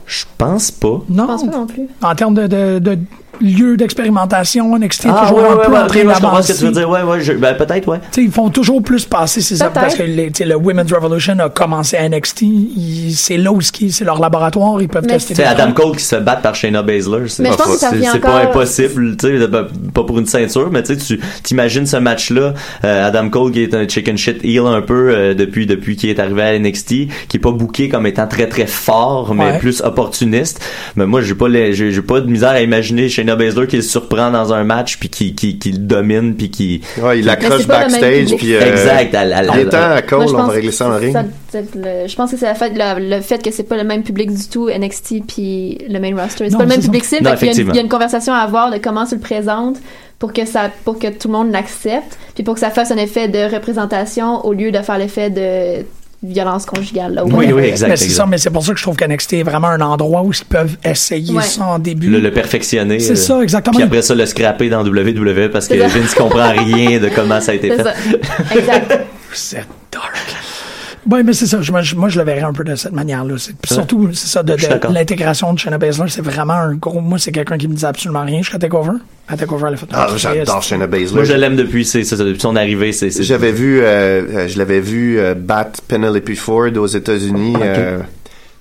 Speaker 7: Je pense pas.
Speaker 5: Non.
Speaker 9: Je pense pas non plus.
Speaker 5: En termes de, de, de lieu d'expérimentation, NXT est toujours
Speaker 7: Ah, ouais,
Speaker 5: un
Speaker 7: ouais,
Speaker 5: peu
Speaker 7: ouais,
Speaker 5: en
Speaker 7: ok,
Speaker 5: train
Speaker 7: moi, je comprends
Speaker 5: d'avancer.
Speaker 7: ce que tu veux dire. Ouais, ouais, je- ben, peut-être, ouais.
Speaker 5: Tu sais, ils font toujours plus passer ces hommes
Speaker 9: Peut-être.
Speaker 5: parce que les- tu sais, le Women's Revolution a commencé à NXT. Ils- C'est là où ce qui- c'est leur laboratoire. Ils peuvent
Speaker 9: Mais
Speaker 5: tester.
Speaker 7: Tu sais,
Speaker 5: des
Speaker 7: Adam
Speaker 5: trucs.
Speaker 7: Cole qui se bat par Shayna Baszler, c'est
Speaker 9: Mais
Speaker 7: pas,
Speaker 9: je pense que ça
Speaker 7: c'est-
Speaker 9: revient
Speaker 7: c'est pas
Speaker 9: encore-
Speaker 7: impossible, tu sais, de- pas pas pour une ceinture, mais tu sais, tu t'imagines ce match-là, euh, Adam Cole qui est un chicken shit heel un peu euh, depuis depuis qu'il est arrivé à NXT, qui est pas booké comme étant très très fort, mais
Speaker 5: Ouais.
Speaker 7: plus opportuniste. Mais moi, j'ai pas les, j'ai j'ai pas de misère à imaginer Shayna Baszler qui le surprend dans un match puis qui qui, qui le domine puis qui
Speaker 8: Ouais, Ah, il
Speaker 9: Mais
Speaker 8: l'accroche
Speaker 9: c'est pas le même
Speaker 8: backstage
Speaker 9: public.
Speaker 8: puis euh,
Speaker 7: exact, elle- elle-
Speaker 8: Il est
Speaker 7: elle-
Speaker 8: temps à
Speaker 9: Moi,
Speaker 8: Cole,
Speaker 9: je
Speaker 8: on
Speaker 9: pense
Speaker 8: va régler ça
Speaker 9: que
Speaker 8: en ring.
Speaker 9: ça- ça- le- je pense que c'est la fait, la- le fait que c'est pas le même public du tout, NXT puis le main roster. C'est
Speaker 5: Non,
Speaker 9: pas le même
Speaker 5: c'est ça.
Speaker 9: public cible.
Speaker 7: Non,
Speaker 9: fait qu'il y a une-
Speaker 7: effectivement.
Speaker 9: il, y a une conversation à avoir de comment tu le présentes pour que ça, pour que tout le monde l'accepte, puis pour que ça fasse un effet de représentation au lieu de faire l'effet de violence conjugale. Là, ou
Speaker 7: Oui,
Speaker 9: whatever.
Speaker 7: oui, exact,
Speaker 5: Mais c'est
Speaker 7: exact.
Speaker 5: ça, mais c'est pour ça que je trouve que NXT est vraiment un endroit où ils peuvent essayer
Speaker 9: Ouais.
Speaker 5: ça en début.
Speaker 7: le, le perfectionner.
Speaker 5: C'est
Speaker 7: euh,
Speaker 5: ça, exactement.
Speaker 7: Puis après ça, le scraper dans WWE parce que
Speaker 9: C'est ça.
Speaker 7: Vince comprend rien de comment ça a été fait.
Speaker 9: C'est ça. Exact.
Speaker 5: C'est dark. Oui, mais c'est ça. je- moi, je- moi, je le verrais un peu de cette manière-là. C'est- puis Surtout, c'est ça, de,
Speaker 7: Je suis
Speaker 5: de-
Speaker 7: d'accord.
Speaker 5: l'intégration de Shayna Baszler, c'est vraiment un gros... Moi, c'est quelqu'un qui me disait absolument rien jusqu'à TakeOver. À TakeOver, elle a fait...
Speaker 8: Ah, j'adore Shayna
Speaker 7: Moi, je
Speaker 8: Baszler.
Speaker 7: l'aime depuis, c'est, c'est- depuis son arrivée. C'est, c'est-
Speaker 8: J'avais vu, euh, euh, je l'avais vu euh, battre Penelope Ford aux États-Unis euh,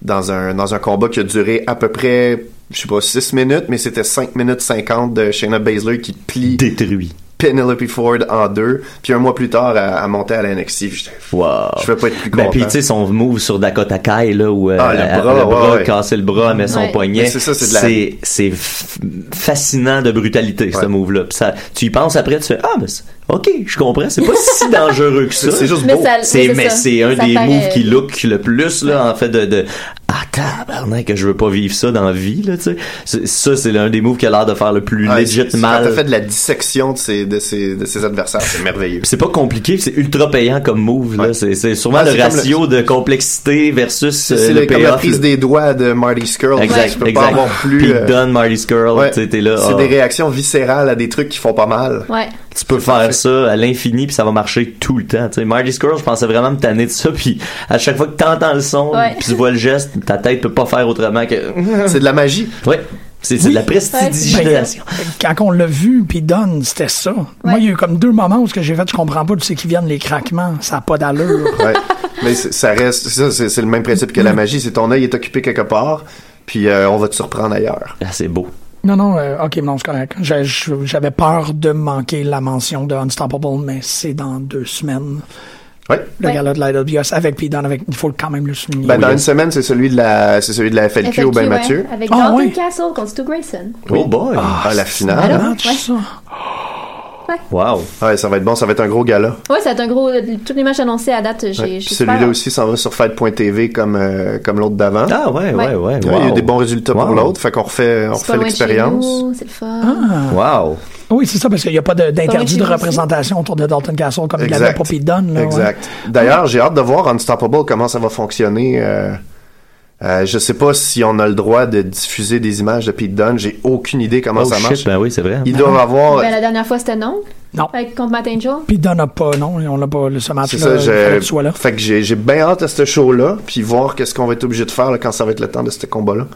Speaker 8: dans un dans un combat qui a duré à peu près, je sais pas, 6 minutes, mais c'était 5 minutes 50 de Shayna Baszler qui plie
Speaker 7: détruit.
Speaker 8: Penelope Ford en deux. Puis un mois plus tard, à, monter à la NXT, j'étais-
Speaker 7: Wow.
Speaker 8: je veux pas être plus
Speaker 7: Ben,
Speaker 8: content.
Speaker 7: puis tu sais, son move sur Dakota Kai, là, où euh,
Speaker 8: Ah, le
Speaker 7: elle-
Speaker 8: bras,
Speaker 7: elle-
Speaker 8: ouais, ouais.
Speaker 7: casser le bras, mais son
Speaker 9: Ouais.
Speaker 7: poignet.
Speaker 8: Mais c'est ça, c'est de la-
Speaker 7: c'est- c'est f- fascinant de brutalité, ce
Speaker 8: Ouais.
Speaker 7: move-là. Puis ça- tu y penses après, tu fais, ah, mais c'est- ok, je comprends, c'est pas si dangereux que ça.
Speaker 8: C'est- c'est juste
Speaker 9: Mais
Speaker 8: beau.
Speaker 9: ça-
Speaker 7: C'est,
Speaker 9: oui,
Speaker 7: mais
Speaker 9: ça.
Speaker 7: c'est un
Speaker 9: Ça
Speaker 7: des
Speaker 9: paraît-
Speaker 7: moves qui look le plus, là, en fait, de, de, ah, tabarnak, que je veux pas vivre ça dans la vie, là, tu sais. C'est- Ça, c'est l'un des moves qui a l'air de faire le plus
Speaker 8: Ouais,
Speaker 7: legit
Speaker 8: Ah, c'est-
Speaker 7: mal.
Speaker 8: Quand t'as fait de la dissection de ses, de ses, de ses adversaires, c'est merveilleux.
Speaker 7: Puis c'est pas compliqué, c'est ultra payant comme move là.
Speaker 8: Ouais.
Speaker 7: C'est, c'est sûrement
Speaker 8: Ah,
Speaker 7: le
Speaker 8: c'est comme
Speaker 7: ratio de complexité versus euh,
Speaker 8: C'est
Speaker 7: le
Speaker 8: le- comme la
Speaker 7: payoff.
Speaker 8: prise
Speaker 7: là.
Speaker 8: des doigts de Marty Skrull.
Speaker 7: Exact,
Speaker 8: Tu peux
Speaker 7: exact.
Speaker 8: pas avoir
Speaker 7: Puis
Speaker 8: plus. euh,
Speaker 7: Dunn, Marty Skrull,
Speaker 8: ouais.
Speaker 7: tu sais, t'es là.
Speaker 8: C'est
Speaker 7: ah,
Speaker 8: des réactions viscérales à des trucs qui font pas mal.
Speaker 9: Ouais.
Speaker 7: tu peux faire ça à l'infini puis ça va marcher tout le temps. tu sais. Marty Skrull, je pensais vraiment me tanner de ça. Puis à chaque fois que t'entends le son,
Speaker 9: Ouais.
Speaker 7: puis tu vois le geste, ta tête peut pas faire autrement que.
Speaker 8: C'est de la magie.
Speaker 7: Ouais, c'est, c'est de la prestidigitation.
Speaker 5: Quand on l'a vu, puis Don, c'était ça. Moi, il y a eu comme deux moments où ce que j'ai fait, je comprends pas d'où c'est qui viennent les craquements. Ça n'a pas d'allure.
Speaker 8: Ouais. Mais c'est- ça reste, c'est ça, c'est c'est le même principe que la magie. C'est ton œil est occupé quelque part, puis euh, on va te surprendre ailleurs.
Speaker 7: Ah, c'est beau.
Speaker 5: non, non, euh, OK, non, c'est correct. J'ai- j'ai- J'avais peur de manquer la mention de Unstoppable, mais c'est dans deux semaines.
Speaker 8: Ouais.
Speaker 5: Le
Speaker 9: Ouais.
Speaker 5: gala de l'IWS avec puis Don, avec, il faut quand même le souligner.
Speaker 8: Ben, dans une semaine, c'est celui de la, c'est celui de la FLQ,
Speaker 9: FLQ,
Speaker 8: au Ben
Speaker 9: ouais,
Speaker 8: Mathieu.
Speaker 9: Avec
Speaker 5: Ah,
Speaker 9: Dalton
Speaker 5: ouais.
Speaker 9: Castle contre Stu Grayson.
Speaker 7: Oh boy.
Speaker 8: Ah, la
Speaker 5: Ah,
Speaker 8: finale.
Speaker 5: match,
Speaker 9: ouais.
Speaker 5: ça.
Speaker 9: Ouais.
Speaker 7: Wow.
Speaker 8: Ouais, ça va être bon, ça va être un gros gala.
Speaker 9: Ouais, c'est un gros. euh, Tous les matchs annoncés à date, j'ai.
Speaker 8: Ouais.
Speaker 9: j'ai
Speaker 8: Puis
Speaker 9: super
Speaker 8: Celui-là
Speaker 9: hâte.
Speaker 8: aussi s'en va sur Fight.tv comme, euh, comme l'autre d'avant.
Speaker 7: Ah ouais, ouais, ouais.
Speaker 9: Ouais.
Speaker 8: Ouais, Il y a eu
Speaker 7: wow.
Speaker 8: des bons résultats
Speaker 7: Wow.
Speaker 8: pour l'autre, fait qu'on refait, on
Speaker 9: euh, C'est pas
Speaker 8: refait
Speaker 9: loin de chez
Speaker 8: l'expérience.
Speaker 9: nous, C'est le fun.
Speaker 5: Ah.
Speaker 7: Wow.
Speaker 5: Oui, c'est ça, parce qu'il n'y a pas de- d'interdit
Speaker 9: chez
Speaker 5: de
Speaker 9: vous aussi.
Speaker 5: représentation autour de Dalton Castle comme il
Speaker 8: Exact.
Speaker 5: l'avait pour Pete Dunne. là, ouais.
Speaker 8: Exact. D'ailleurs, j'ai hâte de voir Unstoppable comment ça va fonctionner. Euh, euh, je sais pas si on a le droit de diffuser des images de Pete Dunne. J'ai aucune idée comment
Speaker 7: Oh
Speaker 8: ça marche.
Speaker 7: shit, ben oui, c'est vrai.
Speaker 8: Ils doivent avoir.
Speaker 9: Ben, la dernière fois, c'était non.
Speaker 5: Non.
Speaker 9: Avec, contre Matt Angel.
Speaker 5: Pete Dunne n'a pas, non, on n'a pas le- ce
Speaker 8: C'est
Speaker 5: match-là.
Speaker 8: ça,
Speaker 5: il fallait
Speaker 8: j'ai-
Speaker 5: que tu sois là.
Speaker 8: Fait que j'ai j'ai bien hâte à ce show-là, puis voir qu'est-ce qu'on va être obligé de faire là, quand ça va être le temps de ce combat-là.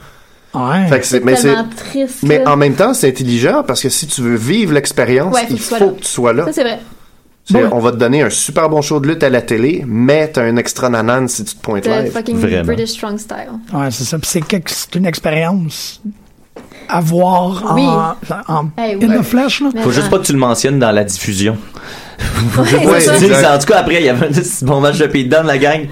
Speaker 5: Ouais.
Speaker 8: Fait que c'est, mais c'est,
Speaker 9: tellement triste.
Speaker 8: mais
Speaker 9: là.
Speaker 8: en même temps, c'est intelligent parce que si tu veux vivre l'expérience,
Speaker 9: Ouais, faut que
Speaker 8: il
Speaker 9: tu
Speaker 8: faut
Speaker 9: sois là.
Speaker 8: que tu sois là.
Speaker 9: Ça, c'est vrai.
Speaker 8: C'est-
Speaker 5: Ouais.
Speaker 8: On va te donner un super bon show de lutte à la télé, mais t'as un extra nanan si tu te pointes
Speaker 9: The
Speaker 8: live.
Speaker 9: fucking
Speaker 7: Vraiment.
Speaker 9: British Strong Style.
Speaker 5: Ouais, c'est ça. Puis c'est quelque- c'est une expérience à voir en,
Speaker 9: Oui.
Speaker 5: en-
Speaker 9: Hey,
Speaker 5: in
Speaker 9: ouais.
Speaker 5: the flesh, là.
Speaker 7: Faut juste pas que tu le mentionnes dans la diffusion.
Speaker 8: Ouais,
Speaker 9: Ouais,
Speaker 7: Tu
Speaker 9: c'est ça.
Speaker 7: dis,
Speaker 8: exact.
Speaker 7: en tout cas, après, il y avait un bon match de Pete Dunne, la gang.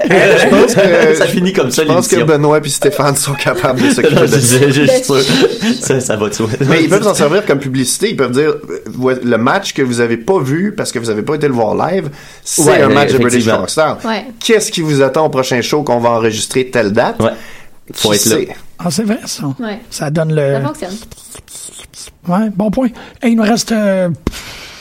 Speaker 7: Mais, je pense
Speaker 8: que-
Speaker 7: ça finit comme ça,
Speaker 8: Je pense que
Speaker 7: l'émission.
Speaker 8: Benoît et Stéphane sont capables de s'occuper
Speaker 7: Non,
Speaker 8: de
Speaker 7: je-
Speaker 8: ça.
Speaker 7: je- je- je suis sûr. Ça, ça va de soi.
Speaker 8: Mais ils peuvent s'en servir comme publicité. Ils peuvent dire euh, voi- le match que vous avez pas vu parce que vous avez pas été le voir live, c'est
Speaker 7: Ouais,
Speaker 8: un
Speaker 7: mais
Speaker 8: match de British
Speaker 7: effectivement.
Speaker 8: Strong Style.
Speaker 9: Ouais.
Speaker 8: Qu'est-ce qui vous attend au prochain show qu'on va enregistrer telle date
Speaker 7: Ouais. Faut
Speaker 8: Qui
Speaker 7: être là.
Speaker 8: sait?
Speaker 5: Ah, c'est vrai, ça.
Speaker 9: Ouais.
Speaker 5: Ça donne le.
Speaker 9: Ça fonctionne.
Speaker 5: Ouais, bon point. Et il nous reste. euh,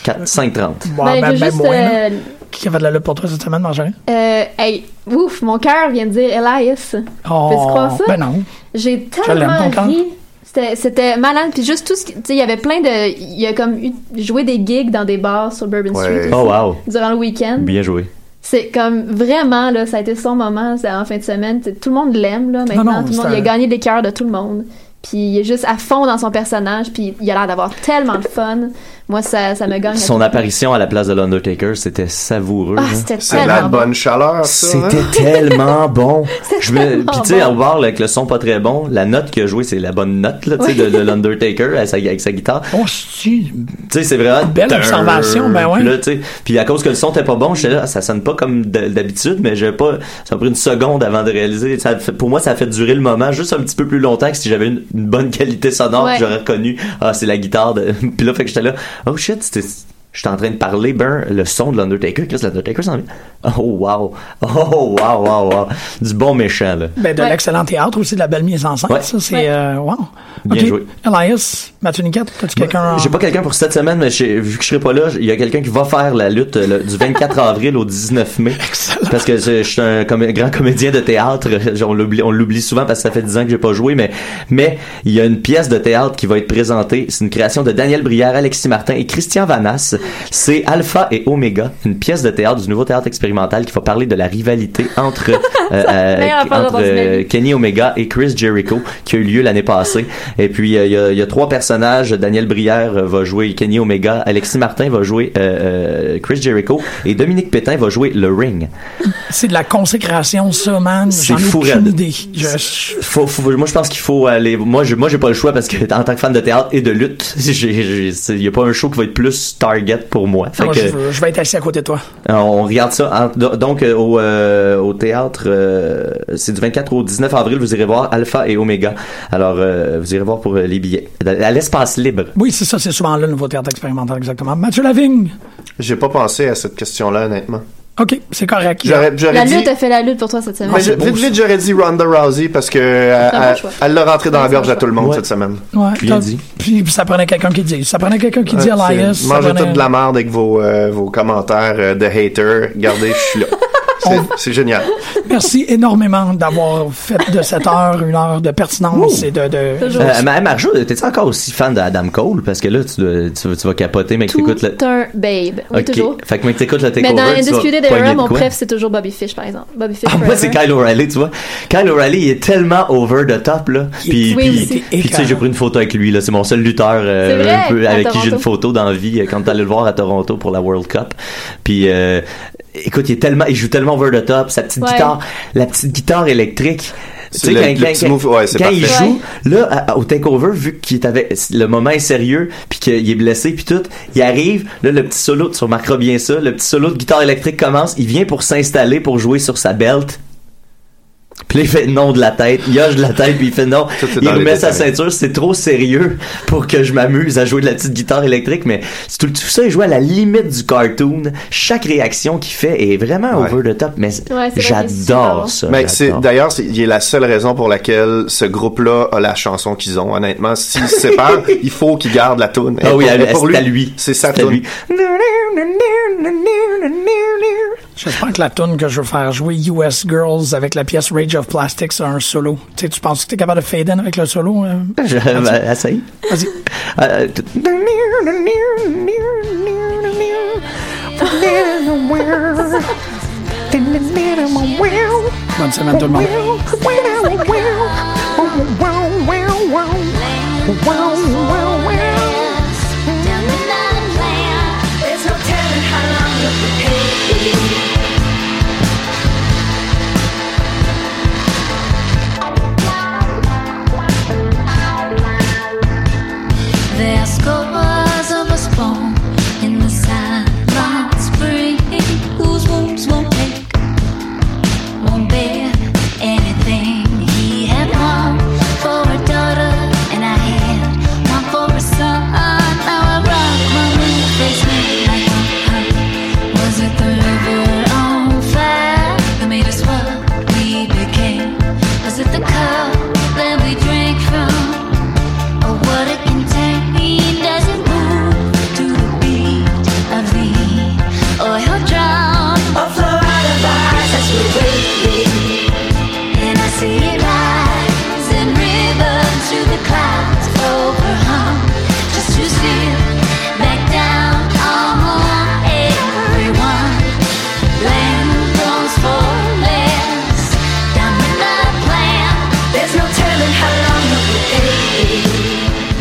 Speaker 7: 4, 5, 30.
Speaker 5: bon,
Speaker 9: ben,
Speaker 5: ben,
Speaker 9: je
Speaker 5: ben
Speaker 9: veux juste.
Speaker 5: moins, là.
Speaker 9: euh,
Speaker 5: Qui avait de la lutte pour toi cette semaine, Marjorie?
Speaker 9: euh, hey, ouf, mon cœur vient de dire Elias. Peux-tu croire ça?
Speaker 5: ben non.
Speaker 9: J'ai
Speaker 5: l'aime, ton
Speaker 9: tellement
Speaker 5: cœur.
Speaker 9: ri. C'était- C'était malade. Puis juste tout ce qui. Tu sais, il y avait plein de. Il y a comme eu, joué des gigs dans des bars sur Bourbon
Speaker 8: Ouais.
Speaker 9: Street
Speaker 7: Oh, wow.
Speaker 9: durant le week-end.
Speaker 7: Bien joué.
Speaker 9: C'est comme vraiment, là, ça a été son moment c'est en fin de semaine. C'est- Tout le monde l'aime, là, maintenant.
Speaker 5: non,
Speaker 9: tout le monde,
Speaker 5: c'est
Speaker 9: il a
Speaker 5: un-
Speaker 9: gagné les cœurs de tout le monde. Puis il est juste à fond dans son personnage, puis il a l'air d'avoir tellement de fun. Moi, ça, ça me gagne. à
Speaker 7: Son
Speaker 9: tout le temps.
Speaker 7: apparition à la place de l'Undertaker, c'était savoureux.
Speaker 9: Ah,
Speaker 7: hein.
Speaker 9: c'était
Speaker 8: C'est la
Speaker 9: tellement bon.
Speaker 8: bonne chaleur, ça. hein?
Speaker 7: C'était tellement bon. Je me...
Speaker 9: tellement
Speaker 7: Puis tu sais,
Speaker 9: Ah, bon.
Speaker 7: au bar, là, avec le son pas très bon, la note qu'il a jouée, c'est la bonne note là, tu sais, de, de l'Undertaker avec sa- avec sa guitare.
Speaker 5: Oh, si.
Speaker 7: Tu sais, c'est vraiment.
Speaker 5: Belle observation, ben ouais.
Speaker 7: Puis là, tu sais, Puis à cause que le son était pas bon, j'étais là, Ah, ça sonne pas comme d- d'habitude, mais j'ai pas. Ça m'a pris une seconde avant de réaliser. Ça a fait- pour moi, ça a fait durer le moment juste un petit peu plus longtemps que si j'avais une, une bonne qualité sonore,
Speaker 9: Ouais.
Speaker 7: que j'aurais reconnu. Ah, c'est la guitare. De... Puis là, fait que j'étais là, oh shit, c'était. J'étais en train de parler, ben, le son de l'Undertaker, Chris, l'Undertaker s'en vient. Oh, wow. Oh, wow, wow, wow. Du bon méchant, là.
Speaker 5: Ben, de
Speaker 9: Ouais.
Speaker 5: l'excellent théâtre aussi, de la belle mise en scène.
Speaker 7: Ouais.
Speaker 5: Ça, c'est.
Speaker 9: Ouais.
Speaker 5: euh, wow.
Speaker 7: Bien
Speaker 5: Ok.
Speaker 7: joué. Ben,
Speaker 5: Elias, Mathieu Niquette, t'as-tu quelqu'un en-
Speaker 7: J'ai pas quelqu'un pour cette semaine, mais j'ai- vu que je serai pas là, il y a quelqu'un qui va faire la lutte euh, le- du 24 avril au 19 mai. Parce que je, je suis un comé- grand comédien de théâtre. Je- On l'oublie, on l'oublie souvent parce que ça fait 10 ans que j'ai pas joué, mais, mais il y a une pièce de théâtre qui va être présentée. C'est une création de Daniel Brière, Alexis Martin et Christian Vanas. C'est Alpha et Omega, une pièce de théâtre du nouveau théâtre expérimental qui va parler de la rivalité entre, euh, euh,
Speaker 9: meilleure affaire
Speaker 7: entre, euh,
Speaker 9: de ma vie.
Speaker 7: Kenny Omega et Chris Jericho qui a eu lieu l'année passée. Et puis euh, il y a- il y, a trois personnages. Daniel Brière euh, va jouer Kenny Omega, Alexis Martin va jouer euh, euh, Chris Jericho et Dominique Pétain va jouer le Ring.
Speaker 5: C'est de la consécration, ça, man.
Speaker 7: C'est
Speaker 5: J'en ai
Speaker 7: fou,
Speaker 5: aucune
Speaker 7: raide.
Speaker 5: idée. Je-
Speaker 7: Faut- faut- moi je pense qu'il faut aller. Moi je, moi j'ai pas le choix parce que en tant que fan de théâtre et de lutte, j'ai- j'ai- c'est- il y a pas un show qui va être plus target pour moi. Fait
Speaker 5: Non,
Speaker 7: que-
Speaker 5: Ah, je, veux- je vais être assis à côté de toi.
Speaker 7: Euh, On regarde ça. en- do- donc, euh, au, euh, au théâtre, euh, c'est du 24 au 19 avril, vous irez voir Alpha et Omega. Alors, euh, vous irez voir pour euh, les billets. À à l'espace libre.
Speaker 5: Oui, c'est ça, c'est souvent là le nouveau théâtre expérimental, exactement. Mathieu Lavigne.
Speaker 8: J'ai pas pensé à cette question-là, honnêtement.
Speaker 5: OK, c'est correct.
Speaker 8: J'aurais,
Speaker 9: La
Speaker 8: j'aurais dit.
Speaker 9: lutte a fait la lutte pour toi cette semaine.
Speaker 8: Mais je-
Speaker 5: beau,
Speaker 8: vite,
Speaker 5: ça.
Speaker 8: vite, j'aurais dit Ronda Rousey parce que
Speaker 9: un
Speaker 8: euh,
Speaker 9: bon
Speaker 8: elle-
Speaker 9: choix.
Speaker 8: elle l'a rentré dans la
Speaker 9: C'est un
Speaker 8: gorge
Speaker 9: bon
Speaker 8: à tout le monde
Speaker 7: choix.
Speaker 8: cette semaine.
Speaker 5: Ouais,
Speaker 7: Bien
Speaker 5: t'as-
Speaker 7: dit.
Speaker 5: Puis ça prenait quelqu'un qui dit. Ça prenait quelqu'un qui dit Elias.
Speaker 8: Euh, C'est-
Speaker 5: ça
Speaker 8: Mangez
Speaker 5: prenait-
Speaker 8: toute de la merde avec vos, euh, vos commentaires euh, de hater. Regardez, je suis là. C'est- C'est génial.
Speaker 5: Merci énormément d'avoir fait de cette heure une heure de pertinence et de. de-
Speaker 9: Toujours.
Speaker 7: Euh, ma- Marjo, t'es encore aussi fan d'Adam Cole? Parce que là, tu, dois- tu, tu vas capoter, mais que
Speaker 9: Tout
Speaker 7: t'écoutes le...
Speaker 9: un babe. Oui,
Speaker 7: Ok.
Speaker 9: toujours.
Speaker 7: Fait que, mais que t'écoutes le
Speaker 9: Mais
Speaker 7: takeover,
Speaker 9: dans
Speaker 7: tu vas
Speaker 9: Undisputed
Speaker 7: poigner
Speaker 9: Era,
Speaker 7: de
Speaker 9: mon
Speaker 7: quoi?
Speaker 9: préf, c'est toujours Bobby Fish, par exemple. Bobby Fish.
Speaker 7: Ah, moi,
Speaker 9: forever.
Speaker 7: c'est Kyle O'Reilly, tu vois. Kyle O'Reilly il est tellement over the top, là. Puis,
Speaker 9: Oui,
Speaker 7: puis,
Speaker 9: aussi.
Speaker 7: puis, tu sais, j'ai pris une photo avec lui, là. C'est mon seul lutteur euh,
Speaker 9: C'est vrai,
Speaker 7: un peu
Speaker 9: à
Speaker 7: avec qui
Speaker 9: Toronto.
Speaker 7: j'ai une photo dans la vie euh, quand t'allais le voir à Toronto pour la World Cup. Puis, euh, écoute, il est tellement, il joue tellement over the top. Sa petite
Speaker 9: Ouais.
Speaker 7: guitare, la petite guitare électrique. Tu
Speaker 8: C'est
Speaker 7: sais,
Speaker 8: le-
Speaker 7: quand,
Speaker 8: le
Speaker 7: quand-
Speaker 8: petit
Speaker 7: quand-
Speaker 8: move, ouais, c'est
Speaker 7: quand il
Speaker 9: parfait.
Speaker 7: joue, là, à- au takeover, vu qu'il est avec, le moment est sérieux, puis qu'il est blessé, puis tout, il arrive, là, le petit solo, tu remarqueras bien ça, le petit solo de guitare électrique commence, il vient pour s'installer, pour jouer sur sa belt, Puis là, il fait non de la tête, il hoche de la tête, puis il fait non.
Speaker 8: Tout est
Speaker 7: il
Speaker 8: dans les
Speaker 7: remet sa
Speaker 8: détails.
Speaker 7: ceinture, c'est trop sérieux pour que je m'amuse à jouer de la petite guitare électrique, mais c'est tout, tout ça, il joue à la limite du cartoon. Chaque réaction qu'il fait est vraiment
Speaker 8: Ouais.
Speaker 7: over the top, mais
Speaker 9: vrai que c'est super bon.
Speaker 7: j'adore ça.
Speaker 8: Mais c'est
Speaker 7: j'adore.
Speaker 8: d'ailleurs, c'est il est la seule raison pour laquelle ce groupe-là a la chanson qu'ils ont. Honnêtement, s'ils se séparent, il faut qu'ils gardent la tune.
Speaker 7: Ah oui, elle- c'est à lui.
Speaker 8: C'est sa
Speaker 7: C'est à
Speaker 8: tune.
Speaker 7: lui.
Speaker 5: J'espère que la tune que je veux faire jouer US Girls avec la pièce Rage of Plastic, c'est un solo. Tu sais, tu penses que t'es capable de fade in avec le solo? hein?
Speaker 7: Je- ben, essaye.
Speaker 5: Vas-y.
Speaker 7: Euh, tout-
Speaker 5: Bonne semaine tout le monde.
Speaker 1: Wow, wow, wow, wow, wow, wow, wow.